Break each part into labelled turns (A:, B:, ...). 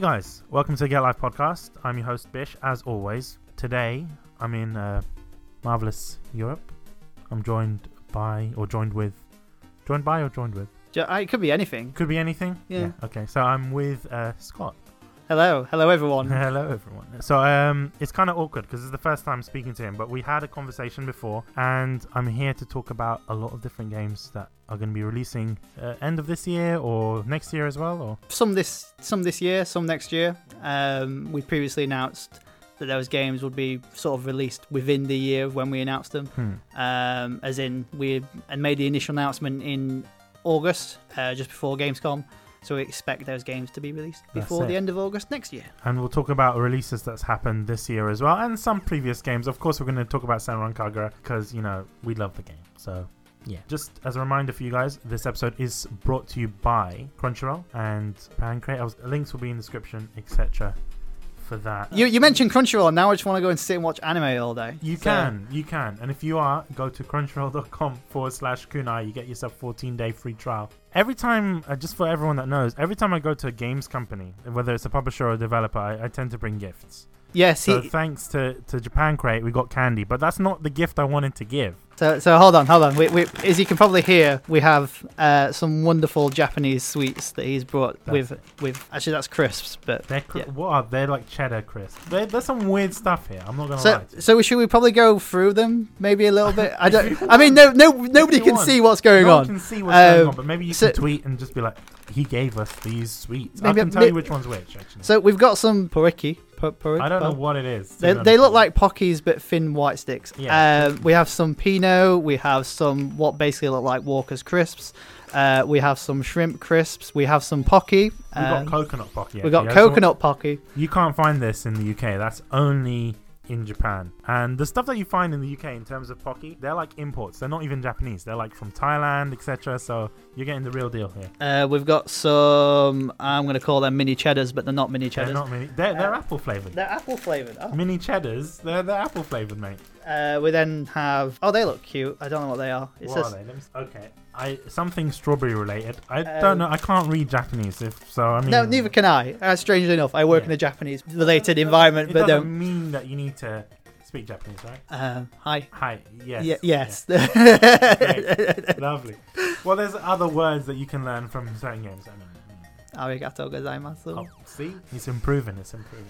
A: guys, welcome to the Get Life podcast. I'm your host Bish, as always. Today, I'm in uh, marvelous Europe. I'm joined by, or joined with, joined by, or joined with.
B: Ju- uh, It could be anything.
A: Could be anything.
B: Yeah.
A: Okay, so I'm with uh, Scott.
B: Hello, hello everyone.
A: Hello, everyone. So um, it's kind of awkward because it's the first time speaking to him, but we had a conversation before, and I'm here to talk about a lot of different games that are going to be releasing uh, end of this year or next year as well. Or
B: some this, some this year, some next year. Um, we previously announced that those games would be sort of released within the year of when we announced them.
A: hmm.
B: Um, as in, we had made the initial announcement in August, uh, just before Gamescom. So we expect those games to be released
A: That's
B: before the
A: it.
B: end of August next year.
A: and we'll talk about releases that's happened this year as well, and some previous games. Of course, we're going to talk about Senran Kagura because you know we love the game. So yeah, just as a reminder for you guys, this episode is brought to you by Crunchyroll and Pancrate. I was- Links will be in the description, etc. For that,
B: You, you mentioned Crunchyroll, and now I just want to go and sit and watch anime all day.
A: You
B: So-
A: can, you can. And if you are, go to crunchyroll.com forward slash kunai. You get yourself 14 day free trial. Every time, uh, just for everyone that knows, every time I go to a games company, whether it's a publisher or a developer, I, I tend to bring gifts.
B: Yes,
A: so
B: he,
A: thanks to, to Japan Crate, we got candy, but that's not the gift I wanted to give.
B: So, so hold on, hold on. We, we, as you can probably hear, we have uh, some wonderful Japanese sweets that he's brought
A: That's
B: with with. Actually, that's crisps, but
A: They're cr-
B: Yeah.
A: what are they're like cheddar crisps. They're, there's some weird stuff here. I'm not gonna lie.
B: so
A: To you.
B: so should we probably go through them maybe a little bit? I don't. I mean, no, no, nobody
A: you
B: can
A: want.
B: see what's going
A: no one
B: on.
A: can see what's going
B: Um,
A: on, but maybe you
B: so-
A: can tweet and just be like, "He gave us these sweets."
B: Maybe-
A: I can tell
B: may-
A: you which one's which. Actually,
B: So we've got some poriki. por- porridge
A: I don't know
B: bun.
A: what it is. to be
B: They, they
A: honest with
B: look
A: you.
B: like pockies but thin white sticks.
A: Yeah.
B: Um, we have some Pinot. We have some what basically look like Walker's crisps. Uh, we have some shrimp crisps. We have some pocky.
A: We
B: Um,
A: got coconut pocky.
B: we got
A: actually. That's
B: coconut pocky.
A: the one- You can't find this in the UK. That's only in Japan. And the stuff that you find in the UK in terms of pocky, they're like imports. They're not even Japanese. They're like from Thailand, etc. So you're getting the real deal here.
B: Uh, we've got some. I'm going to call them mini cheddars, but they're not mini cheddars.
A: They're not mini. They're, they're
B: Uh,
A: apple flavored.
B: They're apple flavored. Oh.
A: Mini cheddars. They're they're apple flavored, mate.
B: Uh, we then have. Oh, they look cute. I don't know what they are. It
A: what
B: says
A: are they? Let me, s- okay. I something strawberry related. I
B: Uh,
A: don't know. I can't read Japanese. If so, I mean.
B: no, neither can I. Uh, strangely enough, I
A: Hmm.
B: work
A: Yeah.
B: in a Japanese related environment,
A: It
B: but um,
A: doesn't
B: don't.
A: mean that you need to speak Japanese, right?
B: Um, hi.
A: Hi. Yes.
B: Ye-
A: Yeah.
B: yes.
A: Great. Lovely. Well, there's other words that you can learn from certain games. I mean,
B: Arigato gozaimasu.
A: oh, see, it's improving. It's improving.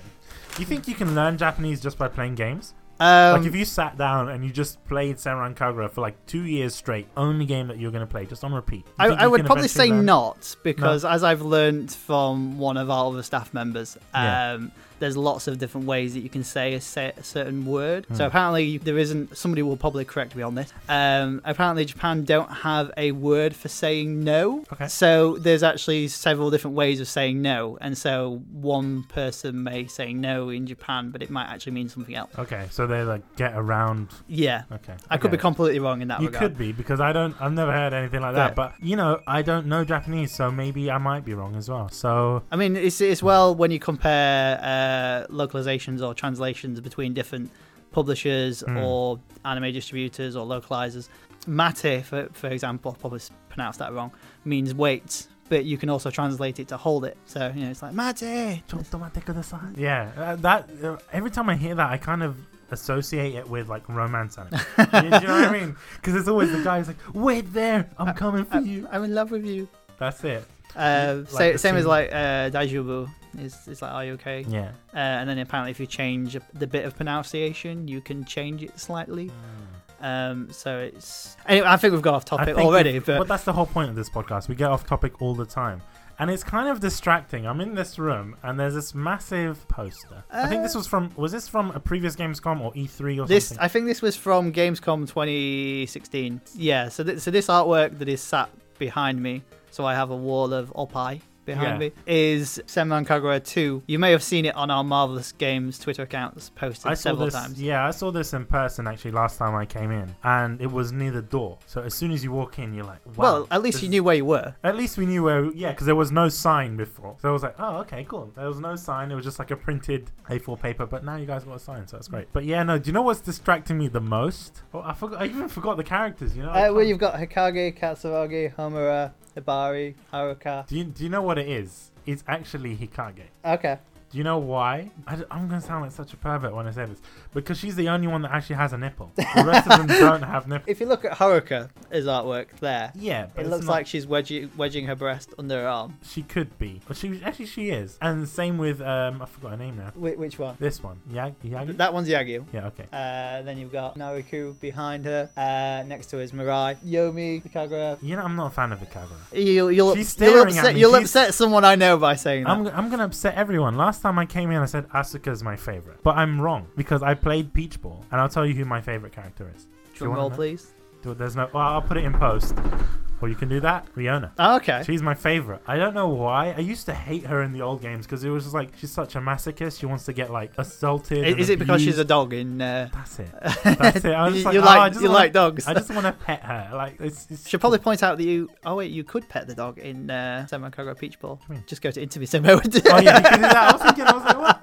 A: You think you can learn Japanese just by playing games?
B: Um,
A: like if you sat down and you just played Senran Kagura for like two years straight, only game that you're going to play, just on repeat. you
B: I,
A: think
B: I
A: you
B: would
A: can
B: probably
A: eventually
B: say
A: learn-
B: not because, as I've learned from one of our other staff members, um,
A: Yeah.
B: there's lots of different ways that you can say a, se- a certain word. So
A: Hmm.
B: apparently, you- there isn't. Somebody will probably correct me on this. Um, apparently, Japan don't have a word for saying no.
A: Okay.
B: So there's actually several different ways of saying no, and so one person may say no in Japan, but it might actually mean something else.
A: Okay, so they like get around.
B: Yeah.
A: Okay,
B: I could
A: okay.
B: be completely wrong in that
A: You
B: regard.
A: could be because I don't. I've never heard anything like that.
B: Fair.
A: But you know, I don't know Japanese, so maybe I might be wrong as well. So
B: I mean, it's, it's well when you compare uh, localizations or translations between different publishers
A: Hmm.
B: or anime distributors or localizers. Mate, for, for example, I probably s- pronounced that wrong, means wait, but you can also translate it to hold it. So, you know, it's like mate.
A: ちょっと待ってください. Yeah, uh, that uh, every time I hear that, I kind of associate it with like romance anime. you, do you know what I mean? Because it's always the guy who's like, "Wait there, I'm
B: Uh,
A: coming for you."
B: I'm in love with you.
A: That's it.
B: Uh,
A: Like
B: sa-
A: the
B: same as
A: scene-
B: like uh, Daijoubu. Is, is like, are you okay?
A: Yeah.
B: Uh, and then apparently, if you change the bit of pronunciation, you can change it slightly. Um, so it's. Anyway, I think we've got off
A: I
B: topic
A: think
B: already,
A: we've-
B: but
A: but that's the whole point of this podcast. We get off topic all the time, and it's kind of distracting. I'm in this room, and there's this massive poster. I think this
B: Uh,
A: was from was this from a previous Gamescom or E3 or
B: this
A: something?
B: I think this was from Gamescom 2016. Yeah, so th- so this artwork that is sat behind me, so I have a wall of opie behind
A: Yeah.
B: me is Senran Kagura 2. You may have seen it on our marvelous games Twitter accounts posted
A: I saw
B: several
A: this,
B: times.
A: Yeah, I saw this in person actually last time I came in, and it was near the door. So as soon as you walk in, you're like, wow.
B: well, at least
A: this
B: you
A: is-
B: knew where you were.
A: At least we knew where, yeah, because there was no sign before. So I was like, oh, okay, cool. There was no sign. It was just like a printed A4 paper. But now you guys got a sign, so that's great. But yeah, no. Do you know what's distracting me the most? Oh, I forgot. I even forgot the characters. You know. I
B: Uh, well,
A: can't-
B: you've got Hikage, Katsuragi, Homura, Hibari, Haruka.
A: Do you, do you know what it is? is actually Hikage.
B: Okay.
A: Do you know why? I, am going to sound like such a pervert when I say this. Because she's the only one that actually has a nipple. The rest of them don't have nipples.
B: If you look at Haruka as artwork there,
A: Yeah, but
B: it
A: it's
B: looks
A: not-
B: like she's wedging, wedging her breast under her arm.
A: she could be. But she actually she is. And the same with um I forgot her name now.
B: Wh- which one?
A: This one. Yag Yagi?
B: That one's Yagyu.
A: Yeah, okay.
B: Uh, then you've got Nariku behind her. Uh, next to her is Mirai, Yomi, Kagura.
A: You know I'm not a fan of Ikagura.
B: You, you'll,
A: She's
B: you'll
A: staring at
B: upset,
A: me.
B: you'll
A: She's-
B: upset someone I know by saying that.
A: I'm, I'm gonna upset everyone. Last time I came in, I said Asuka's my favorite, but I'm wrong because I played Peach Ball, and I'll tell you who my favorite character is. Do you
B: Drum
A: wanna
B: roll,
A: know?
B: please.
A: Do- There's no. Well, I'll put it in post, or you can do that, Riona.
B: Oh, okay.
A: She's my favorite. I don't know why. I used to hate her in the old games because it was just like she's such a masochist. She wants to get like assaulted.
B: I-
A: and
B: is it because she's a
A: abused.
B: dog in? Uh...
A: That's it. That's it. I was
B: you
A: just like,
B: you
A: oh, I
B: like
A: just
B: you
A: wanna-
B: like dogs.
A: I just want to pet her. Like it's. it's
B: Should probably point out that you. Oh wait, you could pet the dog in uh, Samurai Kagura Peach Ball.
A: do you mean?
B: Just go to interview Samurai.
A: oh yeah, you can do that. I was thinking, I was like, what?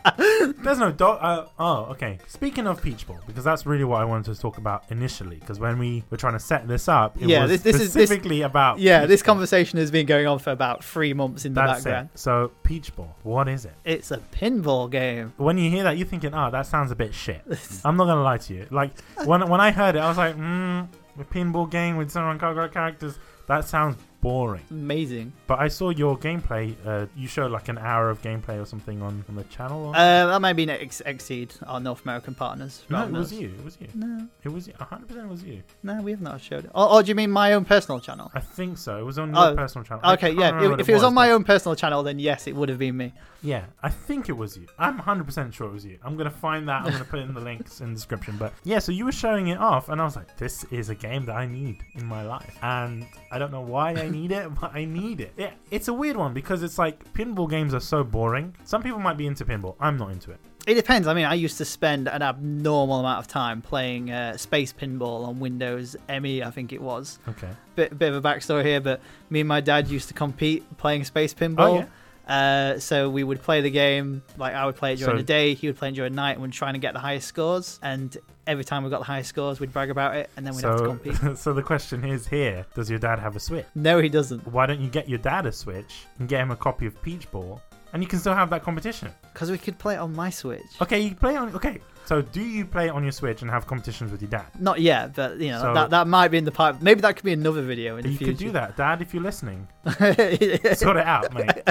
A: There's no dog. Uh, oh, okay. Speaking of Peach Ball, because that's really what I wanted to talk about initially, because when we were trying to set this up, it
B: Yeah,
A: was
B: this- this is- this-
A: specifically about.
B: yeah,
A: Peach
B: this
A: Ball.
B: conversation has been going on for about three months in the
A: That's it.
B: background.
A: So, Peach Ball, what is it?
B: It's a pinball game.
A: When you hear that, you're thinking, oh, that sounds a bit shit. I'm not going to lie to you. Like, when, when I heard it, I was like, mm, a pinball game with Samurai Kagura characters, that sounds boring.
B: Amazing.
A: But I saw your gameplay, uh, you showed like an hour of gameplay or something on, on the channel. Or...
B: Uh, that may be ex- exceed our North American partners.
A: no, it
B: rather than
A: was
B: us.
A: you. It was you.
B: No,
A: It was 100% was you.
B: no, we have not showed it. Or, or do you mean my own personal channel?
A: I think so. It was on your
B: Oh,
A: personal channel. I
B: Okay,
A: can't
B: yeah.
A: remember
B: If,
A: what
B: if it was on my
A: but-
B: own personal channel, then yes, it would have been me.
A: Yeah, I think it was you. I'm 100% sure it was you. I'm going to find that. I'm going to put it in the links in the description. But yeah, so you were showing it off, and I was like, this is a game that I need in my life. And I don't know why I need it, but I need it. Yeah, it's a weird one because it's like pinball games are so boring. Some people might be into pinball. I'm not into it.
B: It depends. I mean, I used to spend an abnormal amount of time playing uh, Space Pinball on Windows ME, I think it was.
A: Okay.
B: Bit, bit of a backstory here, but me and my dad used to compete playing Space
A: Oh,
B: Pinball.
A: yeah.
B: Uh, so we would play the game, like I would play it during
A: So-
B: the day, he would play it during the night, and we're trying to get the highest scores. And every time we got the highest scores, we'd brag about it, and then we'd have to
A: So,
B: compete.
A: so the question is here Does your dad have a Switch?
B: No, he doesn't,
A: Why don't you get your dad a Switch and get him a copy of Peach Ball? And you can still have that competition.
B: because we could play it on my Switch.
A: Okay, you play on. Okay, so do you play it on your Switch and have competitions with your dad?
B: Not yet, but you know
A: So-
B: that that might be in the pipe. Maybe that could be another video in the
A: you
B: future.
A: could do that, Dad, if you're listening.
B: that.
A: Sort it out, mate.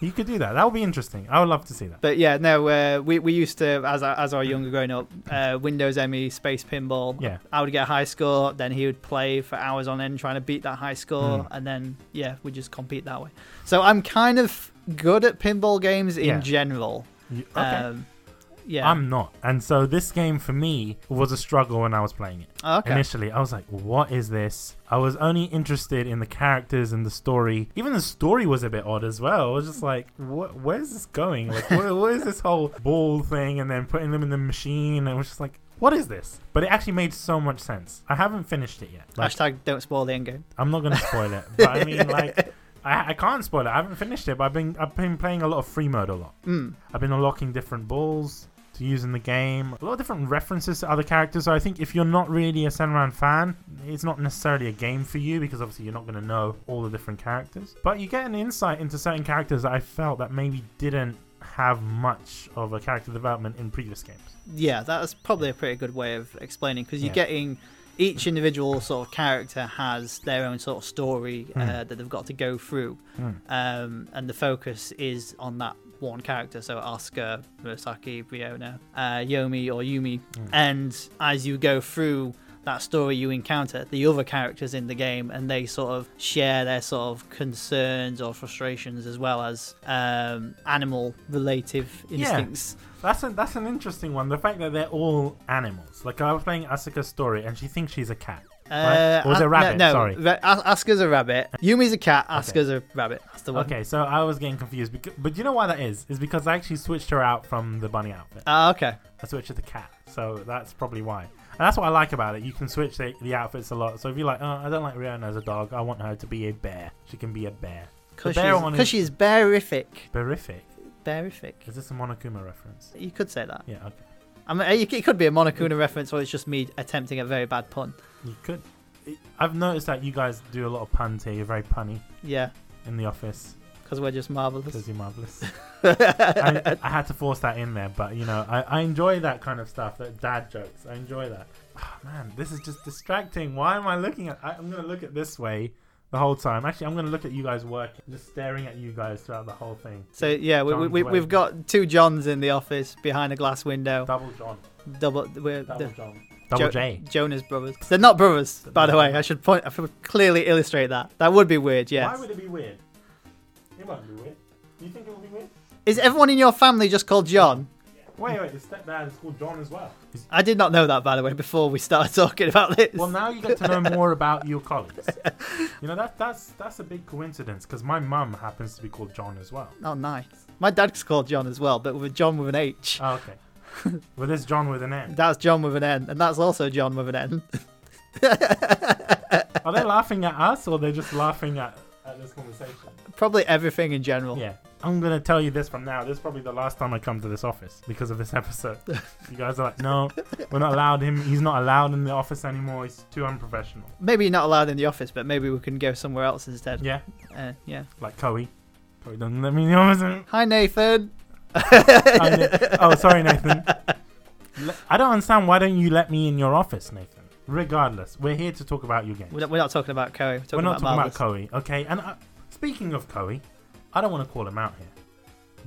A: you could do that. That would be interesting. I would love to see that.
B: But yeah, no, uh, we, we used to, as I, as I was younger growing up, uh, Windows ME, Space Pinball.
A: Yeah.
B: I would get a high score, then he would play for hours on end trying to beat that high score,
A: Hmm.
B: and then, yeah, we'd just compete that way. So I'm kind of good at pinball games in
A: Yeah.
B: general.
A: You- okay.
B: Um, yeah.
A: I'm not. And so this game for me was a struggle when I was playing it.
B: Oh, okay.
A: Initially, I was like, what is this? I was only interested in the characters and the story. Even the story was a bit odd as well. I was just like, what, where's this going? Like, what, what is this whole ball thing and then putting them in the machine? I was just like, what is this? But it actually made so much sense. I haven't finished it yet. Like,
B: Hashtag don't spoil the end game.
A: I'm not gonna spoil it, but I mean, like, I, I can't spoil it. I haven't finished it, but I've been I've been playing a lot of free mode a lot.
B: Mm.
A: I've been unlocking different balls to use in the game, a lot of different references to other characters. So I think if you're not really a Senran fan, it's not necessarily a game for you because obviously you're not gonna know all the different characters. But you get an insight into certain characters that I felt that maybe didn't have much of a character development in previous games.
B: Yeah, that's probably a pretty good way of explaining because you're
A: Yeah.
B: getting each individual sort of character has their own sort of story
A: Hmm.
B: uh, that they've got to go through,
A: Mm.
B: um, and the focus is on that one character. So Asuka, Murasaki, Riona, uh, Yomi, or Yumi,
A: Hmm.
B: and as you go through. That story you encounter the other characters in the game, and they sort of share their sort of concerns or frustrations, as well as um, animal relative
A: Yeah.
B: instincts.
A: That's a, that's an interesting one. The fact that they're all animals. Like I was playing Asuka's story, and she thinks she's a cat.
B: Uh,
A: Or was it
B: As-
A: rabbit?
B: No, no,
A: Sorry.
B: Ra- As- Asuka's a rabbit. Yumi's a cat. Asuka's a rabbit. That's the one.
A: Okay, so I was getting confused, because, but you know why that is? Is because I actually switched her out from the bunny outfit.
B: Ah, okay.
A: I switched to the cat, so that's probably why. And that's what I like about it. You can switch the, the outfits a lot. So if you're like, oh, I don't like Rihanna as a dog, I want her to be a bear. She can be a bear. The
B: Because
A: bear
B: she's,
A: one is-
B: 'cause she's bearific.
A: Bearific.
B: Bearific.
A: Is this a Monokuma reference?
B: You could say that.
A: Yeah, okay.
B: I mean, it it could be a Monokuna reference, or it's just me attempting a very bad pun.
A: You could. I've noticed that you guys do a lot of puns here. You're very punny
B: Yeah,
A: in the office.
B: because because we're just marvelous.
A: Because you're marvelous. I, I had to force that in there, but you know, I, I enjoy that kind of stuff, that dad jokes. I enjoy that. Ah, man, this is just distracting. Why am I looking at? I, I'm gonna look at this way the whole time. Actually, I'm gonna look at you guys working, just staring at you guys throughout the whole thing.
B: So yeah, we, we,
A: John's
B: we,
A: waiting.
B: we've got two Johns in the office behind a glass window.
A: Double John,
B: Double, we're
A: double
B: the
A: John, double J.
B: Jonas brothers. They're not brothers,
A: They're
B: by
A: not
B: the way. I
A: brothers.
B: should point. I should clearly illustrate that. That would be weird.
A: Why
B: Yes.
A: would it be weird? It won't be weird. Do you think it will be weird?
B: Is everyone in your family just called John?
A: Wait, wait. The stepdad is called John as well.
B: I did not know that, by the way. Before we started talking about this.
A: Well, now you get to know more about your colleagues. You know that that's that's a big coincidence because my mum happens to be called John as well.
B: Oh, nice. My dad's called John as well, but with John with an H.
A: Oh, okay. well, there's John with an N.
B: That's John with an N, and that's also John with an N.
A: Are they laughing at us or they are just laughing at, at this conversation?
B: Probably everything in general.
A: Yeah. I'm going to tell you this from now. This is probably the last time I come to this office because of this episode. you guys are like, no, we're not allowed him. He's not allowed in the office anymore. He's too unprofessional.
B: Maybe not allowed in the office, but maybe we can go somewhere else instead.
A: Yeah.
B: Uh, yeah.
A: Like Coey. Coey doesn't let me in the office. anymore.
B: Hi, Nathan.
A: Oh, Na- oh, sorry, Nathan. Le- I don't understand. Why don't you let me in your office, Nathan? Regardless, we're here to talk about your game.
B: We're not, we're not talking about Coe. We're talking
A: We're not
B: about
A: talking
B: Marvelous.
A: about Koei, okay? And uh, speaking of Koei, I don't want to call him out here,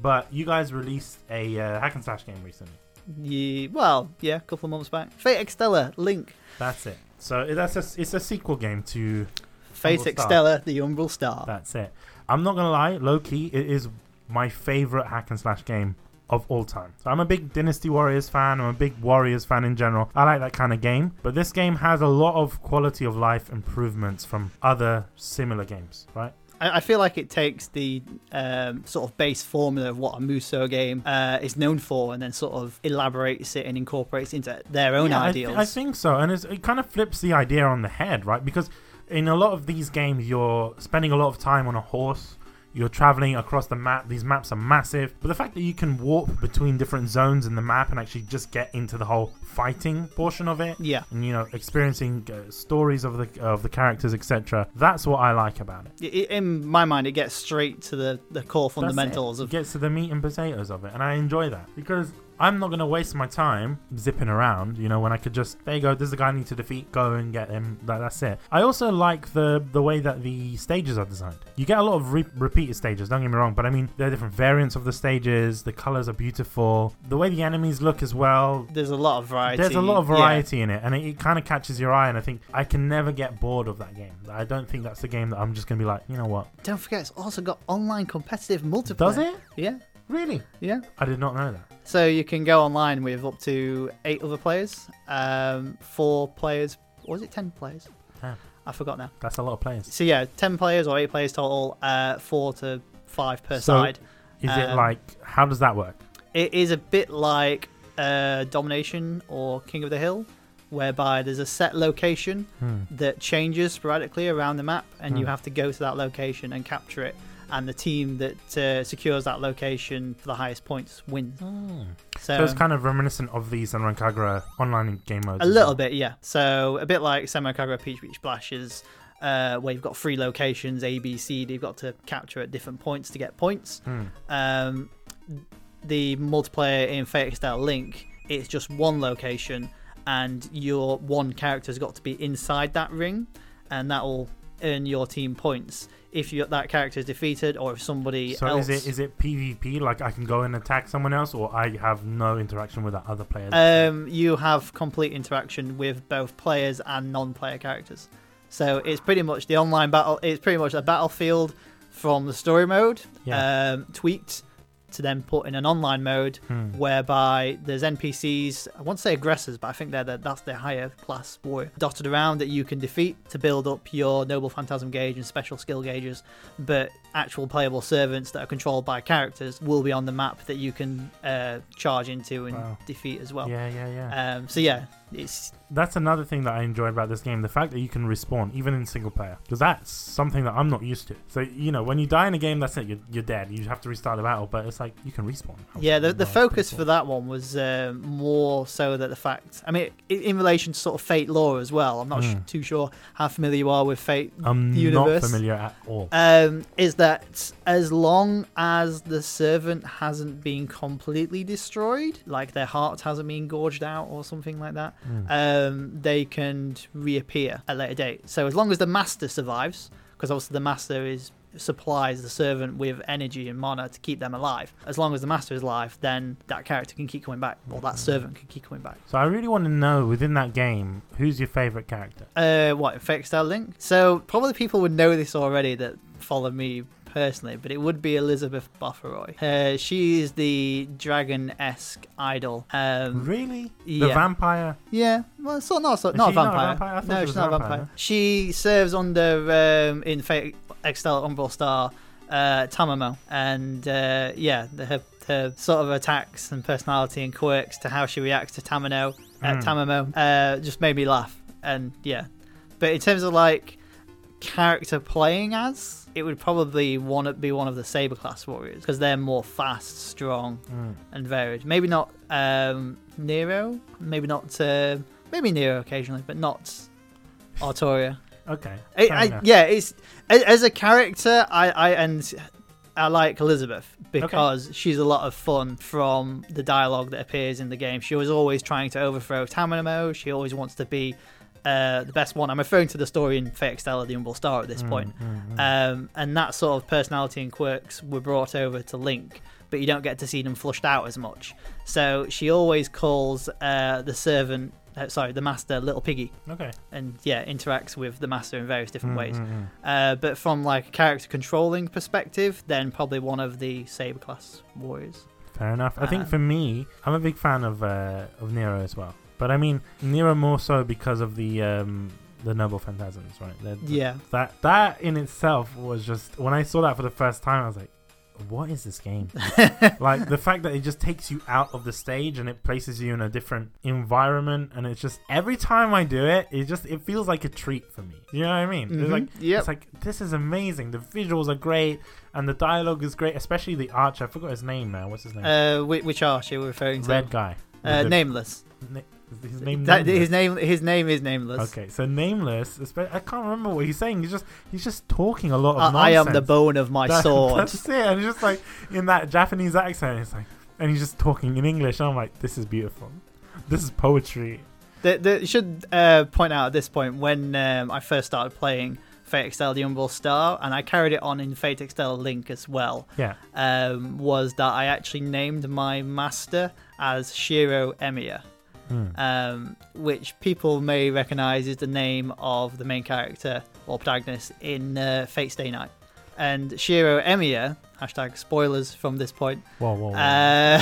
A: but you guys released a uh, hack and slash game recently.
B: Ye- well, yeah, a couple of months back. Fate Extella, Link.
A: That's it. So it- that's a, it's a sequel game to
B: Fate
A: Umbral Star.
B: Extella, the Umbral Star.
A: that's it. I'm not gonna lie, low key, it is my favorite hack and slash game of all time. So I'm a big Dynasty Warriors fan. I'm a big Warriors fan in general. I like that kind of game. But this game has a lot of quality of life improvements from other similar games, right?
B: I, I feel like it takes the um, sort of base formula of what a Muso game uh, is known for and then sort of elaborates it and incorporates it into their own
A: Yeah, I thi-
B: ideals.
A: I, think so, and it's, it kind of flips the idea on the head, right? Because in a lot of these games, you're spending a lot of time on a horse. You're traveling across the map. These maps are massive, but the fact that you can warp between different zones in the map and actually just get into the whole fighting portion of it,
B: yeah.
A: and you know, experiencing uh, stories of the of the characters, etc. That's what I like about it.
B: I- I- In my mind, it gets straight to the, the core
A: That's it.
B: fundamentals
A: It
B: of.
A: gets to the meat and potatoes of it, and I enjoy that because I'm not gonna waste my time zipping around. You know, when I could just there you go. This is the guy I need to defeat. Go and get him. That, that's it. I also like the the way that the stages are designed. You get a lot of re- repeated stages. Don't get me wrong, but I mean there are different variants of the stages. The colors are beautiful. The way the enemies look as well.
B: There's a lot of variety.
A: There's a lot of
B: yeah.
A: variety in it, and it, it kind of catches your eye. And I think I can never get bored of that game. I don't think that's the game that I'm just gonna be like, you know what?
B: Don't forget, it's also got online competitive multiplayer.
A: Does it
B: Yeah,
A: really?
B: yeah.
A: I did not know that.
B: So you can go online with up to eight other players, um, four players, or is it ten players?
A: Damn.
B: I forgot now.
A: That's a lot of players.
B: So yeah, ten players or eight players total, uh, four to five per
A: So-
B: side.
A: Is it
B: Um,
A: like how does that work?
B: It is a bit like uh, Domination or King of the Hill, whereby there's a set location
A: Hmm.
B: that changes sporadically around the map, and you
A: Hmm.
B: have to go to that location and capture it. And the team that uh, secures that location for the highest points wins.
A: So it's kind of reminiscent of the Sunrun Kagura online game modes.
B: Um, A
A: as
B: little
A: well.
B: bit, yeah. So a bit like Semokaga Peach Beach Blashes, uh, where you've got three locations, A, B, C, that you've got to capture at different points to get points.
A: Hmm.
B: Um, the multiplayer in Fate Extell Link, it's just one location, and your one character's got to be inside that ring, and that will earn your team points. If you, that character is defeated, or if somebody
A: So
B: else,
A: is it is it PvP? Like I can go and attack someone else, or I have no interaction with that other player.
B: um, you have complete interaction with both players and non-player characters. So it's pretty much the online battle. It's pretty much a battlefield from the story mode,
A: Yeah.
B: um, tweaked to then put in an online mode,
A: Hmm.
B: whereby there's NPCs. I won't say aggressors, but I think they're the, that's their higher class warrior dotted around that you can defeat to build up your noble phantasm gauge and special skill gauges. But actual playable servants that are controlled by characters will be on the map that you can uh, charge into and
A: Wow.
B: defeat as well.
A: yeah, yeah, yeah.
B: Um, so yeah, It's
A: That's another thing that I enjoyed about this game the fact that you can respawn, even in single player. Because that's something that I'm not used to. So, you know, when you die in a game, that's it, you're, you're dead. You have to restart the battle, but it's like you can respawn.
B: yeah. The,
A: Well,
B: the
A: it's pretty
B: focus
A: cool.
B: for that one was uh, more so that the fact. I mean, i- in relation to sort of Fate lore as well. I'm not sh-
A: Mm.
B: too sure how familiar you are with Fate.
A: I'm
B: the
A: not
B: universe.
A: familiar at all.
B: Um, is that as long as the servant hasn't been completely destroyed, like their heart hasn't been gorged out or something like that,
A: Mm.
B: um, they can reappear at a later date. So as long as the master survives, because obviously the master is supplies the servant with energy and mana to keep them alive. As long as the master is alive, then that character can keep coming back, or that servant can keep coming back.
A: so I really want to know within that game who's your favorite character.
B: Uh, what infects that link? So probably people would know this already that follow me personally, but it would be Elizabeth Bofferoy. Uh, she is the dragon-esque idol. Um,
A: Really? The
B: yeah.
A: vampire?
B: Yeah, well, so not so,
A: Is
B: not, a
A: she not a
B: vampire.
A: vampire? I thought
B: No,
A: she
B: she's
A: was
B: not
A: a
B: a
A: vampire.
B: vampire. She serves under um, in Fate Extel Umbral Star uh, Tamamo, and uh, yeah, the, her, her sort of attacks and personality and quirks to how she reacts to Tamino, uh,
A: Mm.
B: Tamamo, uh, just made me laugh. And yeah, but in terms of like character playing as, it would probably want to be one of the Saber class warriors because they're more fast, strong,
A: Mm.
B: and varied. Maybe not um, Nero, maybe not um maybe Nero occasionally, but not Artoria.
A: Okay.
B: I,
A: fair
B: I,
A: enough.
B: yeah, it's a- as a character, I, I and I like Elizabeth because she's a lot of fun from the dialogue that appears in the game. She was always trying to overthrow Tamamo. She always wants to be uh, the best one. I'm referring to the story in Fate Stella, the Umbral Star, at this
A: Mm,
B: point.
A: mm, mm.
B: Um, and that sort of personality and quirks were brought over to Link, but you don't get to see them flushed out as much. So she always calls uh, the servant, uh, sorry, the master, Little Piggy,
A: okay.
B: and yeah, interacts with the master in various Uh, different
A: Mm,
B: ways.
A: mm, mm.
B: Uh, but from like a character controlling perspective, then probably one of the Saber class warriors.
A: Fair enough. I think
B: Um,
A: for me, I'm a big fan of uh, of Nero as well. But I mean, Nero more so because of the um, the noble phantasms, right? The- the-
B: Yeah,
A: That that in itself was just when I saw that for the first time, I was like, "What is this game?" like the fact that it just takes you out of the stage and it places you in a different environment, and it's just every time I do it, it just it feels like a treat for me. You know what I mean? It's like
B: Mhm. Yep.
A: it's like this is amazing. The visuals are great, and the dialogue is great, especially the archer. I forgot his name now. What's his name?
B: Uh, whi- which arch are we referring to?
A: Red guy.
B: Uh,
A: With the-
B: nameless.
A: na- is his name.
B: That-
A: Nameless?
B: his name. His name is nameless.
A: Okay, so nameless. espe- I can't remember what he's saying. He's just he's just talking a lot of
B: I, I
A: nonsense.
B: am the bone of my
A: That-
B: sword.
A: That's it. And it's just like in that Japanese accent. It's like, and he's just talking in English. And I'm like, this is beautiful. This is poetry.
B: The, the, should uh, point out at this point when um, I first started playing Fate Extel the Umbral Star, and I carried it on in Fate Extel Link as well,
A: Yeah.
B: um, was that I actually named my master as Shiro Emiya,
A: Hmm.
B: um, which people may recognize is the name of the main character or protagonist in uh, Fate Stay Night. And Shiro Emiya, hashtag spoilers from this point,
A: Whoa, whoa, whoa.
B: uh,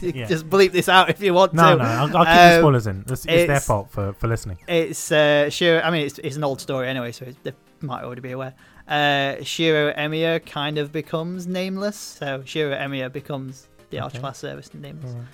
A: yeah.
B: just bleep this out if you want
A: no,
B: to.
A: no, I'll, I'll keep the
B: um,
A: spoilers in. It's, it's their
B: it's-
A: fault for, for listening.
B: It's uh, Shiro. I mean, it's, it's an old story anyway, so they might already be aware. Uh, Shiro Emiya kind of becomes nameless, so Shiro Emiya becomes the
A: Okay.
B: Arch Class Service nameless,
A: Mm.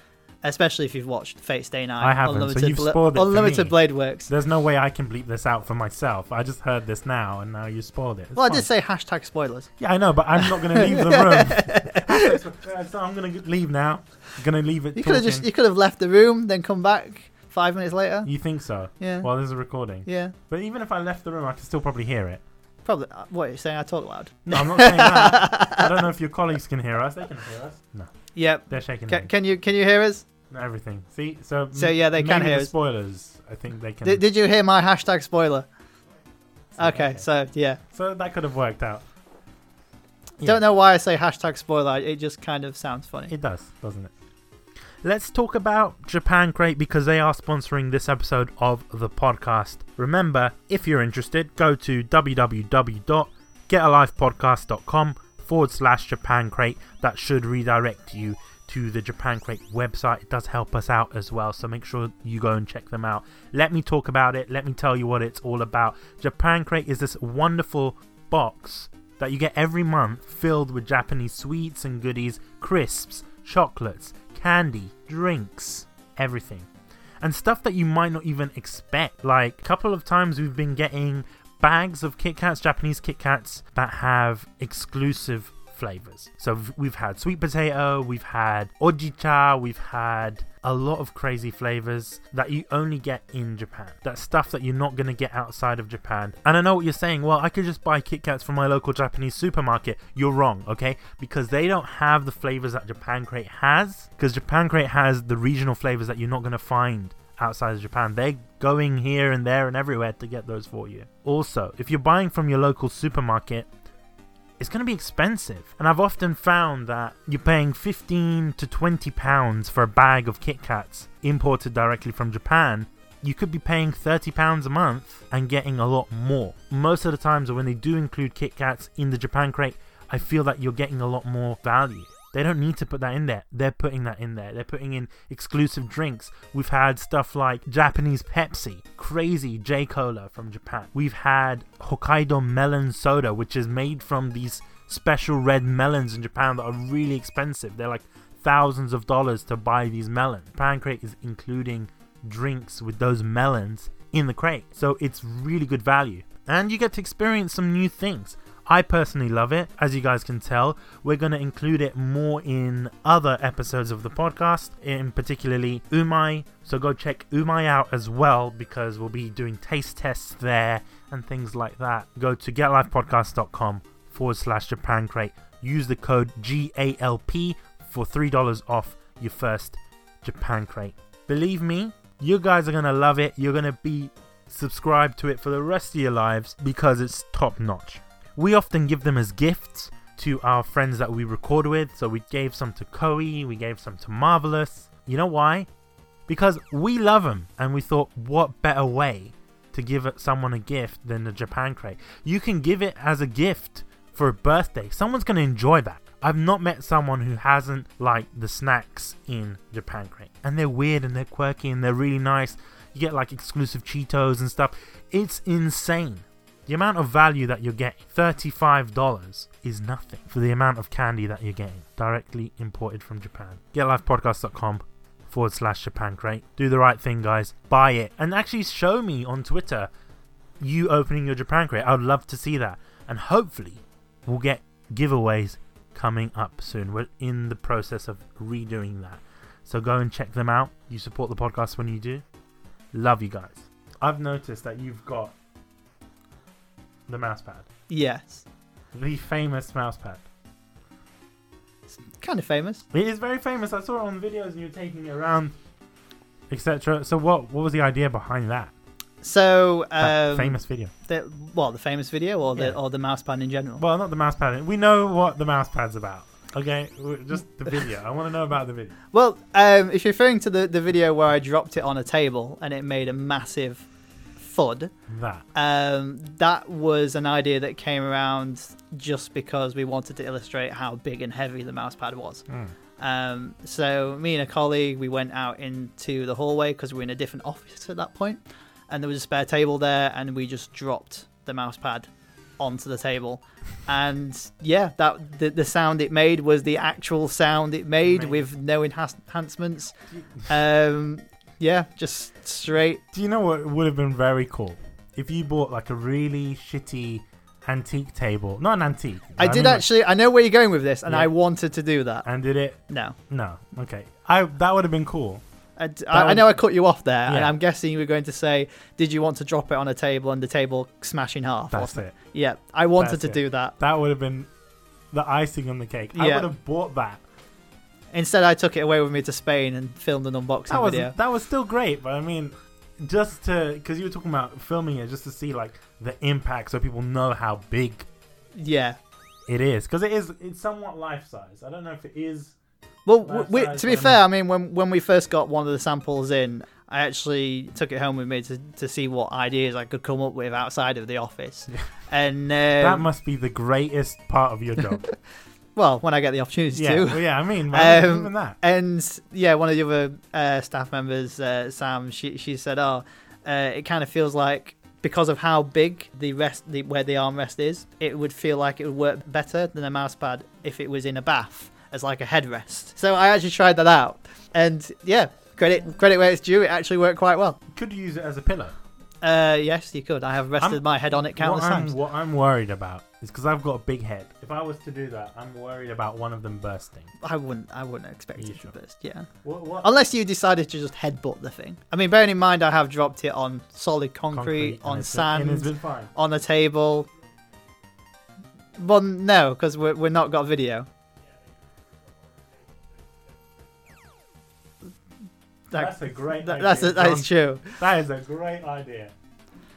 B: especially if you've watched Fate Stay Night.
A: I haven't, so you've spoiled it for
B: Unlimited
A: me.
B: Blade Works.
A: There's no way I can bleep this out for myself. I just heard this now, and now you spoiled it. It's
B: well, I
A: fine.
B: did say hashtag spoilers.
A: Yeah, I know, but I'm not going to leave the room. so I'm going to leave now. going to leave it.
B: You could have
A: talking.
B: just you could have left the room, then come back five minutes later.
A: You think so?
B: Yeah,
A: Well, there's a recording.
B: yeah.
A: But even if I left the room, I could still probably hear it.
B: Probably. uh, What are you saying? I talk loud.
A: No, I'm not saying that. I don't know if your colleagues can hear us. They can hear us. No,
B: Yep.
A: they're shaking
B: Can,
A: hands.
B: can you can you hear us?
A: No, everything. See, so
B: So, yeah, they
A: maybe
B: can hear
A: the
B: us.
A: spoilers. I think they can.
B: Did, did you hear my hashtag spoiler?
A: so-
B: Okay, so yeah.
A: so that could have worked out. Yeah.
B: Don't know why I say hashtag spoiler. It just kind of sounds funny.
A: It does, doesn't it? Let's talk about Japan Crate because they are sponsoring this episode of the podcast. Remember, if you're interested, go to www.getalifepodcast.com forward slash Japan Crate. That should redirect you to the Japan Crate website. It does help us out as well, so make sure you go and check them out. Let me talk about it. Let me tell you what it's all about. Japan Crate is this wonderful box that you get every month filled with Japanese sweets and goodies, crisps, chocolates, candy, drinks, everything. and stuff that you might not even expect. Like a couple of times we've been getting bags of Kit Kats, Japanese Kit Kats that have exclusive flavors. So v- we've had sweet potato, we've had ojicha, we've had a lot of crazy flavors that you only get in Japan. That stuff that you're not going to get outside of Japan. And I know what you're saying. Well, I could just buy Kit Kats from my local Japanese supermarket. You're wrong, okay? Because they don't have the flavors that Japan Crate has. Because Japan Crate has the regional flavors that you're not going to find outside of Japan. They're going here and there and everywhere to get those for you. Also, if you're buying from your local supermarket, it's going to be expensive. And I've often found that you're paying 15 to 20 pounds for a bag of Kit Kats imported directly from Japan. You could be paying 30 pounds a month and getting a lot more. Most of the times when they do include Kit Kats in the Japan crate, I feel that you're getting a lot more value. They don't need to put that in there. They're putting that in there. They're putting in exclusive drinks. We've had stuff like Japanese Pepsi, crazy J Cola from Japan. We've had Hokkaido melon soda, which is made from these special red melons in Japan that are really expensive. They're like thousands of dollars to buy these melons. Japan Crate is including drinks with those melons in the crate. So it's really good value. And you get to experience some new things. I personally love it. As you guys can tell, we're going to include it more in other episodes of the podcast, in particularly Umai. So go check Umai out as well because we'll be doing taste tests there and things like that. Go to getlifepodcast.com forward slash Japan Crate. Use the code GALP for $3 off your first Japan Crate. Believe me, you guys are going to love it. You're going to be subscribed to it for the rest of your lives because it's top notch. We often give them as gifts to our friends that we record with. So we gave some to Koei, we gave some to Marvelous. You know why? Because we love them and we thought, what better way to give it- someone a gift than the Japan crate? You can give it as a gift for a birthday. Someone's going to enjoy that. I've not met someone who hasn't liked the snacks in Japan crate. And they're weird and they're quirky and they're really nice. You get like exclusive Cheetos and stuff. It's insane. The amount of value that you're getting, $35, is nothing for the amount of candy that you're getting directly imported from Japan. GetLifePodcast.com forward slash Japan crate. Do the right thing, guys. Buy it. And actually show me on Twitter you opening your Japan crate. I would love to see that. And hopefully, we'll get giveaways coming up soon. We're in the process of redoing that. So go and check them out. You support the podcast when you do. Love you guys. I've noticed that you've got the mouse pad.
B: Yes.
A: The famous mouse pad.
B: It's kind of famous.
A: It is very famous. I saw it on videos and you were taking it around, etc. So what what was the idea behind that?
B: So,
A: That
B: um,
A: famous video.
B: The, well, the famous video or the
A: Yeah.
B: or the mouse pad in general.
A: Well, not the mouse pad. We know what the mouse pad's about. Okay, w- just the video. I want to know about the video.
B: Well, um, if you're referring to the, the video where I dropped it on a table and it made a massive thud,
A: That.
B: um, that was an idea that came around just because we wanted to illustrate how big and heavy the mouse pad was.
A: Mm.
B: Um, so me and a colleague, we went out into the hallway because we were in a different office at that point, and there was a spare table there, and we just dropped the mouse pad onto the table, and yeah, that the, the sound it made was the actual sound it made
A: Amazing.
B: with no enhan- enhancements. Um, yeah, just straight.
A: Do you know what would have been very cool if you bought like a really shitty antique table? Not an antique.
B: I
A: but
B: did
A: mean, like-
B: actually. I know where you're going with this, and
A: Yeah.
B: I wanted to do that.
A: And did it?
B: No,
A: No. Okay. I that would have been cool.
B: I, d- I- I know I cut you off there, and
A: Yeah.
B: I'm guessing you were going to say, "Did you want to drop it on a table and the table smash in half?" or
A: That's it.
B: Yeah, I wanted
A: That's
B: to
A: it.
B: do that.
A: That would have been the icing on the cake. I
B: Yeah.
A: would have bought that.
B: Instead, I took it away with me to Spain and filmed an unboxing
A: That was
B: video.
A: that was still great, but I mean, just to because you were talking about filming it, just to see like the impact, so people know how big
B: Yeah.
A: it is, because it is it's somewhat life size. I don't know if it is.
B: Well, w-
A: Nice
B: we,
A: size
B: to be
A: one.
B: fair, I mean, when when we first got one of the samples in, I actually took it home with me to, to see what ideas I could come up with outside of the office. and
A: that
B: um,
A: must be the greatest part of your job.
B: well, when I get the opportunity
A: yeah,
B: to.
A: well, yeah. I mean,
B: Um,
A: even that.
B: And yeah, one of the other uh, staff members, uh, Sam, she she said, "Oh, uh, it kind of feels like." Because of how big the rest, the, where the armrest is, it would feel like it would work better than a mouse pad if it was in a bath as like a headrest. So I actually tried that out, and yeah, credit credit where it's due. It actually worked quite well.
A: Could use it as a pillow.
B: Uh, yes, you could. I have rested
A: I'm-
B: my head on it countless
A: what I'm,
B: times.
A: What I'm worried about is because I've got a big head. If I was to do that, I'm worried about one of them bursting.
B: I wouldn't. I wouldn't expect
A: You
B: it
A: sure?
B: to burst. Yeah,
A: What? what?
B: unless you decided to just headbutt the thing. I mean, bearing in mind, I have dropped it on solid concrete,
A: and
B: on
A: it's been- and it's
B: sand,
A: been fine.
B: on a table. Well, no, because we're we're not got video. That,
A: That's a great.
B: that,
A: idea,
B: that's a, that is
A: John.
B: true.
A: That is a great idea.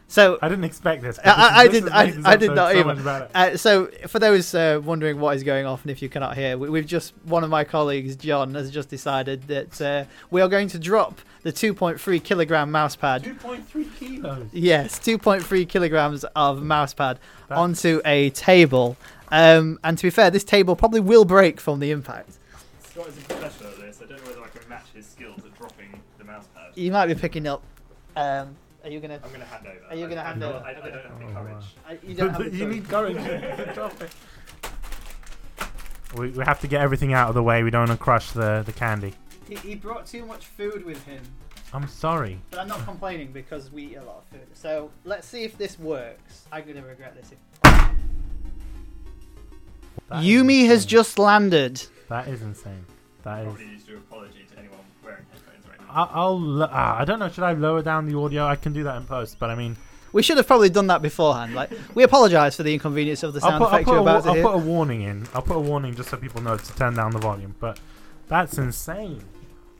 B: So
A: I didn't expect this. but
B: I- I- I
A: this is- this
B: did-
A: is making
B: I- I
A: this
B: did
A: episode
B: not
A: so
B: either.
A: much better.
B: Uh, so, for those uh, wondering what is going off, and if you cannot hear, we, we've just one of my colleagues, John, has just decided that uh, we are going to drop the 2.3 kilogram mouse pad.
A: Two point three kilos.
B: Yes, 2.3 kilograms of mouse pad
A: That-
B: onto a table. Um, and to be fair, this table probably will break from the impact.
C: Scott is a professional at this. I don't know whether I can match his skills at dropping the mouse pad.
B: You might be picking up. Um, are you gonna?
C: I'm going to hand over.
B: Are you gonna
C: I-
B: hand
C: I'm
B: over?
C: not- I, I don't have the
A: Oh,
C: courage.
B: I, you don't have. the
A: you
B: choice.
A: need courage to drop it. We, we have to get everything out of the way. We don't want to crush the, the candy.
B: He, he brought too much food with him,
A: I'm sorry.
B: but I'm not complaining because we eat a lot of food. So let's see if this works. I'm gonna regret this. If
A: That is
B: Yumi has
A: insane.
B: just landed.
A: That is insane. That is.
C: Probably needs to apology to anyone wearing headphones right now.
A: I'll. I'll lo- ah, I don't know. Should I lower down the audio? I can do that in post, but I mean,
B: We should have probably done that beforehand. Like, we apologise for the inconvenience of the
A: I'll
B: sound
A: put, I'll,
B: effect
A: put
B: you're
A: a, wa-
B: about to
A: I'll
B: hear.
A: put a warning in. I'll put a warning just so people know to turn down the volume. But that's insane.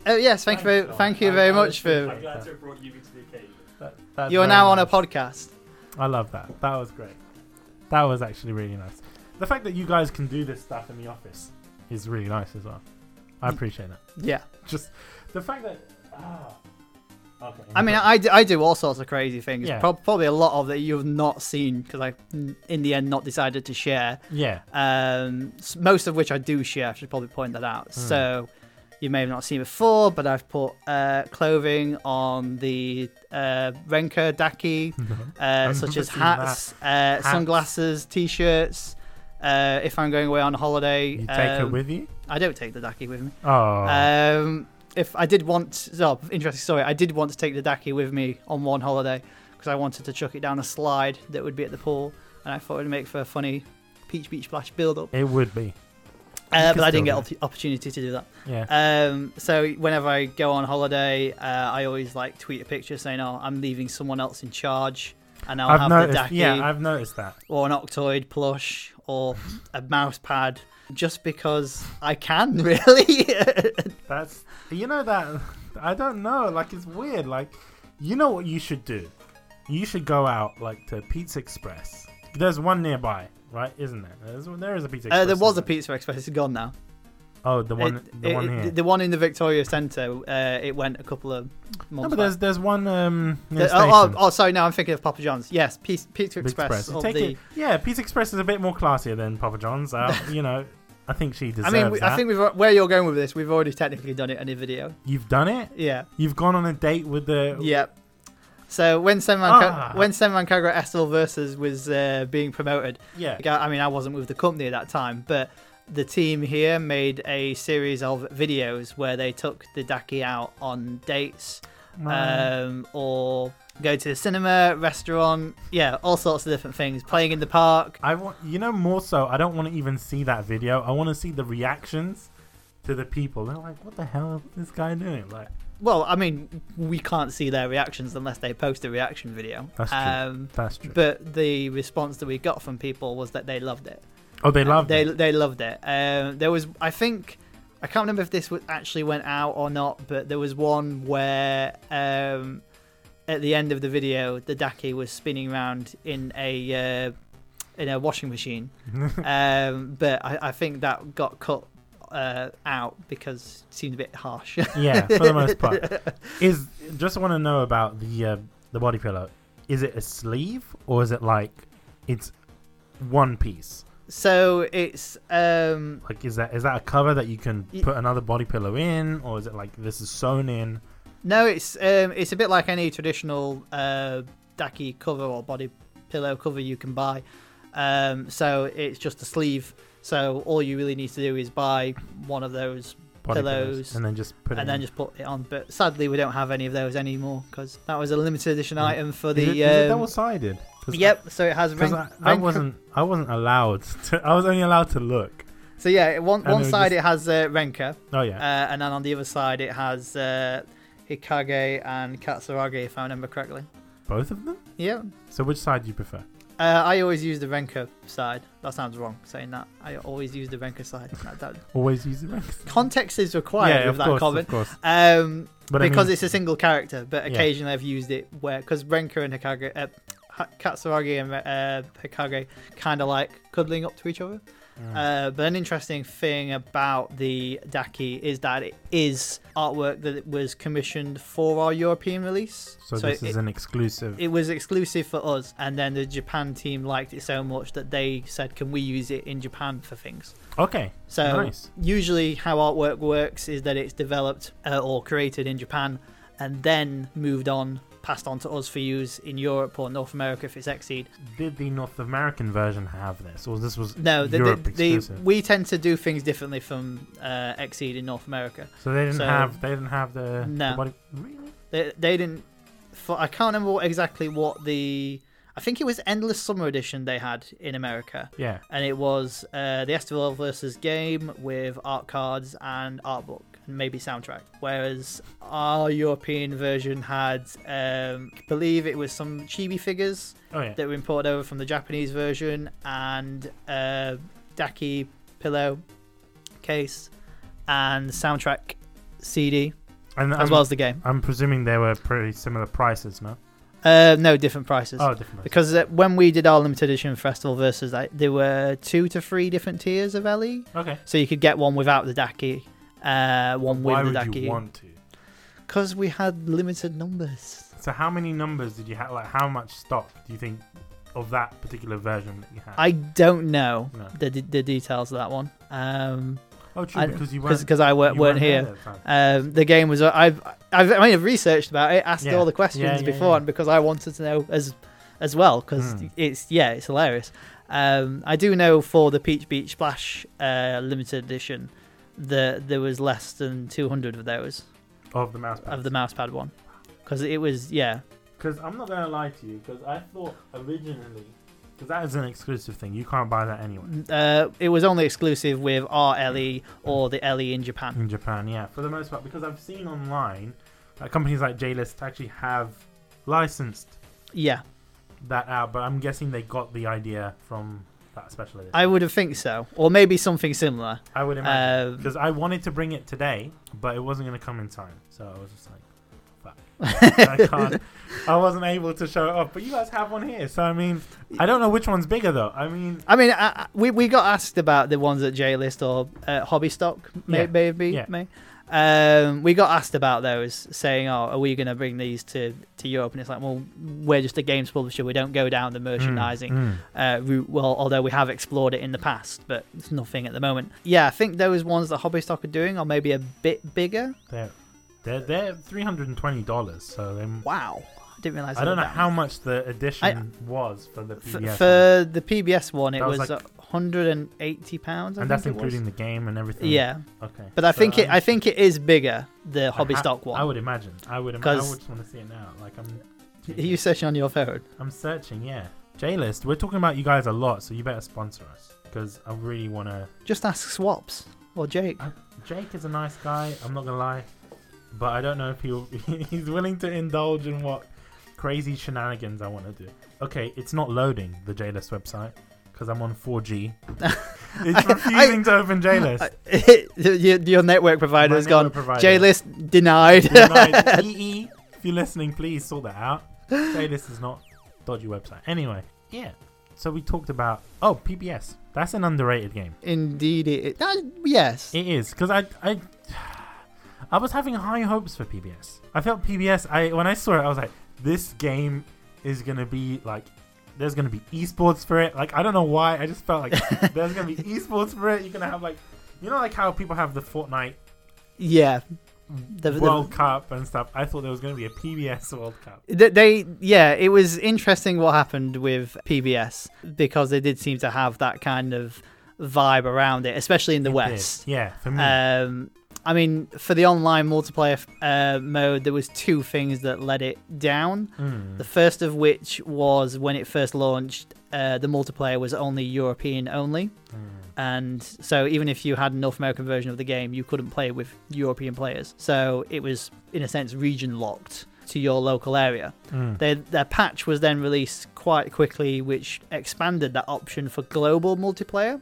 B: Oh yes, thank you, very,
A: Thanks,
B: thank you
A: John.
B: very
A: I- I
B: much
A: was
B: for.
C: I'm
A: thinking-
C: glad to have brought you to the occasion.
A: That, that's
B: You are
A: very
B: now on a
A: nice.
B: podcast.
A: I love that. That was great. That was actually really nice. The fact that you guys can do this stuff in the office is really nice as well. I
B: Mm.
A: appreciate that.
B: Yeah,
A: Just the fact that. Ah, okay.
B: I mean, I do, I do all sorts of crazy things.
A: Yeah.
B: Prob- probably a lot of that you've not seen because I, in the end, not decided to share.
A: yeah.
B: Um, s- most of which I do share. I should probably point that
A: Hmm.
B: out. So, you may have not seen before, but I've put uh, clothing on the uh, Renko Daki. uh,
A: I've
B: such
A: never
B: as
A: seen
B: hats, uh,
A: Hats.
B: sunglasses, t-shirts. Uh, if I'm going away on holiday,
A: You take it
B: um,
A: with you.
B: I don't take the daki with me.
A: Oh,
B: Um, if I did want, oh, interesting story. I did want to take the daki with me on one holiday because I wanted to chuck it down a slide that would be at the pool, and I thought it would make for a funny peach beach splash build up.
A: it would be.
B: Uh,
A: could
B: but I
A: still
B: didn't get
A: do
B: op- opportunity to do that.
A: Yeah.
B: Um, so whenever I go on holiday, uh, I always like tweet a picture saying, "Oh, I'm leaving someone else in charge." And I'll
A: I've
B: have
A: noticed.
B: the daki
A: Yeah, I've noticed that.
B: or an octoid plush or a mouse pad just because I can, really.
A: That's you know that I don't know. Like it's weird. Like you know what you should do. You should go out like to Pizza Express. There's one nearby, right? Isn't there? There's, there is a Pizza Express.
B: uh, there was a
A: isn't there?
B: Pizza Express, it's gone now.
A: Oh, the one,
B: It-
A: the
B: it-
A: one here.
B: The one in the Victoria Centre, uh, it went a couple of
A: no, but
B: months back.
A: there's there's one. Um, near
B: Uh,
A: the
B: oh,
A: station.
B: oh, oh, sorry, no, I'm thinking of Papa John's. Yes, Pizza, Pizza
A: Pizza
B: Express.
A: You
B: of
A: Take
B: the,
A: it. Yeah, Pizza Express is a bit more classier than Papa John's. Uh, you know, I think she
B: I
A: deserves
B: mean, we,
A: that.
B: I think we've, where you're going with this, we've already technically done it in a video.
A: You've done it.
B: Yeah,
A: You've gone on a date with the.
B: yep. So when Senman
A: Ah.
B: Ka- when Senman Kagura Estel versus was uh, being promoted,
A: Yeah.
B: Like, I I mean, I wasn't with the company at that time, but the team here made a series of videos where they took the Daki out on dates
A: Man.
B: um, or go to the cinema, restaurant, yeah, all sorts of different things, playing in the park.
A: I want you know more so. I don't want to even see that video. I want to see the reactions to the people. They're like, "What the hell is this guy doing?" Like,
B: Well, I mean, we can't see their reactions unless they post a reaction video.
A: That's true.
B: Um,
A: that's true.
B: but the response that we got from people was that they loved it.
A: oh, they loved
B: they,
A: it.
B: They loved it. Um, there was, I think, I can't remember if this was, actually went out or not, but there was one where um, at the end of the video, the Daki was spinning around in a uh, in a washing machine. um, but I, I think that got cut uh, out because it seemed a bit harsh.
A: yeah, for the most part. Is just want to know about the uh, the body pillow. Is it a sleeve or is it like it's one piece?
B: so it's um,
A: Like, is that is that a cover that you can
B: Y-
A: put another body pillow in, or is it like this is sewn in?
B: no, it's um, it's a bit like any traditional uh, Daki cover or body pillow cover you can buy. Um, so it's just a sleeve. So all you really need to do is buy one of those
A: body
B: pillows,
A: and then just put it
B: and then
A: in.
B: just put it on. But sadly, we don't have any of those anymore because that was a limited edition item for the.
A: Mm. is it, is it
B: um,
A: double sided?
B: yep. So it has
A: Because
B: rank.
A: I, I
B: rank-
A: wasn't I wasn't allowed to. I was only allowed to look.
B: So yeah, it- one
A: and it
B: one
A: was
B: side
A: just-
B: it has uh, Renka,
A: Oh
B: uh,
A: yeah.
B: and then on the other side it has uh, Hikage and Katsuragi, if I remember correctly.
A: Both of them.
B: Yeah.
A: So which side do you prefer?
B: Uh, I always use the Renka side. That sounds wrong saying that. I always use the Renka side. That- that-
A: Always use the ranks.
B: Context is required
A: Yeah,
B: with
A: of
B: that
A: course,
B: comment.
A: of course.
B: Um,
A: But I
B: because
A: mean,
B: it's a single character, but
A: Yeah.
B: occasionally I've used it where because Renka and Hikage, uh, Ha- Katsuragi and uh, Hikage, kind of like cuddling up to each other.
A: Mm.
B: Uh, but an interesting thing about the Daki is that it is artwork that was commissioned for our European release.
A: so, this
B: it,
A: is an exclusive.
B: it was exclusive for us, and then the Japan team liked it so much that they said, "Can we use it in Japan for things?"
A: okay.
B: So
A: Nice.
B: usually, how artwork works is that it's developed uh, or created in Japan and then moved on, passed on to us for use in Europe or North America if it's Exceed.
A: Did the North American version have this, or this was
B: No, the,
A: Europe
B: the, the,
A: exclusive?
B: we tend to do things differently from uh, Exceed in North America.
A: so they didn't
B: so-
A: have they didn't have the, the
B: No.
A: body- really
B: They, they didn't. For, I can't remember what, exactly what the. I think it was Endless Summer Edition they had in America.
A: yeah
B: and it was uh, the Estival versus game with art cards and art book and maybe soundtrack. Whereas our European version had, um, I believe it was some chibi figures
A: oh yeah
B: that were imported over from the Japanese version and uh, Daki pillow case and soundtrack CD
A: and
B: as
A: I'm,
B: well as the game.
A: I'm presuming they were pretty similar prices, no?
B: Uh, no, different prices.
A: Oh, different. prices.
B: Because uh, when we did our limited edition festival versus, like, there were two to three different tiers of E. LE.
A: Okay.
B: So you could get one without the Daki, uh, one
A: Why
B: with
A: would
B: the
A: you
B: Daki.
A: want to?
B: Because we had limited numbers.
A: So how many numbers did you have? Like how much stock do you think of that particular version that you had?
B: I don't know
A: No.
B: the, d- the details of that one. Um,
A: oh, true,
B: I-
A: because you weren't,
B: because I
A: you
B: were, weren't,
A: weren't
B: here.
A: there at the time.
B: Um, the game was I've I've I mean, I've researched about it, asked
A: Yeah.
B: all the questions
A: Yeah, yeah,
B: before,
A: yeah.
B: and because I wanted to know as as well because
A: Mm.
B: it's yeah it's hilarious. Um, I do know for the Peach Beach Splash uh, limited edition that there was less than 200 of those
A: Of the mouse pad.
B: of the mousepad one because it was yeah
A: Because I'm not gonna lie to you, because I thought originally, because that is an exclusive thing. You can't buy that anywhere
B: Uh, it was only exclusive with our LE or the LE in Japan.
A: in Japan. Yeah, for the most part, because I've seen online, uh, companies like JList actually have licensed
B: Yeah,
A: that out. But I'm guessing they got the idea from that special edition.
B: I would have think so, or maybe something similar.
A: I would imagine.
B: Um,
A: Because I wanted to bring it today, but it wasn't going to come in time. So I was just like, fuck. I can't. I wasn't able to show it off. But you guys have one here. So, I mean, I don't know which one's bigger, though. I mean,
B: I mean, I, I- we we got asked about the ones at J List or uh, Hobby Stock, may,
A: Yeah,
B: maybe,
A: yeah.
B: may. Um, we got asked about those, saying, "Oh, are we going to bring these to to Europe?" And it's like, "Well, we're just a games publisher. We don't go down the merchandising."
A: mm,
B: uh, route. Well, although we have explored it in the past, but it's nothing at the moment. Yeah, I think those ones that Hobbystock are doing are maybe a bit bigger.
A: they're, they're, they're $320. So they
B: Wow, I didn't realize.
A: I don't know how much the edition was for the
B: For,
A: PBS. one.
B: for uh, the PBS one, it
A: That was
B: was,
A: like-
B: 180 pounds. I
A: and that's
B: think it was.
A: including the game and everything.
B: Yeah,
A: Okay.
B: but I
A: So,
B: think it.
A: um,
B: I think it is bigger the
A: I
B: hobby
A: ha-
B: stock
A: I
B: one.
A: would imagine. I would. Im- I
B: Because-
A: would just want to see it now. Like I'm.
B: Are you searching on your phone?
A: I'm searching, yeah. J-List, we're talking about you guys a lot, so you better sponsor us. Because I really want to...
B: Just ask Swaps or Jake.
A: Jake is a nice guy, I'm not going to lie. But I don't know if he'll, he's willing to indulge in what crazy shenanigans I want to do. Okay, it's not loading, the J-List website, because I'm on 4G. it's refusing to open J-List.
B: your, your network provider
A: My
B: has gone.
A: network provider.
B: J list denied.
A: Denied. EE, E if you're listening, please sort that out. Say this is not dodgy website. Anyway, yeah. So we talked about oh PBS. That's an underrated game.
B: Indeed, it, it- that, yes.
A: It is because I I I was having high hopes for PBS. I felt PBS. I when I saw it, I was like, this game is gonna be like. There's gonna be esports for it. Like I don't know why. I just felt like there's gonna be esports for it. You're gonna have like, you know, like how people have the Fortnite
B: Yeah. The- the-
A: World Cup and stuff. I thought there was gonna be a PBS World Cup.
B: They, they, yeah, it was interesting what happened with PBS because they did seem to have that kind of vibe around it, especially in the
A: It did.
B: West.
A: Yeah, for me.
B: Um, I mean, for the online multiplayer uh, mode, there was two things that let it down.
A: Mm,
B: The first of which was when it first launched, uh, the multiplayer was only European only,
A: mm,
B: and so even if you had a North American version of the game, you couldn't play with European players. So it was, in a sense, region locked to your local area.
A: Hmm. mm.
B: Their, their patch was then released quite quickly, which expanded that option for global multiplayer.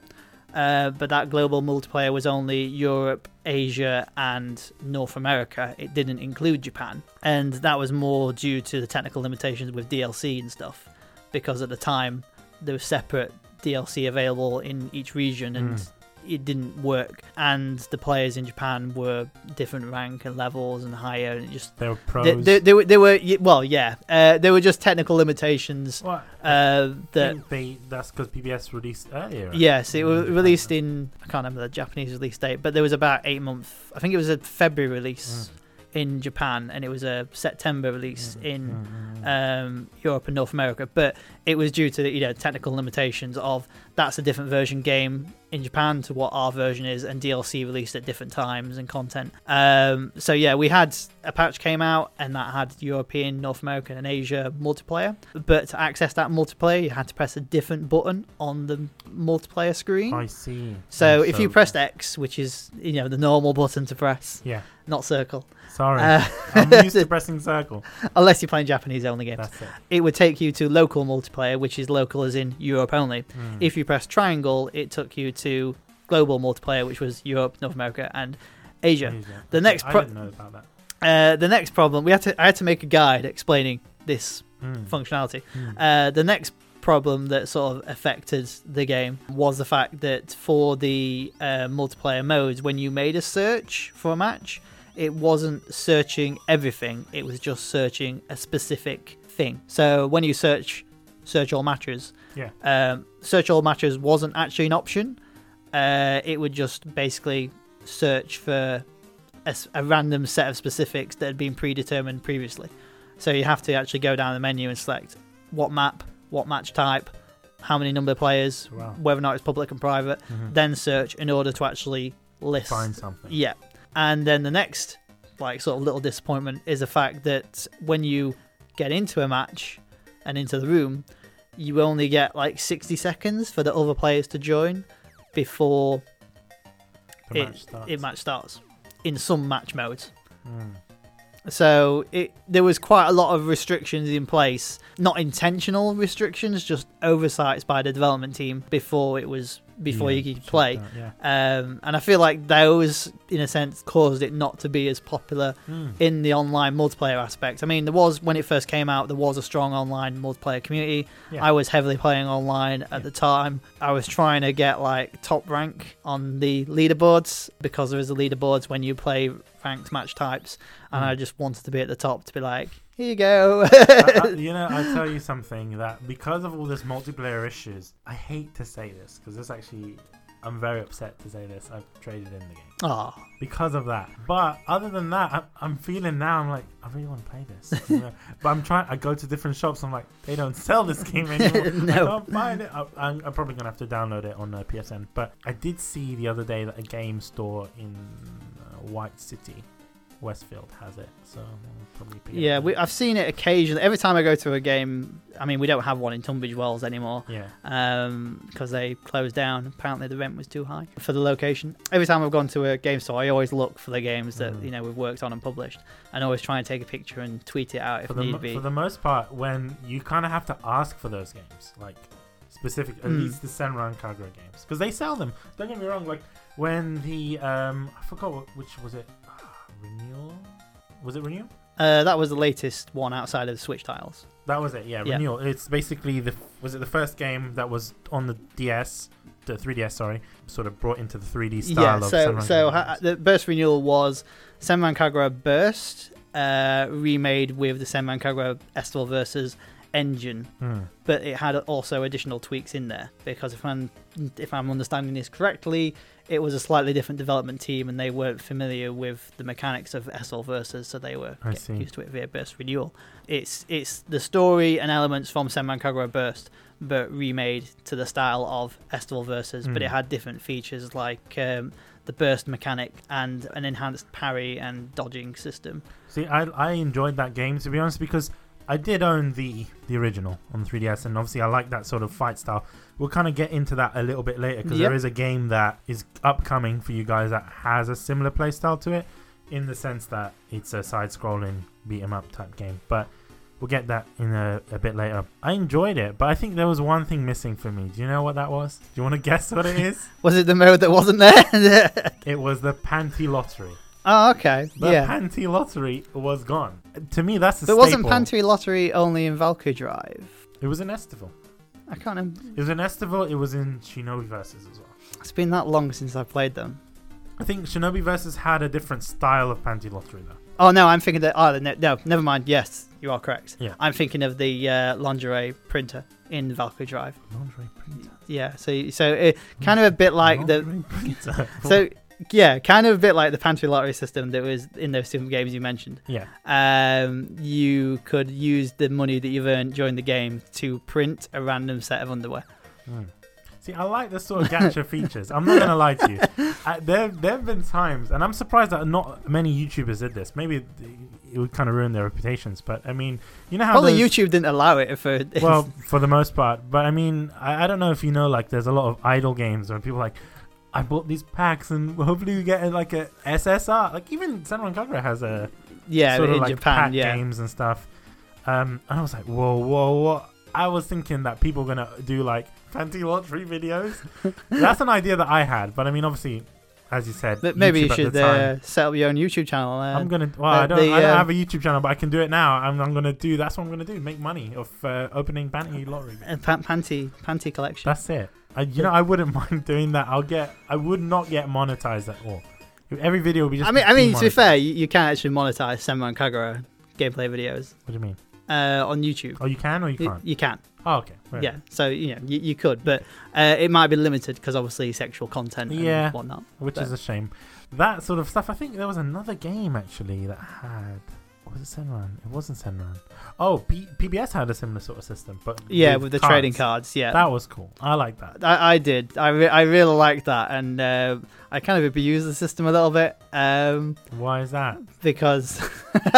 B: Uh, but that global multiplayer was only Europe, Asia, and North America. It didn't include Japan. And that was more due to the technical limitations with DLC and stuff, because at the time there was separate DLC available in each region and
A: Mm.
B: it didn't work. And the players in Japan were different rank and levels and higher, and it just
A: They were
B: they,
A: pros.
B: they, they were, they were y- well, yeah. Uh, there were just technical limitations.
A: Well,
B: Uh,
A: I
B: that
A: think they, that's because PBS released earlier.
B: yes, it was
A: Mm,
B: released
A: okay.
B: in I can't remember the Japanese release date, but there was about eight month. I think it was a February release in Japan, and it was a September release in
A: Mm, mm, mm.
B: um, Europe and North America, but it was due to the, you know technical limitations of that's a different version game in Japan to what our version is, and DLC released at different times and content. Um, so yeah, we had a patch came out and that had European, North American, and Asia multiplayer. But to access that multiplayer, you had to press a different button on the multiplayer screen.
A: I see.
B: uh, so
A: Oh,
B: if you pressed X, which is you know the normal button to press,
A: Yeah.
B: not circle,
A: Sorry.
B: uh,
A: I'm used to pressing circle.
B: unless you're playing Japanese only games.
A: That's it.
B: it would take you to local multiplayer, which is local as in Europe only.
A: Mm.
B: If you press triangle, it took you to global multiplayer, which was Europe, North America, and Asia.
A: Asia.
B: The next
A: I
B: pro-
A: didn't know about that.
B: Uh, the next problem we had to I had to make a guide explaining this
A: Mm.
B: functionality.
A: Mm.
B: Uh, the next problem that sort of affected the game was the fact that for the uh, multiplayer modes, when you made a search for a match, it wasn't searching everything, it was just searching a specific thing. So when you search, search all matches,
A: Yeah.
B: um, search all matches wasn't actually an option. Uh, it would just basically search for a, s- a random set of specifics that had been predetermined previously. So you have to actually go down the menu and select what map, what match type, how many number of players,
A: Wow.
B: whether or not it's public and private,
A: Mhm.
B: then search in order to actually list.
A: Find something.
B: Yeah. And then the next, like, sort of little disappointment is the fact that when you get into a match and into the room, you only get like 60 seconds for the other players to join before
A: The
B: it-
A: match starts.
B: it match starts in some match modes.
A: Mm.
B: So it there was quite a lot of restrictions in place, not intentional restrictions, just oversights by the development team before it was before
A: Yeah,
B: you could
A: shut
B: play.
A: down, Yeah.
B: Um, and I feel like those, in a sense, caused it not to be as popular
A: Mm.
B: in the online multiplayer aspect. I mean, there was when it first came out, there was a strong online multiplayer community.
A: Yeah.
B: I was heavily playing online at
A: Yeah.
B: the time. I was trying to get like top rank on the leaderboards because there is a leaderboards when you play ranked match types, and
A: Mm.
B: I just wanted to be at the top to be like, here you go.
A: I- I- you know, I tell you something that because of all this multiplayer issues, I hate to say this because this actually, I'm very upset to say this. I've traded in the game
B: oh,
A: because of that. But other than that, I'm, I'm feeling now. I'm like, I really want to play this. You know? but I'm trying. I go to different shops. I'm like, they don't sell this game anymore. I
B: No.
A: can't find it. I, I'm, I'm probably gonna have to download it on uh, PSN. But I did see the other day that a game store in uh, White City, Westfield, has it. So I'll probably pick it
B: yeah.
A: up.
B: We, I've seen it occasionally. Every time I go to a game, I mean, we don't have one in Tunbridge Wells anymore.
A: yeah.
B: because Um, they closed down. Apparently, the rent was too high for the location. Every time I've gone to a game store, I always look for the games that
A: Mhm.
B: you know we've worked on and published, and always try and take a picture and tweet it out if
A: for the, mo-
B: need be.
A: for the most part, when you kind of have to ask for those games, like specific, at
B: Mm.
A: least the Senran and Kagura games, because they sell them. Don't get me wrong. Like when the um, I forgot what, which was it, Ah, renewal? Was it renewal?
B: Uh, that was the latest one outside of the Switch tiles.
A: That was it. Yeah,
B: Yeah.
A: renewal. It's basically the was it the first game that was on the DS, the 3DS, sorry, sort of brought into the 3D style
B: yeah.
A: of
B: So
A: Senran
B: so
A: Kagura
B: ha-
A: games.
B: the burst renewal was Senran Kagura Burst uh, remade with the Senran Kagura Estival versus Engine.
A: Mm.
B: but it had also additional tweaks in there because if I'm if I'm understanding this correctly, it was a slightly different development team and they weren't familiar with the mechanics of SL versus, so they were
A: I
B: getting
A: see.
B: used to it via Burst Renewal. It's it's the story and elements from Senran Kagura Burst, but remade to the style of Estival versus, but
A: Mm.
B: it had different features like. Um, the burst mechanic and an enhanced parry and dodging system.
A: See, I, I enjoyed that game to be honest because I did own the the original on 3DS, and obviously I like that sort of fight style. We'll kind of get into that a little bit later because
B: Yep.
A: there is a game that is upcoming for you guys that has a similar playstyle to it, in the sense that it's a side-scrolling beat 'em up type game. But we'll get that in a, a bit later. I enjoyed it, but I think there was one thing missing for me. Do you know what that was? Do you want to guess what it is?
B: Was it the mode that wasn't there?
A: it was the Panty Lottery.
B: oh, okay.
A: The
B: yeah.
A: Panty Lottery was gone. To me, that's a
B: But wasn't
A: staple.
B: Pantry Lottery only in Valkyrie Drive?
A: It was an Estival.
B: I can't remember.
A: It was in Estival, it was in Shinobi Versus as well.
B: It's been that long since I played them.
A: I think Shinobi Versus had a different style of Panty Lottery though.
B: Oh no, I'm thinking that. Oh no, no never mind. Yes, you are correct.
A: Yeah.
B: I'm thinking of the uh, lingerie printer in Valkyrie Drive.
A: Lingerie printer.
B: Yeah. So so it,
A: Hmm.
B: kind of a bit like the
A: Lingerie printer.
B: so yeah, kind of a bit like the pantry lottery system that was in those two games you mentioned.
A: yeah,
B: Um, you could use the money that you've earned during the game to print a random set of underwear.
A: Mm. See, I like the sort of gacha features. I'm not gonna lie to you. Uh, there, there have been times, and I'm surprised that not many YouTubers did this. Maybe th- it would kind of ruin their reputations. But I mean, you know how
B: Probably
A: those-
B: YouTube didn't allow it for.
A: well, for the most part. But I mean, I, I don't know if you know, like, there's a lot of idle games where people are like, I bought these packs and hopefully we get like a SSR. Like even Senran Kagura has a
B: yeah,
A: sort of
B: in
A: like
B: Japan,
A: pack
B: yeah.
A: games and stuff. Um, and I was like, whoa, whoa, whoa. I was thinking that people were gonna do like fancy lottery videos. That's an idea that I had, but I mean, obviously, as you said,
B: But
A: YouTube
B: maybe you
A: at the
B: should
A: time-
B: uh, set up your own YouTube channel. Uh,
A: I'm gonna. Well,
B: uh,
A: I don't.
B: the,
A: I don't
B: um,
A: have a YouTube channel, but I can do it now. I'm, I'm gonna do. That's what I'm gonna do. Make money off uh, opening Banty lottery.
B: a pan- panty panty collection.
A: That's it. I, you know, I wouldn't mind doing that. I'll get. I would not get monetized at all. Every video would be just.
B: I mean, I mean to be
A: demonetized.
B: fair, you, you can actually monetize Senran Kagura gameplay videos
A: What do you mean?
B: uh, on YouTube.
A: Oh, you can or you
B: Y-
A: can't.
B: you can.
A: Oh, okay. Right.
B: Yeah, so you know you, you could, but uh, it might be limited because obviously sexual content and
A: Yeah.
B: whatnot.
A: Which
B: But-
A: is a shame. That sort of stuff. I think there was another game actually that had. Was it Senran? It wasn't Senran. Oh, P- PBS had a similar sort of system, but
B: Yeah, with, the trading
A: cards.
B: cards. Yeah,
A: That was cool. I like that.
B: I, I did. I, re- I really liked that, and uh, I kind of abused the system a little bit um,
A: Why is that?
B: because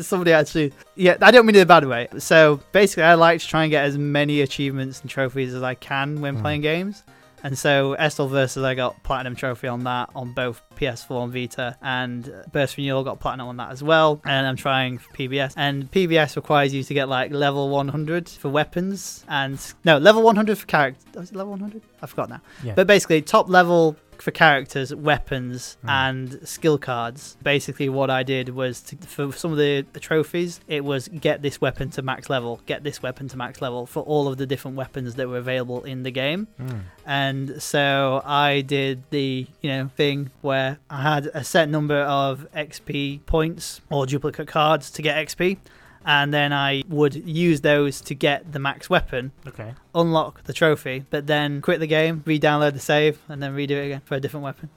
B: somebody actually. Yeah, I don't mean it in a bad way. So basically, I like to try and get as many achievements and trophies as I can when
A: Hmm.
B: playing games. And so Estel versus I got platinum trophy on that on both PS4 and Vita, and Burst Renewal got platinum on that as well. And I'm trying for PBS, and PBS requires you to get like level 100 for weapons, and no level 100 for character. Was it level 100? I forgot now.
A: Yeah.
B: But basically, top level for characters, weapons,
A: Hmm.
B: and skill cards. Basically, what I did was to, for some of the trophies, it was get this weapon to max level, get this weapon to max level for all of the different weapons that were available in the game
A: Mm.
B: and so I did the you know thing where I had a set number of XP points or duplicate cards to get XP, and then I would use those to get the max weapon,
A: Okay.
B: unlock the trophy, but then quit the game, re-download the save, and then redo it again for a different weapon.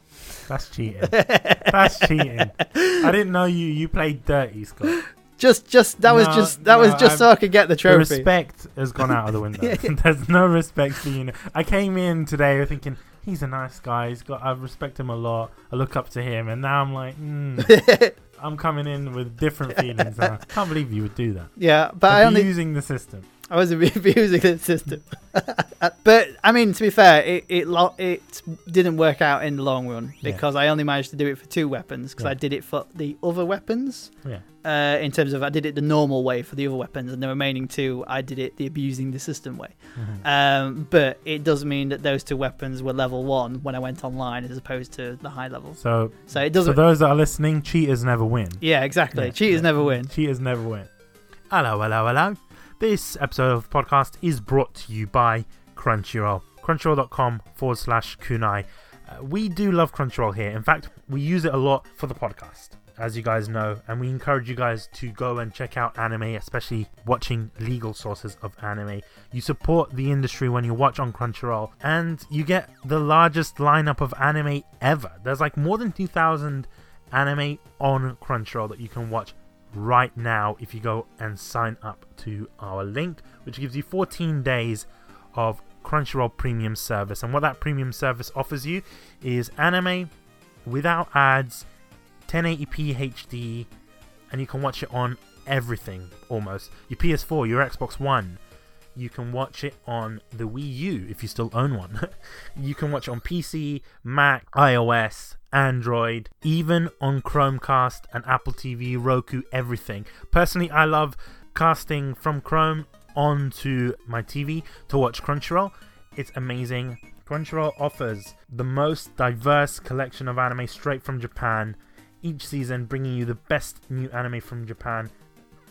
A: That's cheating. That's cheating. I didn't know you. You played dirty, Scott.
B: Just just that was
A: No,
B: just that was
A: no,
B: just so I could get the
A: The
B: trophy.
A: respect has gone out of the window. There's no respect for you. now. I came in today thinking he's a nice guy. He's got I respect him a lot. I look up to him, and now I'm like, mm, I'm coming in with different feelings. now. Can't believe you would do that.
B: yeah, but I only
A: Abusing the system.
B: I was abusing the system. but I mean, to be fair, it it, lo- it didn't work out in the long run
A: Yeah.
B: because I only managed to do it for two weapons because I
A: Yeah.
B: did it for the other weapons.
A: Yeah.
B: Uh, in terms of, I did it the normal way for the other weapons, and the remaining two, I did it the abusing the system way.
A: Mhm.
B: Um, but it does mean that those two weapons were level one when I went online, as opposed to the high levels.
A: So,
B: So it
A: so
B: doesn't.
A: those that are listening, cheaters never win.
B: yeah, exactly.
A: Yeah,
B: Cheaters
A: yeah.
B: never win.
A: Cheaters never win. Hello, hello, hello. This episode of the podcast is brought to you by Crunchyroll. Crunchyroll.com forward slash kunai. Uh, we do love Crunchyroll here. In fact, we use it a lot for the podcast, as you guys know, and we encourage you guys to go and check out anime, especially watching legal sources of anime. You support the industry when you watch on Crunchyroll, and you get the largest lineup of anime ever. There's like more than 2,000 anime on Crunchyroll that you can watch right now if you go and sign up to our link, which gives you 14 days of Crunchyroll Premium service. And what that premium service offers you is anime, without ads, 1080p HD, and you can watch it on everything almost. Your PS4, your Xbox One. You can watch it on the Wii U if you still own one. you can watch it on PC, Mac, iOS, Android, even on Chromecast and Apple TV, Roku, everything. Personally, I love casting from Chrome onto my TV to watch Crunchyroll. It's amazing. Crunchyroll offers the most diverse collection of anime straight from Japan, each season bringing you the best new anime from Japan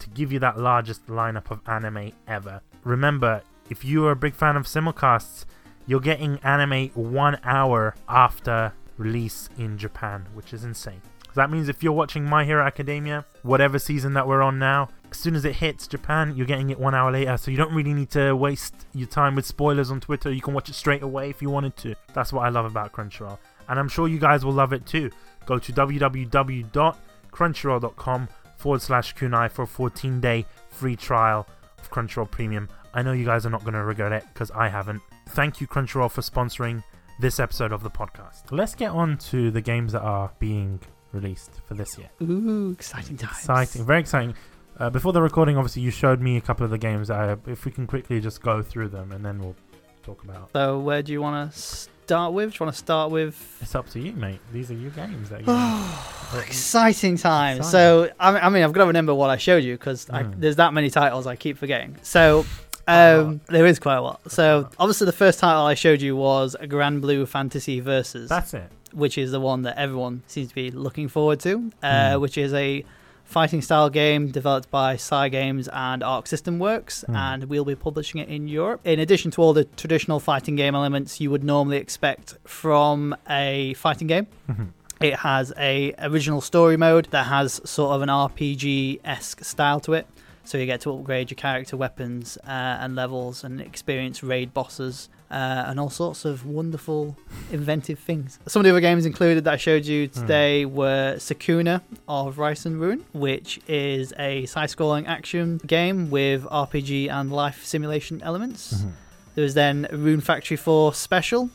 A: to give you that largest lineup of anime ever. Remember, if you are a big fan of simulcasts, you're getting anime one hour after release in Japan, which is insane. So that means if you're watching My Hero Academia, whatever season that we're on now, as soon as it hits Japan, you're getting it one hour later. So you don't really need to waste your time with spoilers on Twitter. You can watch it straight away if you wanted to. That's what I love about Crunchyroll. And I'm sure you guys will love it too. Go to www.crunchyroll.com forward slash kunai for a 14 day free trial of Crunchyroll Premium. I know you guys are not going to regret it because I haven't. Thank you, Crunchyroll, for sponsoring this episode of the podcast. Let's get on to the games that are being released for this year.
B: Ooh, exciting times.
A: Exciting, very exciting. Uh, before the recording, obviously, you showed me a couple of the games. I, if we can quickly just go through them and then we'll talk about.
B: So, where do you want to start with? Do you want to start with
A: It's up to you, mate. These are your games. That you
B: exciting times?
A: Exciting.
B: So, I mean, I mean, I've got to remember what I showed you because
A: Mm.
B: there's that many titles I keep forgetting. So, um, there is quite a lot. So, obviously, the first title I showed you was a Grand Blue Fantasy Versus,
A: That's it.
B: which is the one that everyone seems to be looking forward to, uh,
A: Mm.
B: which is a fighting style game developed by Psy Games and Arc System Works,
A: Mm.
B: and we'll be publishing it in Europe. In addition to all the traditional fighting game elements you would normally expect from a fighting game,
A: Mm-hmm.
B: it has a original story mode that has sort of an RPG esque style to it. So you get to upgrade your character weapons uh, and levels and experience raid bosses uh, and all sorts of wonderful, inventive things. Some of the other games included that I showed you today were Sakuna of Rice and Ruin, which is a side scrolling action game with RPG and life simulation elements.
A: Mm-hmm.
B: There was then Rune Factory 4 Special,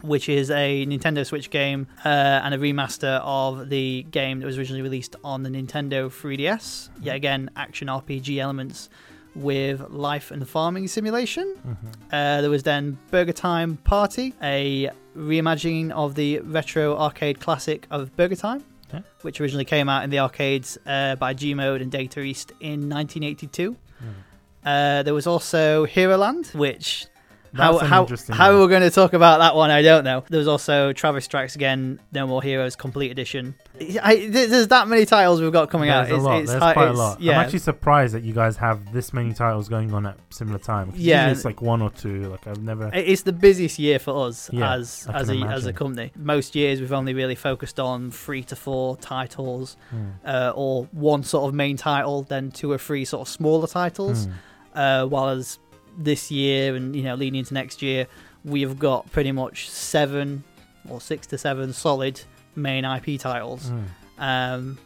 B: which is a Nintendo Switch game uh, and a remaster of the game that was originally released on the Nintendo 3DS. Yet again, action RPG elements with life and farming simulation.
A: Mm-hmm.
B: Uh, there was then Burger Time Party, a reimagining of the retro arcade classic of Burger Time.
A: Okay.
B: Which originally came out in the arcades uh, by G Mode and Data East in 1982. Uh, there was also Hero Land, which
A: That's
B: how
A: an
B: how,
A: interesting
B: how
A: one.
B: we're going to talk about that one, I don't know. There was also Travis Strikes Again, No More Heroes Complete Edition. I, th- there's that many titles we've got coming out.
A: There's a lot. There's
B: hard-
A: quite a
B: it's-
A: lot.
B: Yeah,
A: I'm actually surprised that you guys have this many titles going on at similar time. 'cause usually
B: Yeah.
A: it's like one or two. Like I've never.
B: it's the busiest year for us
A: Yeah,
B: as
A: I
B: as a
A: can
B: as a
A: imagine.
B: company. Most years we've only really focused on three to four titles,
A: Mm.
B: uh, or one sort of main title, then two or three sort of smaller titles.
A: Mm.
B: uh, while as this year and you know leading into next year, we have got pretty much seven or six to seven solid main IP titles.
A: Mm.
B: Um,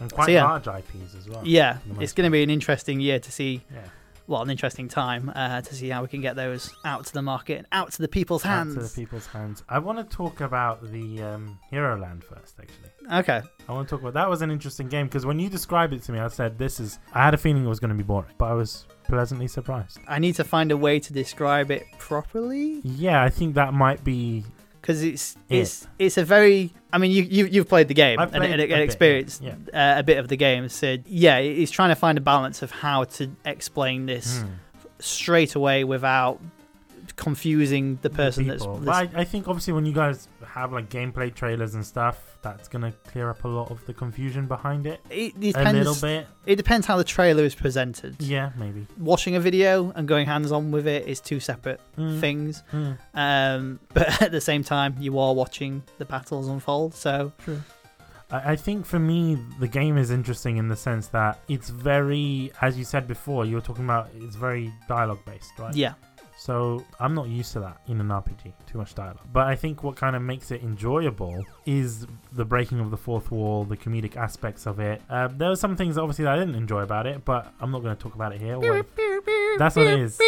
A: And quite
B: yeah.
A: large IPs as well.
B: yeah,
A: the
B: it's
A: most
B: going to be an interesting year to see.
A: Yeah.
B: Well, an interesting time uh, to see how we can get those out to the market and out to the people's
A: Out to the
B: hands.
A: people's hands. I want to talk about the um, Hero Land first, actually.
B: okay,
A: I want to talk about that was an interesting game because when you described it to me, I said this is. I had a feeling it was going to be boring, but I was pleasantly surprised.
B: I need to find a way to describe it properly
A: Yeah, I think that might be.
B: because it's
A: Yeah.
B: it's it's a very. I mean, you, you you've played the game
A: I've
B: and,
A: played
B: and,
A: a bit,
B: and experienced
A: yeah.
B: Uh, a bit of the game. So yeah, it- it's trying to find a balance of how to explain this
A: hmm,
B: straight away without confusing the person that's.
A: people.
B: that's-
A: But I, I think obviously when you guys have like gameplay trailers and stuff, that's gonna clear up a lot of the confusion behind it.
B: it
A: A little
B: depends.
A: bit.
B: It depends how the trailer is presented.
A: Yeah, maybe.
B: Watching a video and going hands-on with it is two separate
A: Mm,
B: things.
A: mm,
B: Um, but at the same time, you are watching the battles unfold. So
A: true. I I think for me, the game is interesting in the sense that it's very, as you said before, you were talking about it's very dialogue based, right?
B: yeah,
A: So I'm not used to that in an RPG, too much dialogue. But I think what kind of makes it enjoyable is the breaking of the fourth wall, the comedic aspects of it. Uh, there are some things obviously that I didn't enjoy about it, but I'm not going to talk about it here. What if- That's what it is. Do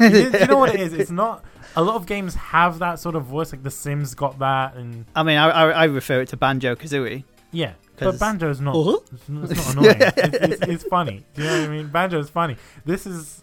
A: you, do you know what it is? It's not. A lot of games have that sort of voice, like The Sims got that, and
B: I mean, I, I, I refer it to Banjo Kazooie.
A: yeah. But
B: 'Cause-
A: Banjo's not.
B: Uh-huh.
A: It's n- it's not annoying. it's, it's, it's funny. Do you know what I mean? Banjo's funny. This is.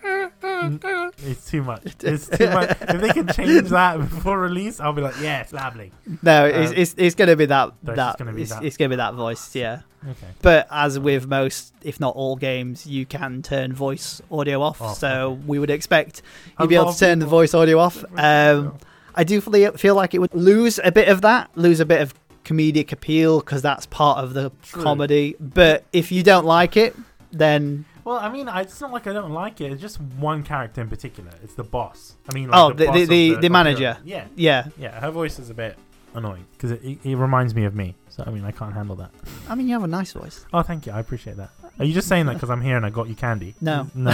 A: It's too much. It's too much. If they can change that before release, I'll be like, yes, lovely.
B: No, it's,
A: Um,
B: it's it's gonna be that
A: no, it's
B: that
A: just gonna be
B: it's,
A: that.
B: it's gonna be that voice, yeah.
A: Okay.
B: But as with most, if not all games, you can turn voice audio off.
A: Off,
B: so we would expect
A: A
B: you'd be
A: lot
B: able
A: of
B: to turn the
A: people-
B: voice audio off. Um, I do feel feel like it would lose a bit of that, lose a bit of comedic appeal because that's part of the
A: True.
B: comedy. But if you don't like it, then
A: Well, I mean, I- it's not like I don't like it. It's just one character in particular. It's the boss. I mean, like
B: Oh, the-
A: boss
B: the-
A: of
B: the-
A: of
B: the manager.
A: Yeah,
B: yeah.
A: yeah. Her voice is a bit annoying because it, it, it reminds me of me. So I mean, I can't handle that.
B: I mean, you have a nice voice.
A: Oh, thank you. I appreciate that. Are you just saying that because I'm here and I got you candy?
B: No.
A: no.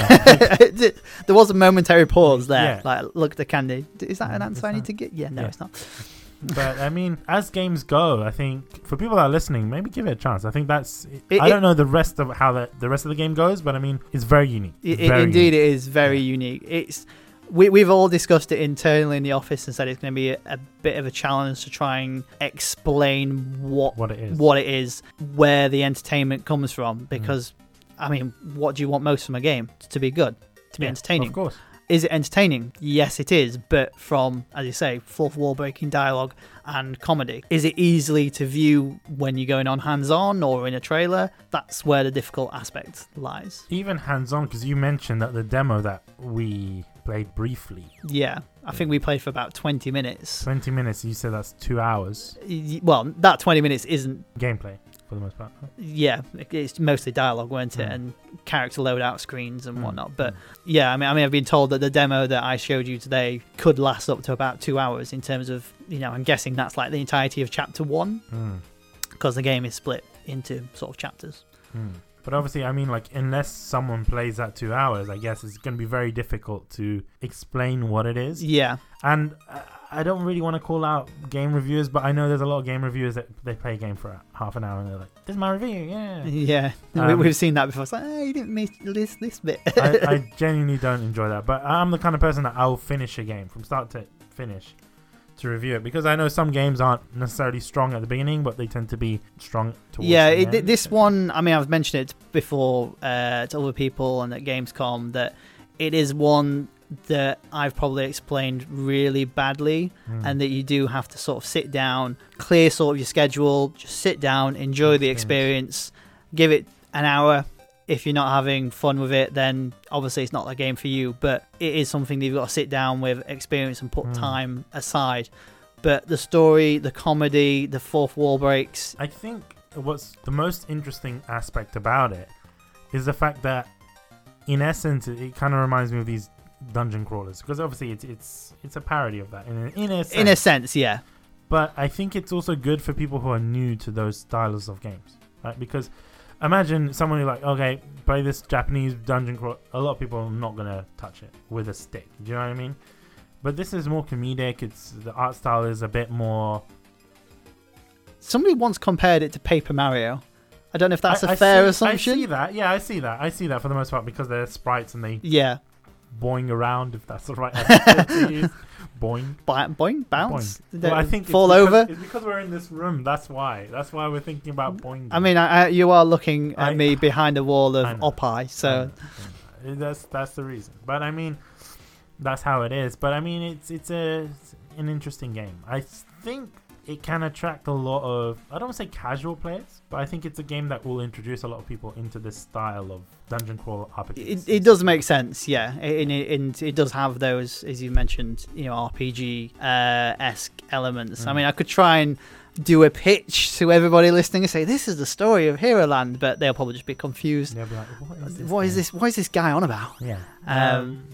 B: there was a momentary pause there.
A: Yeah.
B: Like, look, the candy. Is that an
A: Mm,
B: answer
A: it's
B: I need
A: not.
B: to get? Yeah, no,
A: Yeah.
B: it's not.
A: but I mean, as games go, I think for people that are listening, maybe give it a chance. I think that's.
B: It-
A: I
B: it-
A: don't know the rest of how the, the rest of the game goes, but I mean, it's very unique.
B: It, it,
A: Very unique.
B: indeed, it is very unique. It's we, we've all discussed it internally in the office and said it's going to be a, a bit of a challenge to try and explain what
A: What it is.
B: what it is, where the entertainment comes
A: Mm-hmm.
B: from. Because, I mean, what do you want most from a game? To be good, to be
A: Yeah,
B: entertaining.
A: Of course.
B: Is it entertaining? Yes, it is. But from, as you say, fourth wall breaking dialogue and comedy, is it easily to view when you're going on hands on or in a trailer? That's where the difficult aspect lies.
A: Even hands on, because you mentioned that the demo that we played briefly
B: Yeah, I think we played for about 20 minutes.
A: 20 minutes, you said that's two hours
B: Y- Well, that 20 minutes isn't,
A: gameplay for the most part. right?
B: yeah, it's mostly dialogue, weren't it?
A: Mm.
B: And character loadout screens and
A: Mm,
B: whatnot. But yeah, I mean, I mean, I've been told that the demo that I showed you today could last up to about two hours in terms of, you know, I'm guessing that's like the entirety of chapter one
A: Mm,
B: because the game is split into sort of chapters.
A: mm. But obviously, I mean, like, unless someone plays that two hours, I guess it's going to be very difficult to explain what it is.
B: Yeah,
A: And I- I don't really want to call out game reviewers, but I know there's a lot of game reviewers that they play a game for half an hour and they're like, this is my review, yeah.
B: yeah,
A: Um,
B: we, we've seen that before. It's like, "Ah, you didn't miss this, this bit.
A: I, I genuinely don't enjoy that. But I'm the kind of person that I'll finish a game from start to finish to review it because I know some games aren't necessarily strong at the beginning, but they tend to be strong towards
B: yeah
A: the
B: it,
A: end.
B: th- this one i mean i've mentioned it before uh, to other people and at gamescom that it is one that i've probably explained really badly
A: Mm.
B: and that you do have to sort of sit down clear sort of your schedule just sit down enjoy the
A: Experience.
B: experience give it an hour if you're not having fun with it then obviously it's not a game for you but it is something that you've got to sit down with experience and put
A: Mm.
B: time aside but the story the comedy the fourth wall breaks
A: I think what's the most interesting aspect about it is the fact that, in essence, it, it kind of reminds me of these dungeon crawlers because obviously it's it's it's a parody of that in, in a sense.
B: in a sense, yeah.
A: but I think it's also good for people who are new to those styles of games, right? Because imagine someone who like, okay, play this Japanese dungeon crawl. A lot of people are not gonna touch it with a stick. Do you know what I mean? But this is more comedic. It's the art style is a bit more.
B: Somebody once compared it to Paper Mario. I don't know if that's a
A: a
B: fair
A: see,
B: assumption.
A: I see that. Yeah, I see that. I see that for the most part because they're sprites and they
B: Yeah,
A: boing around. If that's the right adjective to use, boing.
B: Bi- boing, bounce.
A: Boing.
B: They
A: Well, I think it's
B: fall
A: because-
B: over.
A: It's because we're in this room. That's why. That's why we're thinking about boing.
B: I mean, I, I, you are looking at
A: I-
B: me behind a wall
A: I
B: of
A: know.
B: opie, so
A: Yeah, yeah. that's that's the reason. But I mean, that's how it is. But I mean, it's it's a it's an interesting game. I think it can attract a lot of I don't want to say casual players, but I think it's a game that will introduce a lot of people into this style of dungeon crawler
B: it,
A: RPGs.
B: it does make sense. Yeah, and it, and it does have those, as you mentioned, you know, RPG uh, esque elements. I
A: Mm.
B: mean, I could try and do a pitch to everybody listening and say this is the story of Hero Land, but they'll probably just be confused.
A: They'll be like, what is this?
B: What is
A: game?"
B: this? What is this guy on about?
A: Yeah.
B: Um,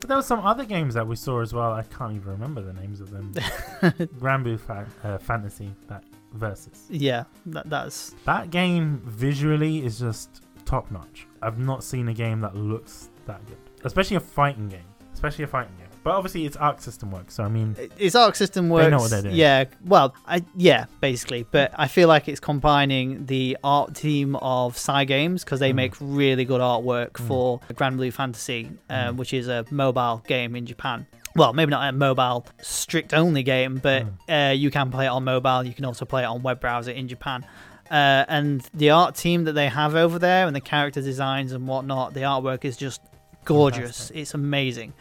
A: but there were some other games that we saw as well. I can't even remember the names of them. Granblue fa- uh, Fantasy that versus.
B: Yeah, that, that's
A: That game visually is just top notch. I've not seen a game that looks that good, especially a fighting game. Especially a fighting game. But obviously, it's arc system work. So I mean,
B: Its arc system works.
A: know what they're doing.
B: Yeah. Well, I, yeah, basically. But I feel like it's combining the art team of Psy Games because
A: Hmm.
B: they make really good artwork for Grand Blue Fantasy,
A: Hmm.
B: um, which is a mobile game in Japan. Well, maybe not a mobile strict only game, but
A: Hmm.
B: uh, you can play it on mobile. You can also play it on web browser in Japan. Uh, and the art team that they have over there and the character designs and whatnot, the artwork is just gorgeous.
A: Fantastic.
B: It's amazing.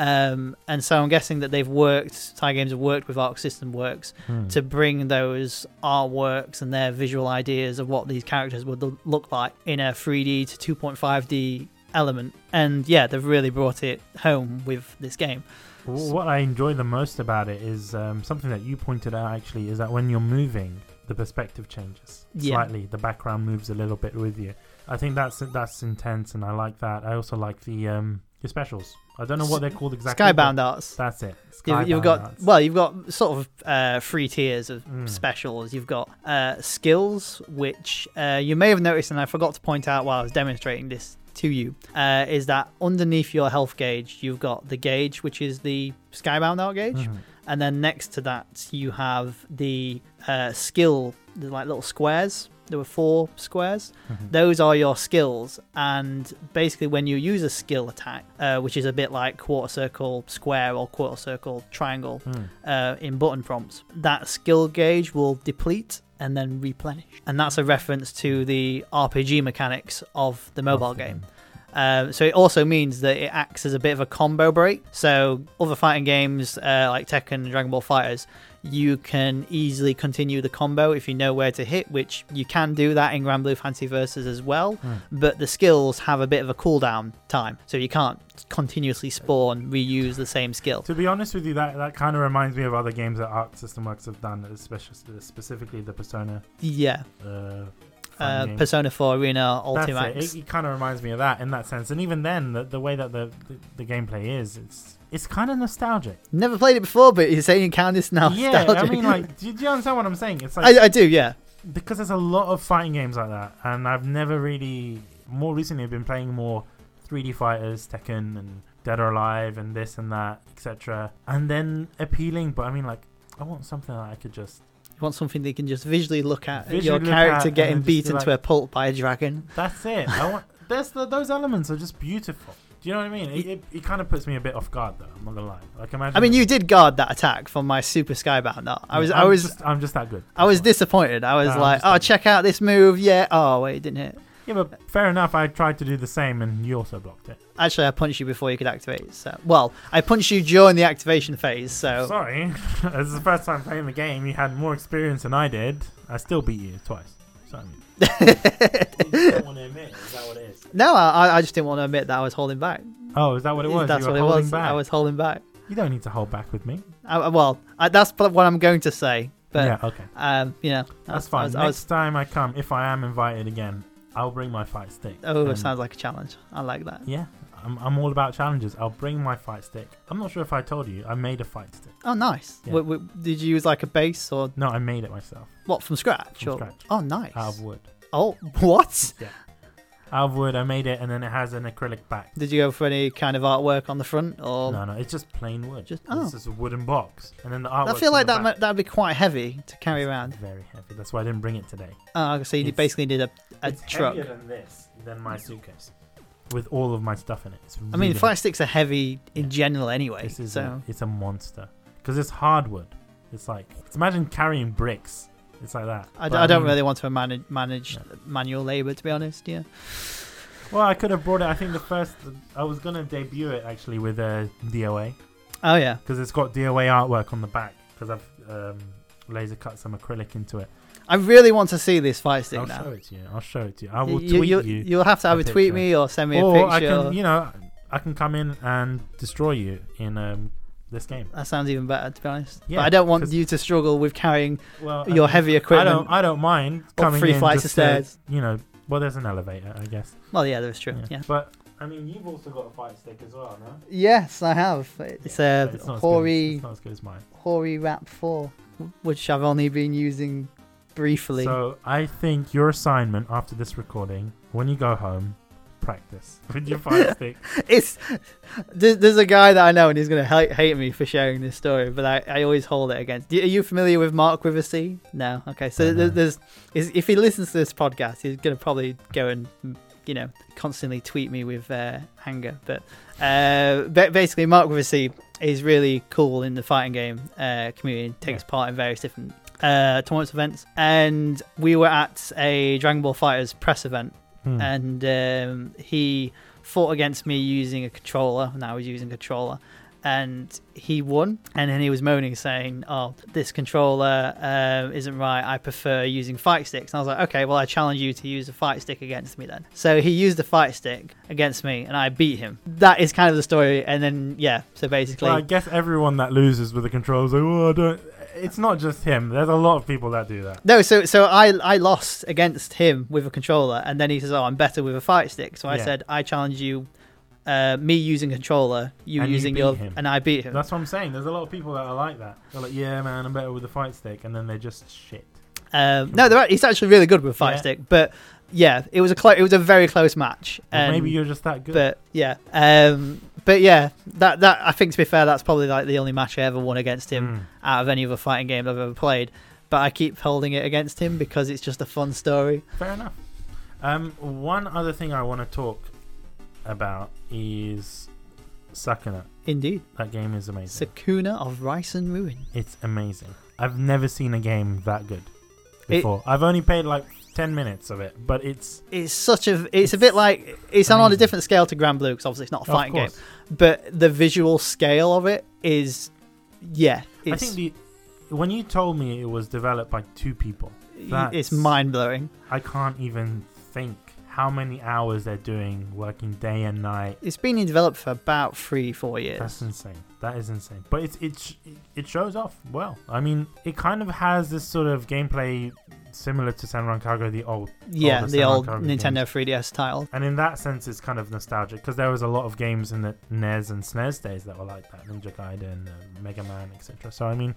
B: Um, and so I'm guessing that they've worked, Thai Games have worked with Arc System Works to bring those artworks and their visual ideas of what these characters would l- look like in a 3D to 2.5D element. And yeah, they've really brought it home with this game.
A: w- what I enjoy the most about it is um, something that you pointed out actually is that when you're moving, the perspective changes
B: Yeah.
A: slightly. The background moves a little bit with you. I think that's that's intense, and I like that. I also like the um, your specials. I don't know what they're called exactly. but
B: Skybound Arts.
A: That's it.
B: You've, you've
A: Skybound
B: got
A: arts.
B: well, you've got sort of uh, three tiers of
A: Mm.
B: specials. You've got uh, skills, which uh, you may have noticed, and I forgot to point out while I was demonstrating this to you, uh, is that underneath your health gauge, you've got the gauge, which is the skybound art gauge,
A: Mhm.
B: and then next to that you have the uh, skill, the like little squares. There were four squares.
A: Mhm.
B: Those are your skills, and basically, when you use a skill attack, uh, which is a bit like quarter circle square or quarter circle triangle
A: Mm.
B: uh, in button prompts, that skill gauge will deplete and then replenish. And that's a reference to the RPG mechanics of the mobile
A: Awesome.
B: game. Um, so it also means that it acts as a bit of a combo break. So other fighting games uh, like Tekken and Dragon Ball Fighters, you can easily continue the combo if you know where to hit, which you can do that in Grand Blue Fantasy Versus as well. But the skills have a bit of a cooldown time, so you can't continuously spawn reuse the same skill.
A: To be honest with you, that, that kind of reminds me of other games that Arc System Works have done, especially specifically the Persona.
B: Yeah,
A: Uh, fighting
B: uh,
A: game.
B: Persona 4 Arena
A: That's
B: Ultimax.
A: it. It, kind of reminds me of that in that sense, and even then, the, the way that the, the, the gameplay is, it's it's kind of nostalgic.
B: Never played it before, but you're saying you can this now.
A: Yeah, I
B: nostalgic.
A: mean, like, do, do you understand what I'm saying? It's like
B: I, I do, yeah.
A: because there's a lot of fighting games like that, and I've never really. More recently, I've been playing more 3D fighters, Tekken, and Dead or Alive, and this and that, etc. And then appealing, but I mean, like, I want something that I could just.
B: You want something that you can just visually look at
A: Visually
B: your
A: look at
B: character
A: and
B: getting
A: then just
B: beaten
A: be like-
B: to a pulp by a dragon.
A: That's it. I want. There's the, those elements are just beautiful. Do you know what I mean? It, it, it kind of puts me a bit off guard, though. I'm not gonna lie. Like, imagine.
B: I mean, you did guard that attack from my Super Skybound. No, I was,
A: I'm
B: I was,
A: Just, I'm just that good.
B: I was disappointed. I was
A: Nah, I'm
B: like,
A: just
B: oh,
A: like-
B: check out this move. Yeah. Oh, wait, it didn't hit.
A: Yeah, but fair enough. I tried to do the same, and you also blocked it.
B: Actually, I punched you before you could activate. So, well, I punched you during the activation phase. So,
A: Sorry, this is the first time playing the game. You had more experience than I did. I still beat you twice. So I mean, you don't want to admit. Is that what it is?
B: no, I, I just didn't want to admit that I was holding back.
A: Oh, is that what it was?
B: That's
A: you were
B: what it
A: holding
B: was.
A: Back.
B: I was holding back.
A: You don't need to hold back with me.
B: I, I- Uh, well, I, that's pl- what I'm going to say. But
A: yeah, okay,
B: um, you know, I
A: that's
B: was-
A: fine.
B: I was- I
A: Next
B: was-
A: time I come, if I am invited again, I'll bring my fight stick.
B: oh, it
A: And-
B: sounds like a challenge. I like that.
A: Yeah, I'm, I'm all about challenges. I'll bring my fight stick. I'm not sure if I told you. I made a fight stick.
B: Oh, nice.
A: Yeah.
B: W w- did you use like a base or
A: No, I made it myself
B: what from scratch?
A: From
B: or-
A: scratch. Uh,
B: Oh, nice.
A: out of wood.
B: oh, what?
A: Out of wood, I made it, and then it has an acrylic back.
B: Did you go for any kind of artwork on the front or?
A: No, no, it's just plain wood.
B: Just-
A: It's
B: oh.
A: just a wooden box, and then the artwork.
B: I feel like that might, that'd be quite heavy to carry around.
A: Very heavy. That's why I didn't bring it today.
B: Oh, so you
A: It's-
B: basically need a, a
A: it's
B: truck.
A: heavier than this, than my suitcase, with all of my stuff in it. It's
B: I mean,
A: really
B: fire sticks are heavy in
A: Yeah.
B: general anyway.
A: This is
B: so
A: a, it's a monster because it's hardwood. It's like it's imagine carrying bricks. It's like that.
B: I, d-
A: But um,
B: I don't
A: mean-
B: really want to manage manage
A: No.
B: manual labor to be honest. Yeah.
A: Well, I could have brought it. I think the first I was gonna debut it actually with a DOA
B: Oh yeah.
A: because it's got DOA artwork on the back because I've um, laser cut some acrylic into it.
B: I really want to see this fire stick
A: I'll
B: now.
A: show it to you. I'll show it to you. Oh, I will
B: you,
A: tweet
B: will
A: you.
B: have to
A: a
B: either tweet
A: picture.
B: me or send me a
A: or
B: picture.
A: I
B: or-
A: can, you know, I can come in and destroy you in um, this game.
B: That sounds even better, to be honest.
A: Yeah,
B: but I don't want
A: 'cause-
B: you to struggle with carrying
A: Well, I
B: your
A: mean,
B: heavy
A: I
B: equipment.
A: don't, I don't mind coming
B: three
A: in
B: flights
A: just
B: of
A: to,
B: stairs.
A: you know, well, there's an elevator, I guess.
B: Well, yeah, that's true. Yeah.
A: But I mean, you've also got a fight stick as well, no?
B: Yes, I have. It's
A: Yeah,
B: a
A: but not as good as-
B: hoary,
A: It's not as good as mine.
B: hoary wrap four, which I've only been using briefly.
A: So I think your assignment after this recording, when you go home, practice with your fire stick.
B: It's there- there's a guy that I know, and he's gonna hate, hate me for sharing this story, but I, I always hold it against. Are you familiar with Mark with a C? No. Okay, so
A: No, no.
B: there- there's is- if he listens to this podcast, he's gonna probably go and mm, you know constantly tweet me with uh, anger. But uh, ba- basically, Mark with a C is really cool in the fighting game uh, community. Takes part in various different uh, tournaments events, and we were at a Dragon Ball Fighters press event
A: Hmm.
B: and um, he fought against me using a controller and i was using a controller and he won and then he was moaning saying oh this controller um, isn't right i prefer using fight sticks and i was like okay well i challenge you to use a fight stick against me then so he used a fight stick against me and i beat him that is kind of the story and then yeah so basically
A: Well, I guess everyone that loses with the controls, like, oh, I don't. It's not just him. There's a lot of people that do that.
B: No, so so I I lost against him with a controller, and then he says, "Oh, I'm better with a fight stick." So I
A: Yeah.
B: said, "I challenge you, uh, me using controller, you
A: And you
B: using
A: beat
B: your,"
A: him.
B: and I beat him.
A: That's what I'm saying. There's a lot of people that are like that. They're like, yeah, man, I'm better with the fight stick, and then they're just shit.
B: Um, no, they're, he's actually really good with fight
A: Yeah.
B: stick, but yeah, it was a clo- it was a very close match.
A: Or
B: And,
A: maybe you're just that good.
B: but yeah, um, but yeah, that that I think to be fair, that's probably like the only match I ever won against him
A: Mm.
B: out of any other fighting game I've ever played. But I keep holding it against him because it's just a fun story.
A: Fair enough. Um, one other thing I want to talk about is Sakuna.
B: Indeed,
A: That game is amazing.
B: Sakuna of Rice and Ruin.
A: It's amazing. I've never seen a game that good
B: It-
A: before. I've only played like 10 minutes of it, but it's.
B: it's such a it's a bit like it's on a
A: amazing.
B: different scale to Grand Blue because obviously it's not a
A: Of
B: fighting game,
A: course.
B: but the visual scale of it is yeah,
A: I
B: it's
A: think the. When you told me it was developed by two people, that's-
B: it's mind blowing.
A: I can't even think how many hours they're doing working day and night.
B: It's been developed for about three four years.
A: That's insane. That is insane. But it's it's it shows off well. I mean, it kind of has this sort of gameplay similar to Sanran Kago the old,
B: yeah,
A: the
B: the old
A: Samurai Cowboy
B: Nintendo 3DS title.
A: and in that sense, it's kind of nostalgic because there was a lot of games in the NES and SNES days that were like that, Ninja Gaiden, uh, Mega Man, etc. So I mean,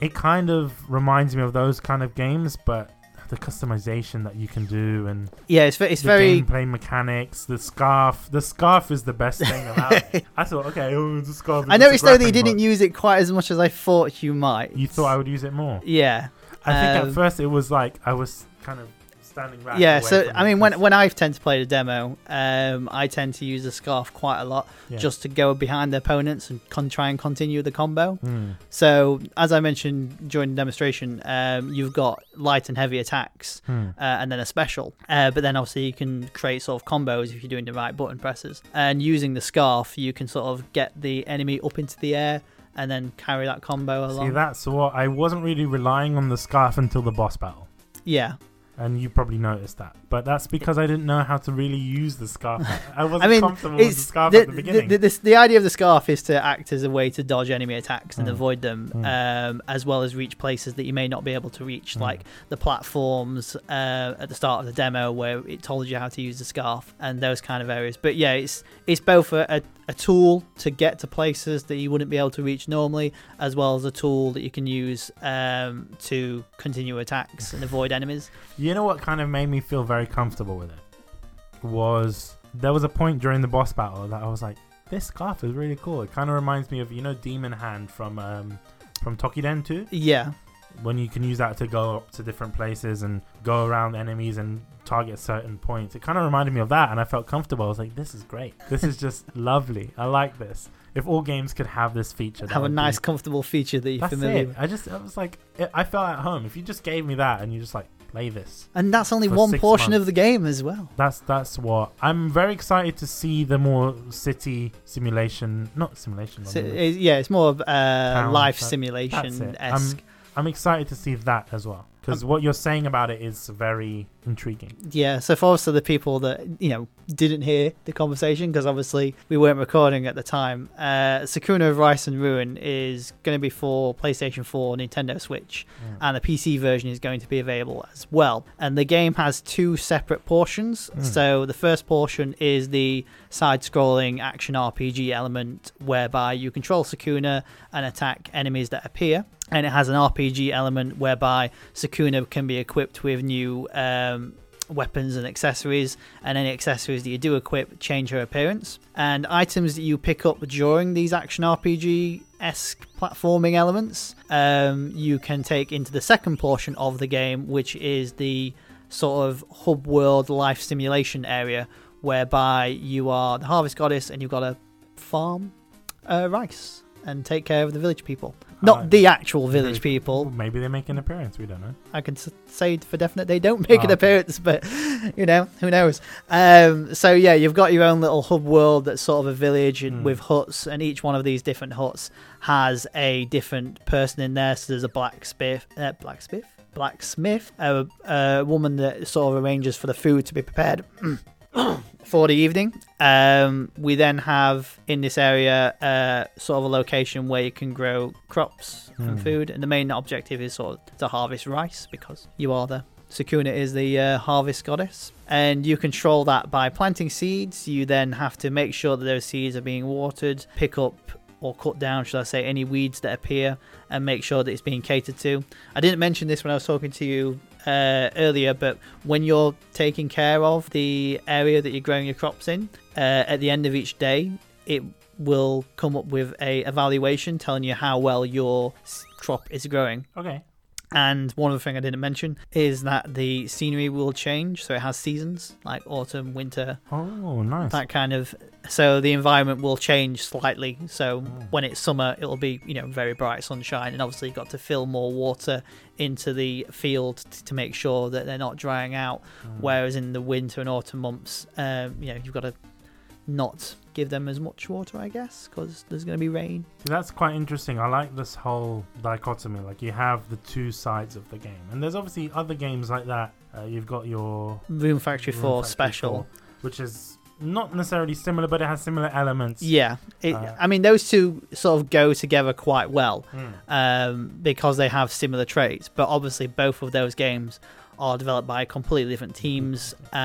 A: it kind of reminds me of those kind of games, but the customization that you can do and
B: Yeah, it's ve- it's
A: the
B: very
A: gameplay mechanics, the scarf. The scarf is the best thing about it. I thought, okay, oh, the scarf. is
B: I
A: just a
B: noticed though that you
A: grappling
B: didn't
A: hook.
B: use it quite as much as I thought you might.
A: You thought I would use it more.
B: yeah,
A: I think
B: Um,
A: at first it was like I was kind of standing back.
B: yeah.
A: away
B: So
A: from
B: I
A: it
B: mean, when
A: 'cause-
B: when I tend to play the demo, um, I tend to use the scarf quite a lot
A: Yeah.
B: just to go behind the opponents and con- try and continue the combo.
A: Mm,
B: So, as I mentioned during the demonstration, um, you've got light and heavy attacks,
A: mm.
B: uh, and then a special. Uh, but then obviously you can create sort of combos if you're doing the right button presses. And using the scarf, you can sort of get the enemy up into the air and then carry that combo along.
A: See, that's what I wasn't really relying on the scarf until the boss battle.
B: Yeah,
A: And you probably noticed that, but that's because I didn't know how to really use the scarf. I wasn't
B: I mean,
A: comfortable with the
B: it's
A: scarf
B: the,
A: at the beginning.
B: The, this- the idea of the scarf is to act as a way to dodge enemy attacks and
A: Mm.
B: avoid them, um, as well as reach places that you may not be able to reach,
A: Mm.
B: like the platforms uh, at the start of the demo where it told you how to use the scarf and those kind of areas. But yeah, it's it's both a, a, a tool to get to places that you wouldn't be able to reach normally, as well as a tool that you can use um, to continue attacks and avoid enemies.
A: You know what kind of made me feel very comfortable with it was there was a point during the boss battle that I was like, this scarf is really cool. It kind of reminds me of you know Demon Hand from um, from Tokiden 2
B: Yeah,
A: when you can use that to go up to different places and go around enemies and target certain points. It kind of reminded me of that, and I felt comfortable. I was like, this is great. This is just lovely. I like this. If all games could have this feature, that
B: have a
A: would be-
B: nice, comfortable feature that you're
A: That's
B: familiar
A: it.
B: with.
A: I just I was like, I- I felt at home. If you just gave me that and you just like play this,
B: And that's only
A: For
B: one
A: six
B: portion
A: months.
B: of the game as well.
A: That's that's what I'm very excited to see the more city simulation, not simulation.
B: So,
A: I mean,
B: it- yeah, it's more of uh,
A: Town,
B: life
A: that- that's
B: simulation
A: it. Um, I'm,
B: esque.
A: I'm excited to see that as well because
B: Um,
A: what you're saying about it is very intriguing.
B: Yeah, so for also the people that you know didn't hear the conversation because obviously we weren't recording at the time. Uh, Sakuna of Rice and Ruin is going to be for PlayStation 4, Nintendo Switch, and the PC version is going to be available as well. And the game has two separate portions. So the first portion is the side-scrolling action RPG element, whereby you control Sakuna and attack enemies that appear. And it has an RPG element whereby Sakuna can be equipped with new um, weapons and accessories, and any accessories that you do equip change her appearance. And items that you pick up during these action RPG esque platforming elements, um, you can take into the second portion of the game, which is the sort of hub world life simulation area, whereby you are the harvest goddess and you've got to farm uh, rice and take care of the village people. Not
A: Alright.
B: the actual village
A: Village
B: people,
A: Well, maybe they
B: hmm.
A: make an appearance. We don't know.
B: I can s- say for definite they don't make
A: Ah,
B: an
A: okay.
B: appearance, but you know who knows. Um, so yeah, you've got your own little hub world that's sort of a village and
A: Hmm.
B: with huts, and each one of these different huts has a different person in there. So there's a blacksmith, uh, blacksmith, blacksmith, a, a woman that sort of arranges for the food to be prepared. For the evening, um, we then have in this area uh, sort of a location where you can grow crops and
A: Hmm.
B: food food, and the main objective is sort of to harvest rice because you are the Sukuna is the uh, harvest goddess, and you control that by planting seeds. You then have to make sure that those seeds are being watered, pick up or cut down, should I say, any weeds that appear, and make sure that it's being catered to. I didn't mention this when I was talking to you uh, earlier, but when you're taking care of the area that you're growing your crops in, uh, at the end of each day, it will come up with a evaluation telling you how well your s- crop is growing.
A: Okay.
B: And one other thing I didn't mention is that the scenery will change, so it has seasons like autumn, winter,
A: Oh, nice.
B: that kind of. So the environment will change slightly. So when it's summer, it'll be you know very bright sunshine, and obviously you've got to fill more water into the field t- to make sure that they're not drying out.
A: Hmm.
B: Whereas in the winter and autumn months, um, you know you've got to not give them as much water, I guess, because there's going to be rain.
A: See, that's quite interesting. I like this whole dichotomy. Like you have the two sides of the game, and there's obviously other games like that. Uh, you've got your
B: Room Factory
A: Room
B: 4
A: Factory
B: special.
A: 4, which is not necessarily similar, but it has similar elements.
B: Yeah, it,
A: Uh,
B: I mean those two sort of go together quite well
A: Mm.
B: um, because they have similar traits. But obviously, both of those games are developed by completely different teams uh,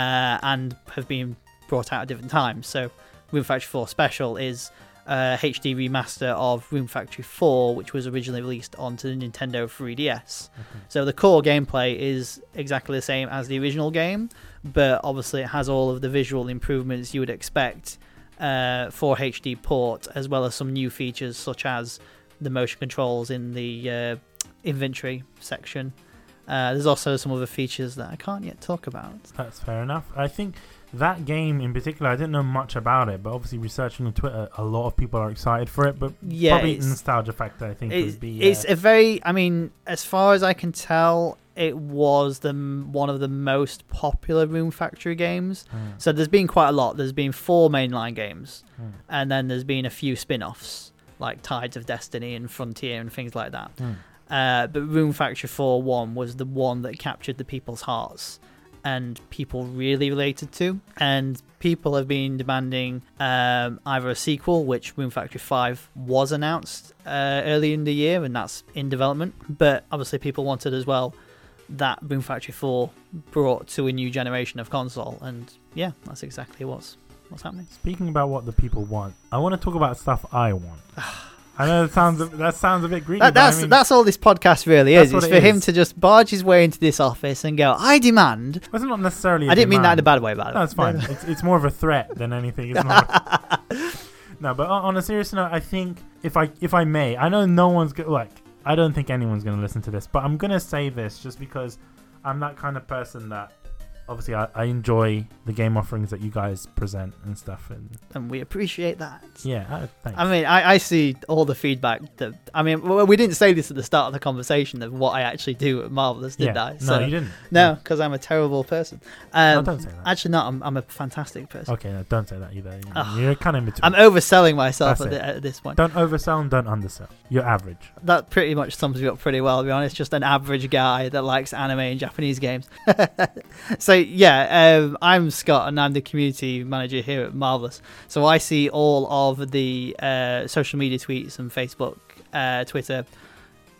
B: and have been brought out at different times. So, Room Factory 4 Special is a HD remaster of Room Factory 4, which was originally released onto the Nintendo 3DS. So the core gameplay is exactly the same as the original game, but obviously it has all of the visual improvements you would expect uh, for HD port, as well as some new features such as the motion controls in the uh, inventory section. Uh, there's also some other features that I can't yet talk about.
A: That's fair enough. I think that game in particular, I didn't know much about it, but obviously researching on Twitter, a lot of people are excited for it. But
B: Yeah,
A: probably
B: it's-
A: nostalgia factor, I think,
B: It's,
A: would be.
B: it's
A: uh,
B: a very, I mean, as far as I can tell, it was the m- one of the most popular Room Factory games.
A: mm,
B: So there's been quite a lot. There's been four mainline games,
A: mm,
B: and then there's been a few spin-offs like Tides of Destiny and Frontier and things like that.
A: mm.
B: Uh, but Room Factory 4 1 was the one that captured the people's hearts and people really related to. And people have been demanding um, either a sequel, which Room Factory 5 was announced uh, early in the year, and that's in development. But obviously, people wanted as well that Room Factory 4 brought to a new generation of console. And yeah, that's exactly what's, what's happening.
A: Speaking about what the people want, I want to talk about stuff I want. I know that sounds that sounds a bit greedy.
B: That,
A: but I
B: that's
A: mean-
B: that's all this podcast really
A: That's
B: is.
A: what
B: It's
A: it
B: for him
A: is.
B: to just barge his way into this office and go, "I demand
A: Well, It's not necessarily. I
B: I didn't mean that in a bad way, by the
A: No, it's fine. it's, it's more of a threat than anything. It's not. no, but on on a serious note, I think if I if I may, I know no one's go- like I don't think anyone's going to listen to this, but I'm going to say this just because I'm that kind of person that obviously I, I enjoy the game offerings that you guys present and stuff. And
B: And we appreciate that.
A: yeah, uh, thanks.
B: I mean, I, I see all the feedback that. I mean, well, we didn't say this at the start of the conversation of what I actually do at Marvelous,
A: yeah.
B: did I? So,
A: no, you didn't.
B: No, because I'm a terrible person.
A: No,
B: Um,
A: don't say that. Oh,
B: actually, not. I'm, I'm a fantastic person.
A: okay, no, don't say that either. You-
B: Ugh.
A: You're kind of in between.
B: Ah. I'm overselling myself at,
A: That's
B: the, at this point.
A: don't oversell and don't undersell. You're average.
B: That pretty much sums me up pretty well, to be honest. Just an average guy that likes anime and Japanese games. so, yeah, um, I'm Scott and I'm the community manager here at Marvelous. So, I see all of the uh, social media tweets and Facebook, uh, Twitter,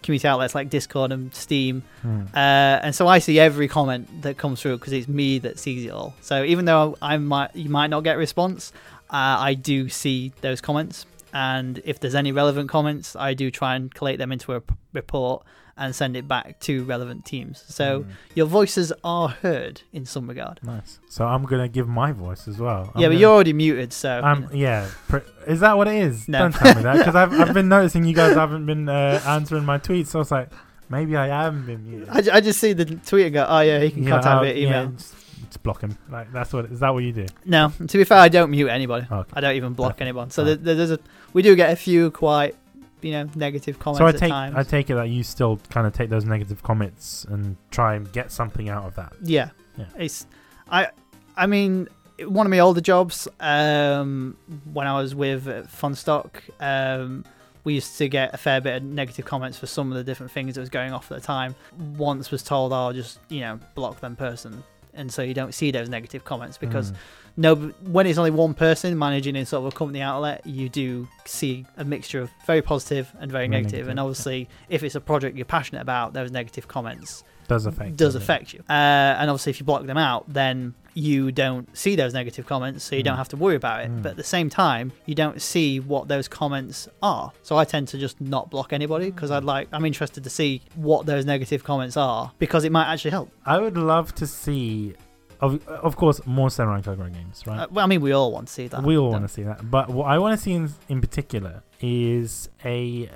B: community outlets like Discord and Steam.
A: Hmm.
B: Uh, and so I see every comment that comes through because it's me that sees it all. So even though I might you might not get a response, uh, I do see those comments and if there's any relevant comments, I do try and collate them into a p- report and send it back to relevant teams. So your voices are heard in some regard.
A: Hmm, Nice. So I'm gonna give my voice as well. I'm
B: yeah, but
A: gonna-
B: you're already muted, so you
A: Um,
B: know.
A: yeah. Pr- is that what it is?
B: No.
A: Don't tell me that because I've, I've been noticing you guys haven't been uh, answering my tweets. So I was like, maybe I haven't been muted.
B: I, ju- I just see the tweet and go, oh yeah, he can
A: You know,
B: contact
A: I'll-
B: me via
A: yeah,
B: email.
A: just, just block him. Like that's what is that what you do?
B: No, to be fair, I don't mute anybody.
A: Okay.
B: I don't even block anyone. So
A: Right.
B: there, there's a we do get a few quite you know negative comments
A: So I
B: at
A: take
B: times.
A: I take it that you still kind of take those negative comments and try and get something out of that.
B: Yeah.
A: Yeah.
B: It's I I mean one of my older jobs um when I was with uh, Funstock um we used to get a fair bit of negative comments for some of the different things that was going off at the time. Once was told I'll just, you know, block them person and so you don't see those negative comments because
A: Mm.
B: no when it's only one person managing in sort of a company outlet you do see a mixture of very positive and very
A: Very
B: negative,
A: negative,
B: and
A: yeah.
B: obviously if it's a project you're passionate about those negative comments
A: does affect
B: does
A: doesn't it?
B: affect you. Uh, and obviously, if you block them out, then you don't see those negative comments, so you don't
A: Mm.
B: have to worry about it.
A: Mm.
B: But at the same time, you don't see what those comments are. So I tend to just not block anybody because I'd like I'm interested to see what those negative comments are because it might actually help.
A: I would love to see, of of course, more Samurai Kagura games, right?
B: Uh, well, I mean, we all want to see that.
A: we all
B: don't
A: want to see that, but what I want to see in, in particular is a.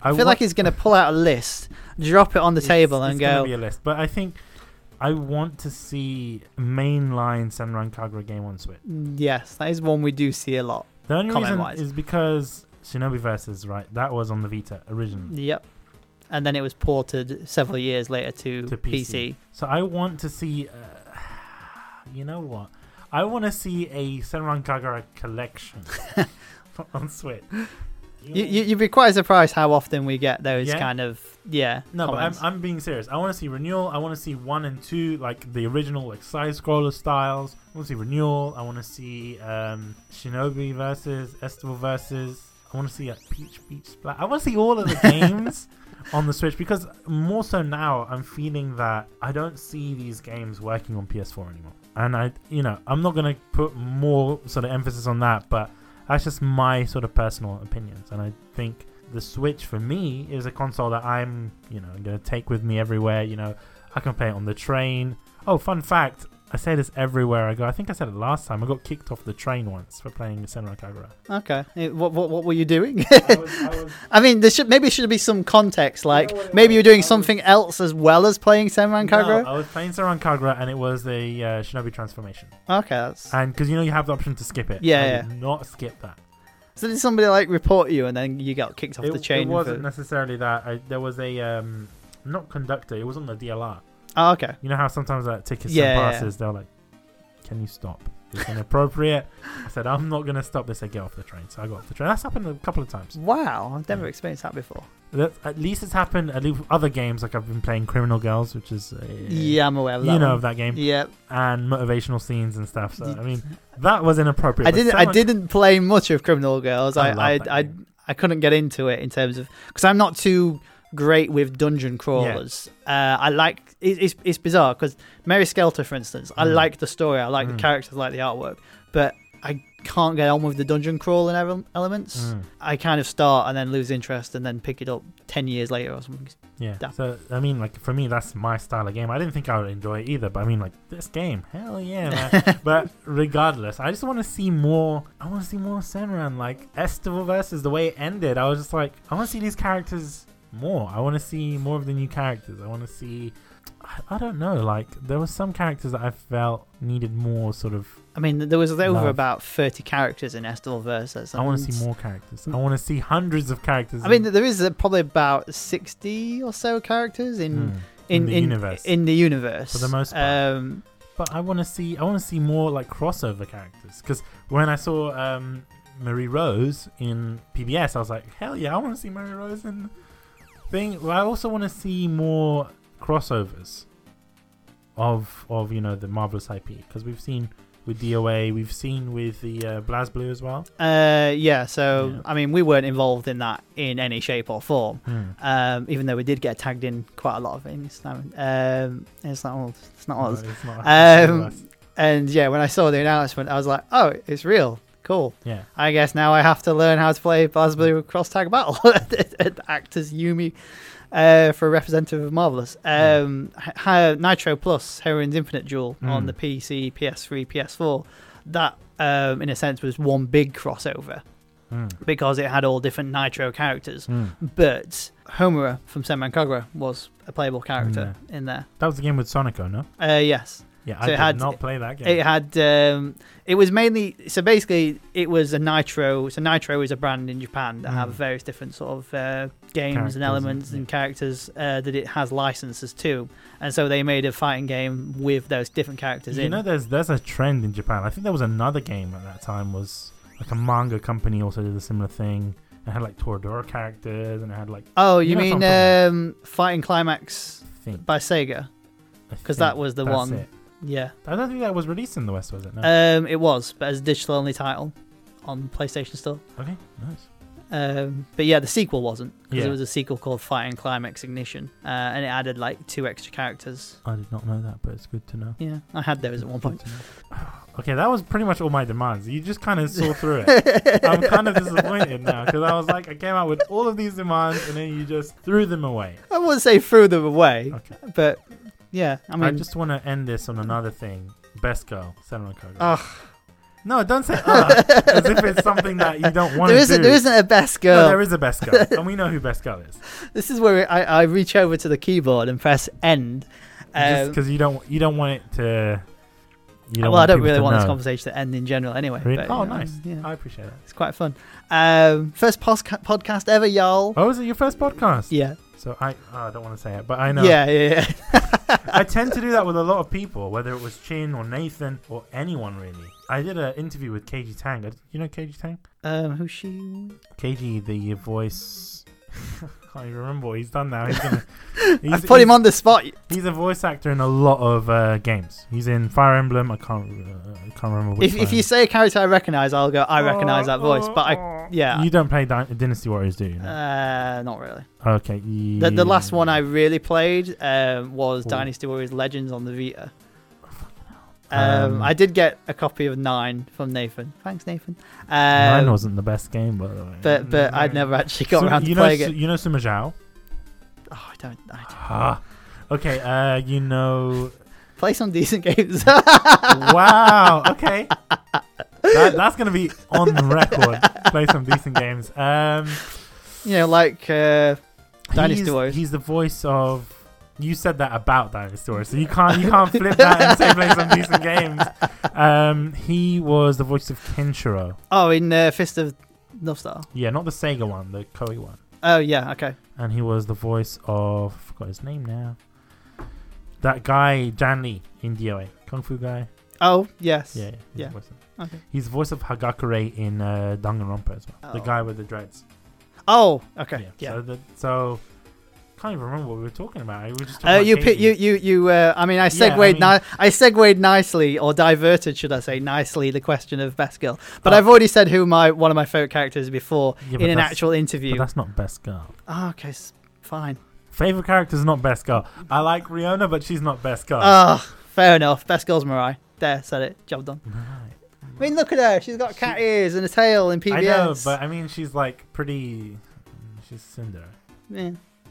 B: I feel
A: wa-
B: like he's going to pull out a list, drop it on the
A: it's-
B: table,
A: it's
B: and
A: gonna
B: go.
A: be a list, but I think I want to see mainline Senran Kagura game on Switch.
B: "Mm, Yes, that is one we do see a lot.
A: The only reason
B: Comment-wise.
A: is because Shinobi Versus, right? That was on the Vita originally.
B: Yep. And then it was ported several years later to,
A: To PC.
B: PC.
A: So I want to see. Uh, you know what? I want to see a Senran Kagura collection on Switch.
B: You, you, you'd be quite surprised how often we get those
A: Yeah?
B: kind of yeah.
A: No,
B: comments.
A: but I'm, I'm being serious. I want to see renewal. I want to see one and two, like the original, like side scroller styles. I want to see renewal. I want to see um, Shinobi versus Estival versus. I want to see like Peach Beach Splat. I want to see all of the games on the Switch because more so now, I'm feeling that I don't see these games working on PS4 anymore. And I, you know, I'm not gonna put more sort of emphasis on that, but that's just my sort of personal opinions and i think the switch for me is a console that i'm you know going to take with me everywhere you know i can play it on the train oh fun fact i say this everywhere i go i think i said it last time i got kicked off the train once for playing senran kagura
B: okay. Eh, What, what what were you doing?
C: I was, I was,
B: I mean, there should maybe should be some context. Like
C: know what it
B: maybe you're
C: was? I
B: doing
C: was-
B: something else as well as playing Senran Kagura.
A: No, i was playing senran kagura and it was the uh, shinobi transformation
B: okay, that's.
A: and because you know you have the option to skip it
B: Yeah,
A: I
B: yeah.
A: did not skip that
B: so did somebody like report you and then you got kicked off
A: it,
B: the
A: it
B: chain?
A: wasn't
B: for...
A: necessarily that I, there was a um not conductor it was on the dlr
B: Oh, okay.
A: You know how sometimes like tickets
B: Yeah,
A: and
B: yeah,
A: passes, they're like, "Can you stop? It's inappropriate." I said, "I'm not gonna stop." They said, "Get off the train." So I got off the train. That's happened a couple of times.
B: Wow, I've never
A: Yeah.
B: experienced that before.
A: That, at least it's happened. At least with other games like I've been playing Criminal Girls, which is uh,
B: Yeah, I'm aware of
A: you
B: that.
A: know
B: one.
A: of that game,
B: Yeah,
A: and motivational scenes and stuff. So
B: Did-
A: I mean, that was inappropriate.
B: I
A: but
B: didn't. I
A: someone-
B: didn't play much of Criminal Girls.
A: I
B: I
A: love
B: I
A: that
B: I, I,
A: game.
B: couldn't get into it in terms of because I'm not too great with dungeon crawlers. Uh, I like it, it's it's bizarre because Mary Skelter, for instance, I
A: Mm.
B: like the story, I like
A: Mm.
B: the characters, I like the artwork, but I can't get on with the dungeon crawling ele- elements.
A: Mm,
B: I kind of start and then lose interest and then pick it up ten years later or something.
A: yeah.
B: Yeah.
A: So I mean, like for me, that's my style of game. I didn't think I would enjoy it either, but I mean, like this game, hell yeah, man. But regardless, I just want to see more. I want to see more Senran. Like Estival versus the way it ended, I was just like, I want to see these characters more. I want to see more of the new characters. I want to see. I, I don't know. Like there were some characters that I felt needed more sort of.
B: I mean, there was over
A: Love.
B: about thirty characters in Estival Versus.
A: I want
B: and-
A: to see more characters. I want to see hundreds of characters.
B: I mean,
A: in-
B: there is uh, probably about sixty or so characters in.
A: Hmm.
B: in,
A: the
B: in-
A: universe.
B: In the universe,
A: For the most part.
B: Um,
A: But I want to see I want to see more like crossover characters because when I saw um, Marie Rose in PBS, I was like, hell yeah, I want to see Marie Rose in thing. Well, I also want to see more crossovers of of you know the marvelous IP because we've seen with DOA, we've seen with the uh, BlazBlue as well.
B: uh, yeah. So
A: Yeah.
B: I mean, we weren't involved in that in any shape or form. Um, even though we did get tagged in quite a lot of things. Um, it's not all. It's not us.
A: But it's not-
B: Um, And yeah, when I saw the announcement, I was like, oh, it's real. Cool.
A: Yeah.
B: I guess now I have to learn how to play Blas Blue Cross Tag Battle. Act as Yumi uh, for a representative of Marvelous. Um, H- Hi- Nitro Plus, Heroin's Infinite Duel on
A: Mm.
B: the PC, PS3, PS4. That, um, in a sense, was one big crossover
A: Mm.
B: because it had all different Nitro characters.
A: Mm.
B: But Homura from Senran Kagura was a playable character in there.
A: That was the game with Sonico, no?
B: Uh, yes.
A: Yeah,
B: So
A: I
B: it
A: did
B: had-
A: not play that game.
B: It had. Um, it was mainly so basically it was a Nitro. So Nitro is a brand in Japan that have
A: Mm.
B: various different sort of uh, games
A: Characters and-
B: and elements and,
A: yeah.
B: characters uh, that it has licenses to, and so they made a fighting game with those different characters
A: you
B: in.
A: know, there's there's a trend in Japan. I think there was another game at that time was like a manga company also did a similar thing. It had like Toradora characters and it had like
B: oh, you,
A: you know
B: mean
A: what I'm
B: um, Fighting Climax
A: I think
B: by Sega? Because that was the one.
A: It.
B: Yeah,
A: I don't think that was released in the West, was it? No.
B: um, it was, but as a digital only title on PlayStation Store.
A: okay, nice.
B: Um, but yeah, the sequel wasn't because
A: Yeah.
B: it was a sequel called Fighting Climax Ignition, uh, and it added like two extra characters.
A: I did not know that, but it's good to know.
B: Yeah, I had those at one point.
A: Okay, that was pretty much all my demands. You just kind of saw through it. I'm kind of disappointed now because I was like, I came out with all of these demands and then you just threw them away.
B: I wouldn't say threw them away,
A: Okay.
B: but yeah, I
A: I,
B: mean,
A: just want to end this on another thing. Best girl, Senran Kagura.
B: Ugh.
A: No, don't say uh, as if it's something that you don't want
B: there
A: to
B: isn't
A: do.
B: there isn't a best
A: No,
B: girl.
A: there is a best girl, and we know who best girl is.
B: this is where I, I reach over to the keyboard and press end.
A: Just
B: Um,
A: because you don't you don't want it to. You don't
B: well, I don't
A: people
B: really
A: to
B: want this
A: know.
B: conversation to end in general, anyway.
A: Really?
B: but,
A: Oh,
B: you know,
A: nice.
B: Yeah,
A: I appreciate that.
B: it's quite fun. Um, first pos- podcast ever, y'all.
A: Oh, was it your first podcast?
B: Yeah.
A: So I oh, I don't want to say it, but I know.
B: Yeah, yeah, yeah.
A: I tend to do that with a lot of people, whether it was Chin or Nathan or anyone really. I did an interview with KG Tang. Uh, You know KG Tang?
B: Um, who's she?
A: KG, the voice. I can't even remember what he's done now. He's gonna, he's,
B: I've put him
A: he's-
B: on the spot.
A: He's a voice actor in a lot of uh, games. He's in Fire Emblem. I can't. Uh, I can't remember which.
B: If, if you
A: one.
B: say a character I recognise, I'll go, I recognise that voice. But I, yeah,
A: you don't play Dyn- Dynasty Warriors, do you? No.
B: uh, not really.
A: okay.
B: The, the last one I
A: yeah.
B: really played um, was
A: Cool.
B: Dynasty Warriors Legends on the
A: hell.
B: Vita. Um,
A: Um,
B: I did get a copy of Nine from Nathan. Thanks, Nathan. Um,
A: Mine wasn't the best game, by the way.
B: but but I'd never actually got
A: Sum-
B: around
A: you
B: to
A: know,
B: playing
A: Su-
B: it.
A: You know Sima Zhao?
B: Oh, I don't. I don't.
A: Ah. Okay. Uh, you know.
B: Play some decent games.
A: wow. Okay. That, that's gonna be on record. Play some decent games. Um.
B: you know, like uh, Dynasty
A: he's,
B: Warriors.
A: He's the voice of. You said that about Dynasty Warriors, so you can't you can't flip that and say play some decent games. Um, he was the voice of Kenshiro.
B: oh, in uh, Fist of North Star.
A: Yeah, not the Sega one, the Koei one.
B: Oh yeah, okay.
A: And he was the voice of I forgot his name now. That guy Jan Lee in DOA, Kung Fu guy.
B: Oh yes.
A: Yeah, yeah. he's the
B: Yeah.
A: voice of-
B: Okay.
A: He's the voice of Hagakure in uh, Danganronpa as well. The
B: Oh.
A: guy with the dreads.
B: Oh okay. yeah.
A: So, the, so can't even remember what we were talking about. We were just talking
B: Uh,
A: about
B: you, pi-
A: Keiji.
B: you you you uh, I mean I
A: Yeah, I
B: segued
A: mean-
B: ni- I segued nicely or diverted should I say nicely the question of best girl but
A: Oh.
B: I've already said who my one of my favorite characters before
A: Yeah, but
B: in an
A: that's-
B: actual
A: But
B: interview
A: that's not best girl.
B: oh, okay s- fine
A: Favorite character's not best girl. I like Rihanna, but she's not best girl.
B: oh fair enough best girl's Mariah there said it job done
A: Right.
B: I mean look at her she's got cat ears and a tail and PBS
A: I know, but I mean, she's like pretty. She's Cinderella.
B: yeah,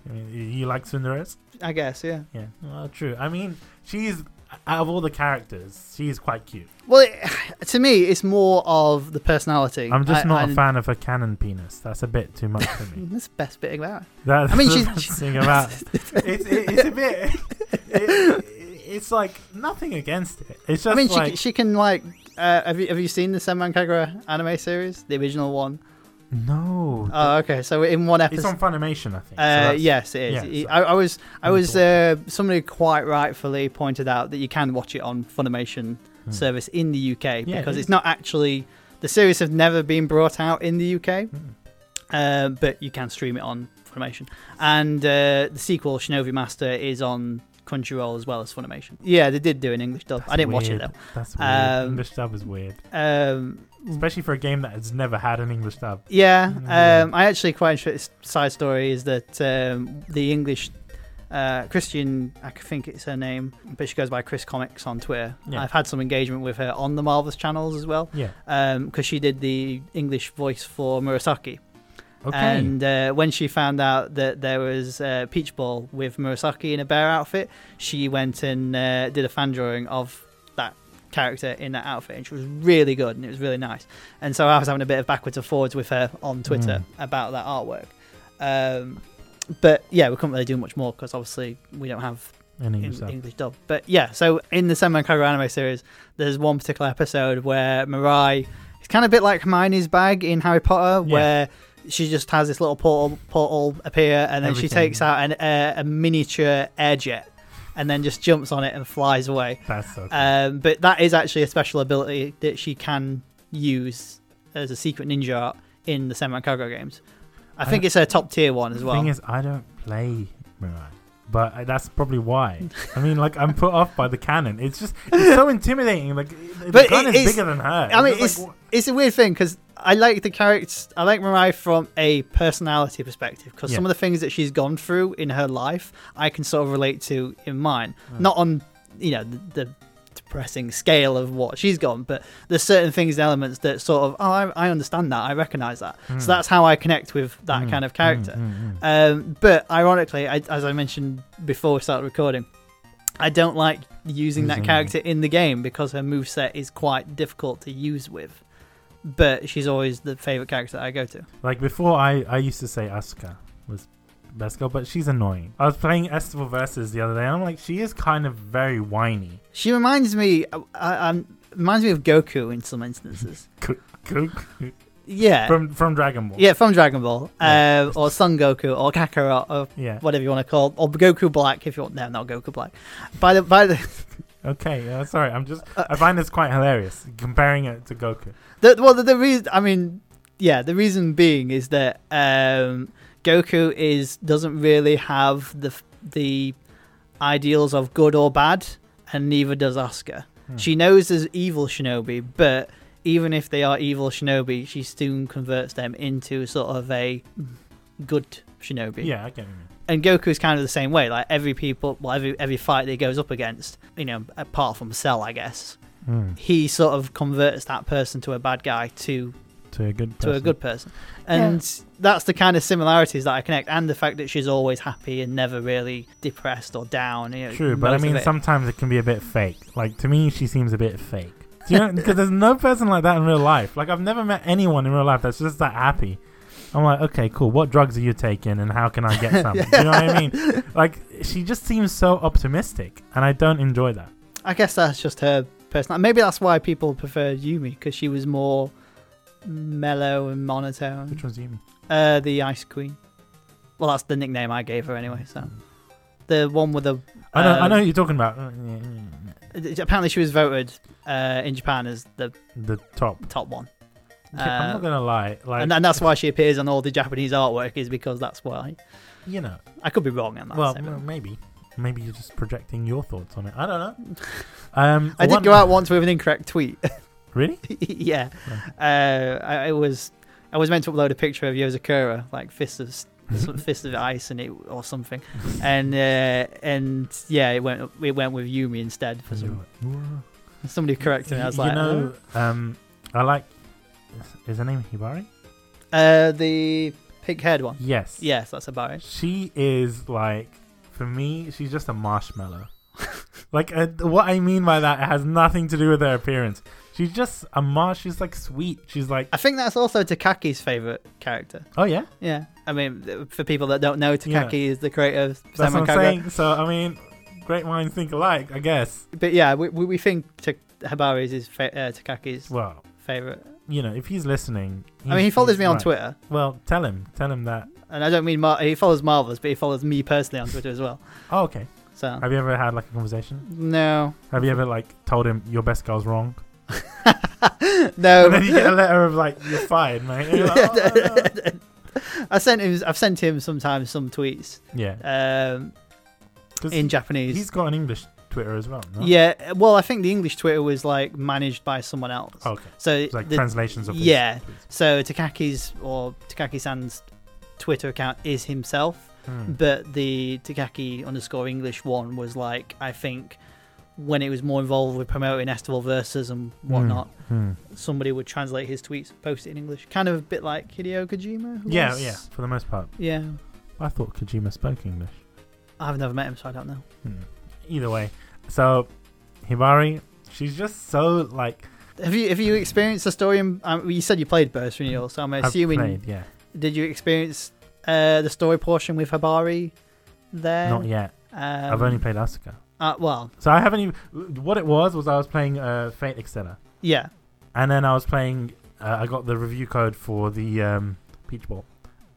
A: I mean, you- you like Cinderella's?
B: I guess yeah
A: Yeah, well, true. I mean, she's out of all the characters, she's quite cute.
B: well it, to me it's more of the personality
A: I'm just
B: I-
A: not a
B: I-
A: fan of her cannon penis. That's a bit too much for me.
B: that's the best bit about it
A: That's
B: I mean,
A: the
B: she's-
A: best thing about it's, it, it's a bit. It, it's like nothing against it. It's just
B: I mean,
A: like
B: she, she can like. Uh, have you have you seen the Senran Kagura anime series, the original one?
A: no.
B: Oh, okay. So in one
A: it's
B: episode.
A: on Funimation, I think. so
B: Uh,
A: that's-
B: yes, it is.
A: yeah,
B: He-
A: so-
B: I, I was, I
A: Mm,
B: was.
A: so-
B: Uh, somebody quite rightfully pointed out that you can watch it on Funimation
A: Hmm.
B: service in the UK
A: Yeah, it
B: because
A: is.
B: it's not actually the series have never been brought out in the UK,
A: Mm.
B: um, but you can stream it on Funimation. And uh, the sequel, Shinobi Master, is on Crunchyroll as well as Funimation. Yeah, they did do an English dub.
A: That's
B: I didn't watch it
A: weird.
B: though.
A: That's weird.
B: Um,
A: English dub is weird,
B: Um,
A: especially for a game that has never had an English dub.
B: Yeah,
A: Mm.
B: um, I actually quite enjoy this side story is that um, the English Uh, Christian, I think it's her name, but she goes by Chris Comics on Twitter.
A: Yeah.
B: I've had some engagement with her on the Marvelous channels as well,
A: Yeah.
B: because she did the English voice for Murasaki.
A: Okay.
B: And uh, when she found out that there was uh, Peach Ball with Murasaki in a bear outfit, she went and uh, did a fan drawing of that character in that outfit, and she was really good and it was really nice. And so I was having a bit of backwards and forwards with her on Twitter about that artwork. Um, but yeah, we couldn't really do much more because obviously we don't have
A: in
B: in
A: English. sub.
B: English dub. But yeah, so in the Senman Kagura anime series, there's one particular episode where Mirai, it's kind of a bit like Hermione's bag in Harry Potter,
A: Yeah.
B: where she just has this little portal, portal appear, and then she
A: Everything.
B: takes out an, uh, a miniature air jet, and then just jumps on it and flies away.
A: That's so cool.
B: Um, but that is actually a special ability that she can use as a secret ninja art in the Senman Kagura games. I
A: I
B: think
A: don't-
B: it's her top tier one as well.
A: Thing is, I don't play Mirai, but I- that's probably why. I mean, like I'm put off by the cannon. It's just it's so intimidating. Like the
B: But
A: gun
B: it
A: is
B: is-
A: bigger than her.
B: I mean,
A: just
B: it's
A: like,
B: it's a weird thing because I like the characters. I like Mariah from a personality perspective because
A: Yeah.
B: some of the things that she's gone through in her life, I can sort of relate to in mine. Not on you know the, the depressing scale of what she's gone, but there's certain things and elements that sort of oh I, I understand that I recognise that.
A: hmm.
B: So that's how I connect with that
A: Mm,
B: kind of
A: mm,
B: character.
A: mm, mm.
B: Um, but ironically, I, as I mentioned before we started recording, I don't like using that
A: Using-
B: character in the game because her moveset is quite difficult to use with. But she's always the favourite character that I go to.
A: Like before, I I used to say Asuka was best girl, but she's annoying. I was playing Estival versus the other day, and I'm like, she is kind of very whiny.
B: She reminds me, I, I, i reminds me of Goku in some instances. Uh,
A: Goku
B: Yeah,
A: from from Dragon Ball.
B: yeah, from Dragon Ball, uh, or Son Goku, or Kakarot, or
A: Yeah.
B: whatever you want to call, or Goku Black if you want. No, not Goku Black. By the by the
A: Okay. Uh, sorry. I'm just.
B: Uh,
A: I find this quite hilarious comparing it to Goku.
B: The, well, the, the reason I mean, yeah, the reason being is that um, Goku is doesn't really have the f- the ideals of good or bad, and neither does Asuka.
A: Hmm.
B: She knows there's evil shinobi, but even if they are evil shinobi, she soon converts them into sort of a good shinobi.
A: Yeah, I get what you mean.
B: And Goku's kind of the same way. Like every people, well, every every fight that he goes up against, you know, apart from Cell, I guess,
A: Mm,
B: he sort of converts that person to a bad guy to
A: Hmm, to a good.
B: to a
A: person.
B: good person. And that's the kind of similarities that I connect, and the fact that she's always happy and never really depressed or down. You know,
A: True, but I
B: most of
A: mean,
B: it.
A: sometimes it can be a bit fake. Like to me, she seems a bit fake. Do you know? Because there's no person like that in real life. Like I've never met anyone in real life that's just that happy. I'm like, okay, cool. What drugs are you taking, and how can I get some? Do you know what I mean? Like she just seems so optimistic, and I don't enjoy that.
B: I guess that's just her personality. Maybe that's why people preferred Yumi because she was more mellow and monotone.
A: Which one's Yumi?
B: Uh, the Ice Queen. Well, that's the nickname I gave her anyway. So the one with the
A: I know. I
B: um,
A: know who you're talking about. Uh,
B: apparently she was voted uh, in Japan as the
A: The top.
B: top one.
A: I'm
B: Uh,
A: not gonna lie. Like
B: and, and that's why she appears on all the Japanese artwork is because that's why.
A: you know.
B: I could be wrong on that.
A: Well,
B: so-
A: m- maybe, maybe you're just projecting your thoughts on it. I don't know. Um,
B: I did
A: one-
B: go out once with an incorrect tweet.
A: Really?
B: yeah, uh, I, I was I was meant to upload a picture of Yozakura, like fist of s- some fist of ice and it or something, and uh, and yeah, it went it went with Yumi instead for some
A: You-
B: somebody corrected me. I was
A: you
B: like,
A: know, um, I like. Is, is her name Hibari?
B: "Oh." uh, the pig head one.
A: Yes.
B: Yes, that's about it.
A: She is like, for me, she's just a marshmallow. like, uh, what I mean by that it has nothing to do with her appearance. She's just a marsh. She's like sweet. She's like,
B: I think that's also Takaki's favorite character.
A: oh yeah,
B: Yeah, I mean, for people that don't know, Takaki is the creator of
A: that's
B: Samurai
A: what I'm
B: Kagura.
A: saying. So I mean, great minds think alike, I guess.
B: But yeah, we, we we think Ta- Habari's is fa- uh, Takaki's
A: Well,
B: favorite.
A: you know, if he's listening,
B: I mean, he
A: he's-
B: follows
A: he's
B: me on
A: right.
B: Twitter,
A: Well, tell him, tell him that.
B: and I don't mean Mar- he follows Marvels, but he follows me personally on Twitter as well.
A: Oh, okay.
B: So
A: Have you ever had like a conversation?
B: no,
A: Have you ever like told him your best girl's wrong? and then you
B: no.
A: get a letter of like you're fired, mate. And you're like, "Oh, no, no."
B: I sent him. I've sent him sometimes some tweets
A: yeah,
B: um,
A: 'cause
B: in Japanese.
A: he's got an English Twitter as well. No?
B: Yeah, well, I think the English Twitter was like managed by someone else.
A: Oh, okay.
B: So
A: It's like
B: the-
A: translations of his
B: yeah.
A: tweets.
B: So Takaki's or Takaki San's Twitter account is himself.
A: Hmm.
B: but the Takaki underscore English one was like I think when it was more involved with promoting Estival verses and whatnot,
A: Hmm.
B: somebody would translate his tweets, post it in English, kind of a bit like Hideo Kojima. who
A: Yeah,
B: was-
A: yeah, for the most part.
B: yeah.
A: I thought Kojima spoke English.
B: I've never met him, so I don't know.
A: Hmm. Either way, so Hibari, she's just so like
B: Have you have you experienced the story? In, um, you said you played Burst Renewal, so I'm
A: I've
B: assuming
A: played, yeah,
B: did you experience uh, the story portion with Habari there?
A: not yet.
B: Um,
A: I've only played Asuka,
B: Uh, well,
A: so I haven't even. What it was was I was playing uh, Fate Exceller,
B: yeah,
A: and then I was playing. Uh, I got the review code for the um, Peach Ball,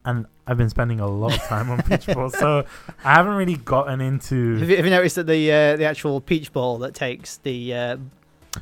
A: and I've been spending a lot of time on Peach Ball, so I haven't really gotten into.
B: Have you, have you noticed that the uh, the actual peach ball that takes the uh,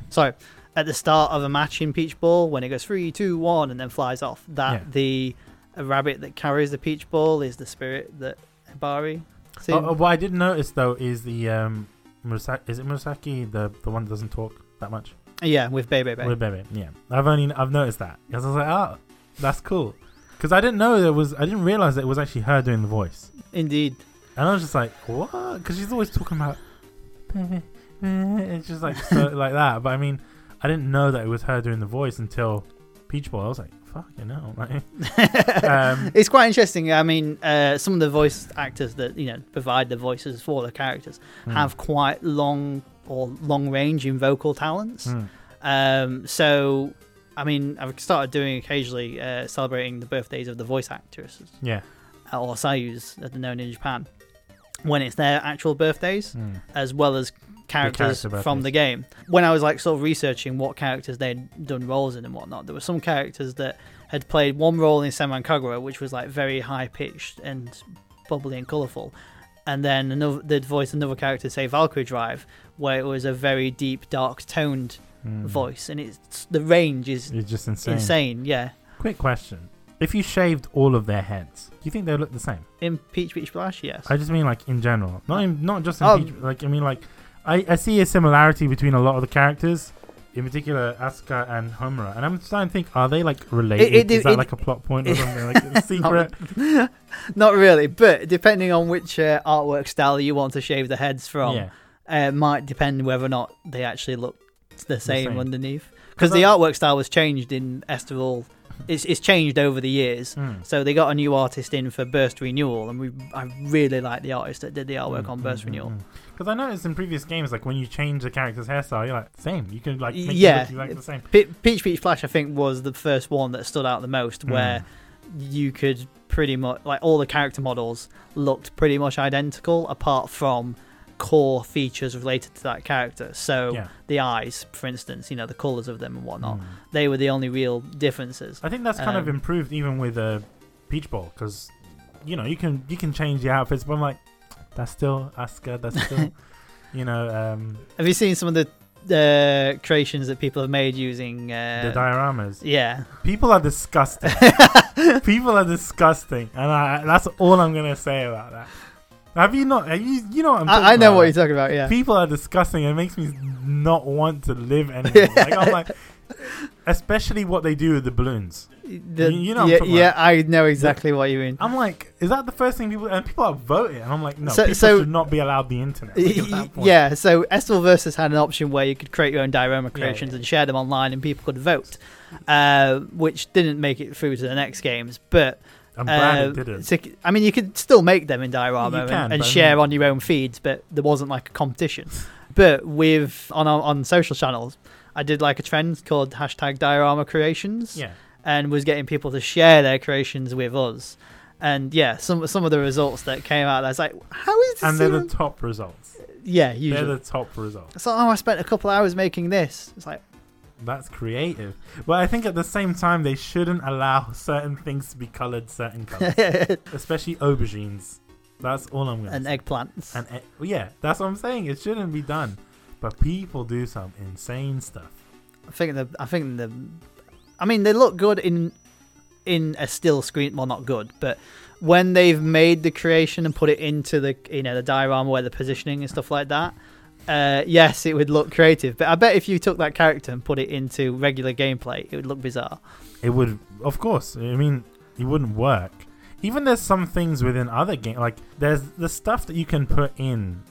B: sorry at the start of a match in peach ball when it goes three two one and then flies off that
A: Yeah.
B: the rabbit that carries the peach ball is the spirit that Ibari. See,
A: Oh, oh, what I did notice though is the um, Murasaki, is it Murasaki the the one that doesn't talk that much?
B: yeah, with Bebe.
A: With Bebe, yeah. I've only I've noticed that because I was like, oh, that's cool. Because I didn't know there was I didn't realize that it was actually her doing the voice,
B: Indeed,
A: and I was just like, what? Because she's always talking about Bebe, Bebe. it's just like so, like that. But I mean, I didn't know that it was her doing the voice until Peach Boy. I was like, fucking hell, like, um,
B: it's quite interesting. I mean, uh, some of the voice actors that you know provide the voices for the characters
A: Hmm.
B: have quite long or long range in vocal talents.
A: mm,
B: Um, so, I mean, I've started doing occasionally uh, celebrating the birthdays of the voice actresses
A: yeah,
B: or sayus that are known in Japan when it's their actual birthdays,
A: mm,
B: as well as characters
A: character
B: from the game. When I was like sort of researching what characters they'd done roles in and whatnot, there were some characters that had played one role in Senran Kagura, which was like very high pitched and bubbly and colourful. And then another, they'd voice another character, say Valkyrie Drive, where it was a very deep, dark toned
A: mm.
B: voice, and it's the range is
A: It's just
B: insane. Yeah,
A: Quick question. If you shaved all of their heads, do you think they would look the same?
B: in Peach Beach Blush, yes.
A: I just mean like in general, not in, not just in
B: Oh.
A: Peach, like I mean like I, I see a similarity between a lot of the characters, in particular Asuka and Homura, and I'm starting to think are they like related?
B: it-
A: Is that
B: it-
A: like a plot point or
B: it-
A: something like a secret?
B: Not really, but depending on which uh, artwork style you want to shave the heads from,
A: yeah,
B: uh, it might depend whether or not they actually look the same,
A: same.
B: underneath.
A: Because
B: Because the
A: I-
B: artwork style was changed in Estival. It's, it's changed over the years.
A: Mm.
B: So they got a new artist in for Burst Renewal, and we I really like the artist that did the artwork
A: Mm, Hmm,
B: on Burst Renewal.
A: Because I noticed in previous games, like when you change the character's hairstyle, you're like same. You can like make
B: Yeah.
A: it look exactly the same.
B: Pe- Peach Peach Flash, I think, was the first one that stood out the most,
A: Mm. Hmm.
B: where you could pretty much like all the character models looked pretty much identical, apart from core features related to that character. So
A: Yeah.
B: the eyes, for instance, you know, the colors of them and whatnot,
A: Mm.
B: they were the only real differences.
A: I think that's kind of
B: Um,
A: improved even with a uh, peach ball because you know you can you can change the outfits, but I'm like that's still Asuka, that's still you know um,
B: Have you seen some of the uh, creations that people have made using? Uh,
A: the dioramas.
B: yeah,
A: People are disgusting. People are disgusting, and I, that's all I'm gonna say about that. Have you not? Have you you know what I'm talking
B: I, I know
A: about,
B: what you're
A: right?
B: talking about. Yeah,
A: People are disgusting. It makes me not want to live anymore. like I'm like, especially what they do with the balloons.
B: The-
A: you know what I'm
B: yeah,
A: talking
B: yeah, I know exactly what you mean.
A: I'm like, is that the first thing people and people are voting? And I'm like, no,
B: So-
A: people
B: so-
A: should not be allowed the internet. Like, at that point.
B: yeah, so Estival versus had an option where you could create your own diorama creations
A: yeah.
B: and share them online, and people could vote, uh, which didn't make it through to the next games. But
A: I'm glad
B: uh,
A: it didn't.
B: to- I mean, you could still make them in diorama
A: You
B: and,
A: can,
B: and
A: but I
B: share
A: mean-
B: on your own feeds, but there wasn't like a competition. But with on our- on social channels, I did like a trend called hashtag diorama creations,
A: Yeah,
B: and was getting people to share their creations with us. And yeah, some some of the results that came out, I was like, how is this?
A: and they're the
B: even-
A: top results.
B: yeah,
A: They're
B: usually.
A: the top results.
B: It's like, oh, I spent a couple hours making this. It's like,
A: That's creative. But I think at the same time, they shouldn't allow certain things to be colored certain colors,
B: an
A: especially aubergines. That's all I'm gonna. say.
B: eggplant.
A: And e- well, yeah, that's what I'm saying. It shouldn't be done, but people do some insane stuff.
B: I think the, I think the, I mean, they look good in, in a still screen. Well, not good, but when they've made the creation and put it into the, you know, the diorama where the positioning and stuff like that. Uh, yes, it would look creative, but I bet if you took that character and put it into regular gameplay, it would look bizarre.
A: It would, of course. I mean, it wouldn't work. Even there's some things within other games, like there's the stuff that you can put in,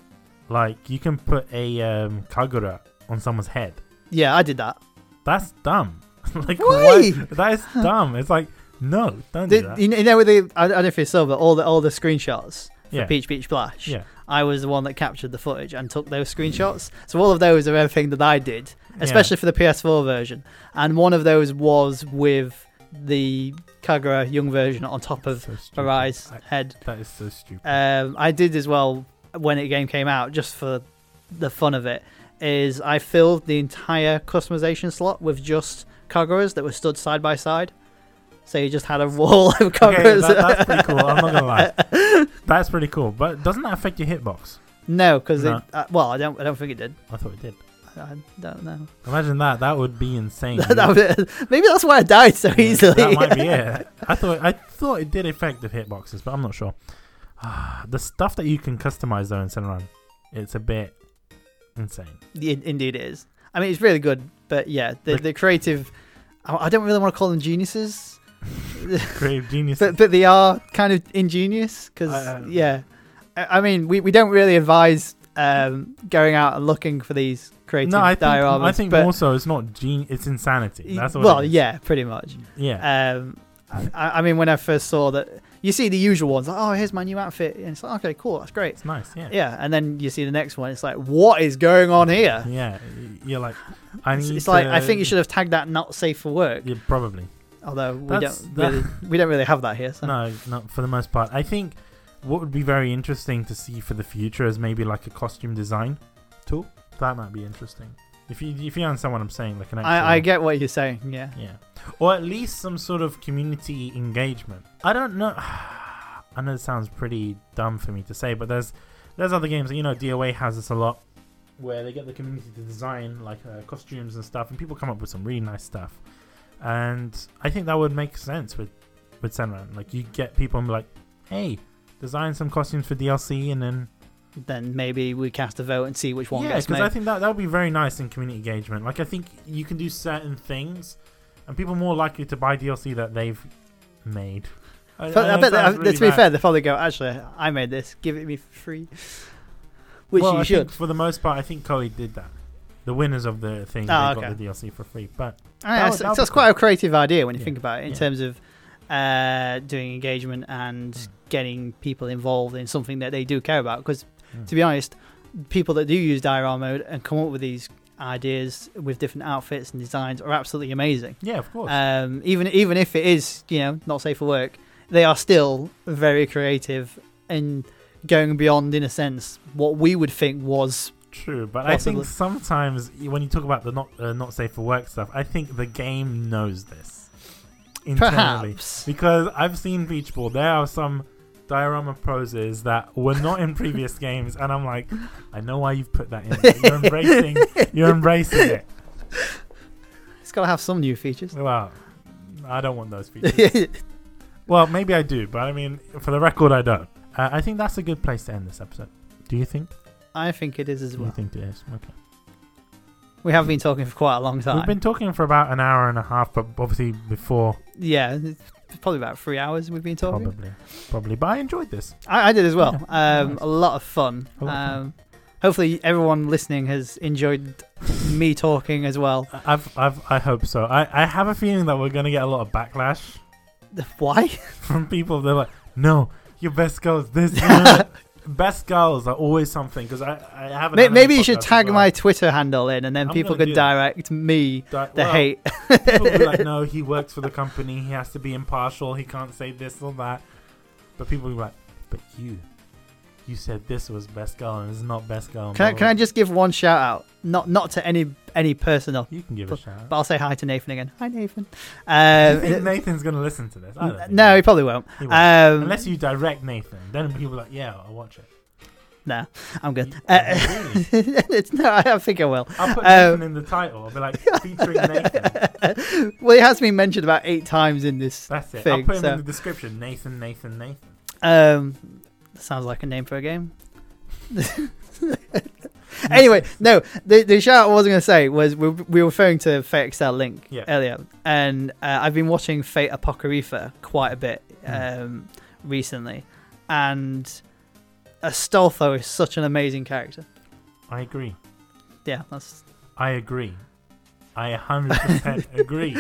A: like you can put a um, kagura on someone's head.
B: Yeah, I did that.
A: That's dumb. like
B: Why?
A: what? That is dumb. It's like no, don't do
B: Did,
A: that.
B: you know- you know, with the, I I don't know if you saw, but all the all the screenshots for
A: Yeah.
B: Peach Peach Blash.
A: Yeah.
B: I was the one that captured the footage and took those screenshots. So all of those are everything that I did, especially for the PS4 version. And one of those was with the Kagura young version on top of
A: So stupid.
B: Barai's
A: I-
B: head.
A: That is so stupid.
B: um, I did as well when the game came out, just for the fun of it, is I filled the entire customization slot with just Kaguras that were stood side by side. So you just had a wall of
A: okay,
B: Kaguras.
A: that, that's pretty cool. I'm not gonna lie. That's pretty cool. But doesn't that affect your hitbox?
B: no, because
A: No.
B: uh, well, I don't, I don't think it did.
A: I thought it did.
B: I, I don't know.
A: Imagine that. That would be insane.
B: that was it. Maybe that's why I died so
A: Yeah,
B: easily.
A: That might be it. I thought I thought it did affect the hitboxes, but I'm not sure. Ah, the stuff that you can customize though in Senran, it's a bit insane.
B: In- Indeed, it is. I mean, it's really good, but yeah, the,
A: But-
B: the creative. I I don't really want to call them geniuses.
A: Creative genius.
B: but, but they are kind of ingenious because
A: I- um, I-
B: yeah I, I mean we, we don't really advise um, going out and looking for these creative
A: no, I think
B: dioramas
A: I think
B: but
A: more so it's not gene. It's insanity. That's what.
B: well
A: it is.
B: yeah pretty much
A: Yeah.
B: um, I, I mean when I first saw that you see the usual ones like oh here's my new outfit and it's like okay cool that's great
A: it's nice. Yeah.
B: yeah and then you see the next one it's like what is going on here
A: Yeah. y- You're like, I
B: it's,
A: need.
B: it's like I
A: to-
B: think you should have tagged that not safe for work
A: Yeah, probably.
B: although we
A: That's-
B: don't
A: that-
B: really, we don't really have that here so
A: No, not for the most part. I think what would be very interesting to see for the future is maybe like a costume design tool. That might be interesting. If you if you understand what I'm saying, like an actual,
B: I, I get what you're saying yeah
A: yeah, or at least some sort of community engagement. I don't know. I know it sounds pretty dumb for me to say, but there's there's other games. You know, DOA has this a lot, where they get the community to design like uh, costumes and stuff, and people come up with some really nice stuff. And I think that would make sense with with Senran. Like you get people and be like, hey, design some costumes for DLC, and then
B: then maybe we cast a vote and see which one
A: yeah,
B: gets
A: because
B: made.
A: I think that that would be very nice in community engagement. Like I think you can do certain things, and people are more likely to buy DLC that they've made. I,
B: But I,
A: know it
B: bet, that,
A: sounds really
B: to be
A: bad.
B: fair, they probably go, actually, I made this, give it me free. Which
A: well,
B: you
A: I
B: should.
A: Think for the most part, I think Koei did that. The winners of the thing they
B: Ah,
A: got
B: okay.
A: the DLC for free, but
B: I mean,
A: that would-
B: that's
A: that would
B: that's
A: be
B: quite a creative idea when you
A: Yeah,
B: think about it in
A: yeah.
B: terms of uh, doing engagement and getting people involved in something that they do care about. Because,
A: Mm.
B: to be honest, people that do use diorama mode and come up with these ideas with different outfits and designs are absolutely amazing.
A: yeah, of course.
B: Um, even even if it is, you know, not safe for work, they are still very creative and going beyond, in a sense, what we would think was.
A: True, but I
B: Possibly.
A: think sometimes y- when you talk about the not uh, not safe for work stuff, I think the game knows this internally
B: Perhaps.
A: because I've seen Beach Ball. There are some diorama poses that were not in previous games, and I'm like, I know why you've put that in. but You're embracing, you're embracing it.
B: It's got to have some new features.
A: Well, I don't want those features. Well, maybe I do, but I mean, for the record, I don't. Uh, I think that's a good place to end this episode. Do you think?
B: I think it is as
A: Do you
B: well.
A: think it is? Okay.
B: We have been talking for quite a long time.
A: We've been talking for about an hour and a half, but obviously before
B: Yeah, it's probably about three hours we've been talking.
A: Probably, probably. But I enjoyed this.
B: I, I did as well.
A: Yeah,
B: um,
A: nice.
B: A lot of fun.
A: A lot of fun.
B: um, Hopefully, everyone listening has enjoyed me talking as well.
A: I- I've, I've, I hope so. I, I have a feeling that we're gonna get a lot of backlash
B: Why?
A: from people. They're like, "No, your best girls, this." no." Best girls are always something because I, I have. an
B: May-
A: anime
B: Maybe you should
A: podcast as
B: tag
A: well.
B: my Twitter handle in, and then
A: I'm
B: people
A: gonna
B: can
A: do that.
B: direct me
A: Di-
B: the
A: well,
B: hate.
A: people will be like, no, he works for the company. He has to be impartial. He can't say this or that. But people will be like, but you, you said this was best girl and it's not best girl. and
B: Can I,
A: blah,
B: can I
A: blah."
B: just give one shout out? Not not to any any person, or-
A: You can give a
B: But-
A: shout.
B: but I'll say hi to Nathan again. Hi Nathan.
A: Do you think
B: Um,
A: Nathan's gonna listen to this? I don't think
B: no, he
A: he
B: probably won't.
A: will.
B: Um,
A: Unless you direct Nathan, then people are like, yeah, I'll watch it.
B: nah, I'm good.
A: You-
B: Uh,
A: Really?
B: it's, no, I don't think I will.
A: I'll put
B: um,
A: Nathan in the title. I'll be like, featuring Nathan.
B: well, it has been mentioned about eight times in this.
A: That's it. I'll
B: Thing,
A: put him
B: so-
A: in the description. Nathan, Nathan, Nathan.
B: Um, sounds like a name for a game. anyway, no, the, the shout out I was going to say was we, we were referring to Fate Excel Link uh,
A: Yeah.
B: earlier, and uh, I've been watching Fate Apocrypha quite a bit
A: Hmm.
B: um, recently, and Astolfo is such an amazing character.
A: I agree.
B: Yeah, that's
A: I agree. I 100% agree.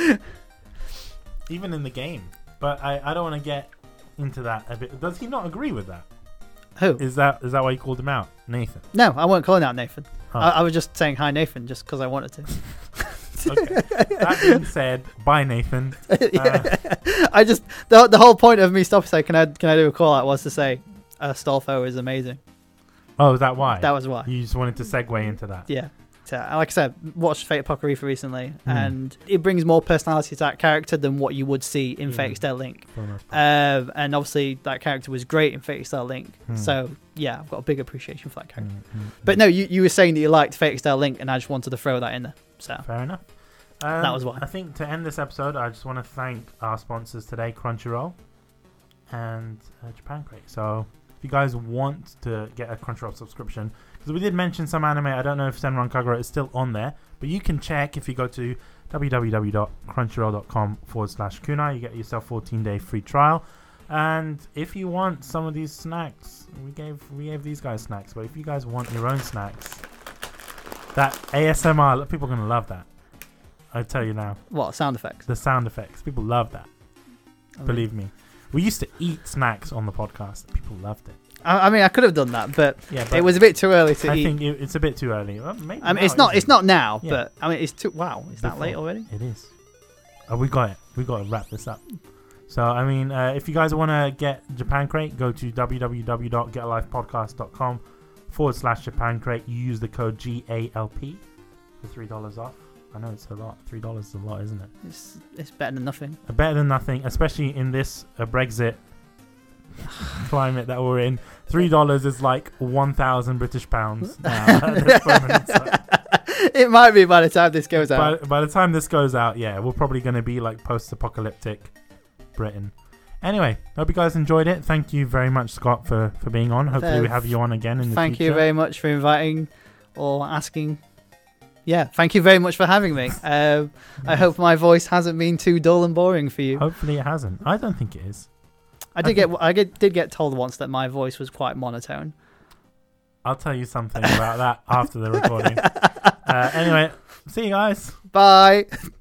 A: Even in the game. But I, I don't want to get into that a bit. Does he not agree with that?
B: who.
A: Is that is that why you called him out, Nathan?
B: no, I won't calling out Nathan.
A: Huh.
B: I, I was just saying hi, Nathan, just because I wanted to.
A: Okay. that being said, bye, Nathan.
B: Yeah.
A: Ah.
B: I just the, the whole point of me stopping saying can I can I do a call out was to say Astolfo is amazing.
A: Oh, is that why?
B: That was why.
A: you just wanted to segue into that.
B: Yeah. So, like I said, watched Fate Apocrypha recently,
A: Mm.
B: and it brings more personality to that character than what you would see in
A: Mm.
B: Fate Extend Link.
A: For the most part.
B: Um, and obviously, that character was great in Fate Extend Link.
A: Mm.
B: So, yeah, I've got a big appreciation for that character.
A: Mm, mm,
B: But
A: mm.
B: no, you, you were saying that you liked Fate Extend Link, and I just wanted to throw that in there. So,
A: Fair enough. Um,
B: That was why.
A: I think to end this episode, I just want to thank our sponsors today, Crunchyroll and uh, Japan Crate. So, if you guys want to get a Crunchyroll subscription, because we did mention some anime, I don't know if Senran Kagura is still on there, but you can check if you go to www.crunchyroll.com forward slash kunai. You get yourself 14 day free trial. And if you want some of these snacks, we gave we gave these guys snacks. But if you guys want your own snacks, that ASMR people are gonna love that. I tell you now,
B: what sound effects?
A: the sound effects people love that.
B: I mean-
A: Believe me, we used to eat snacks on the podcast. People loved it.
B: I, I mean, I could have done that, but,
A: Yeah, but
B: it was a bit too early to
A: I
B: eat.
A: think it, it's a bit too early. Well, maybe
B: I
A: now
B: mean, it's not.
A: isn't.
B: It's not now,
A: Yeah.
B: but I mean, it's too. Wow, it's that late
A: Before.
B: already?
A: It is. Oh, we got it. We got to wrap this up. So, I mean, uh, if you guys want to get Japan Crate, go to www.getalifepodcast.com forward slash Japan Crate. You use the code GALP for $3 off. I know it's a lot. $3 is a lot, isn't it?
B: It's it's better than nothing.
A: Better than nothing, especially in this uh, Brexit climate that we're in. $3 is like 1,000 British pounds now at this moment. So-
B: it might be by the time this goes
A: by,
B: out.
A: by the time this goes out, yeah, we're probably going to be like post apocalyptic Britain. Anyway, hope you guys enjoyed it. Thank you very much, Scott, for, for being on. Hopefully,
B: Uh,
A: we have you on again in the
B: Thank you
A: future.
B: very much for inviting or asking. Yeah, thank you very much for having me. Um, I hope my voice hasn't been too dull and boring for you.
A: Hopefully, it hasn't. I don't think it is.
B: I did get I get, did get told once that my voice was quite monotone.
A: I'll tell you Uh, something about that after the recording. uh, anyway, see you guys.
B: Bye.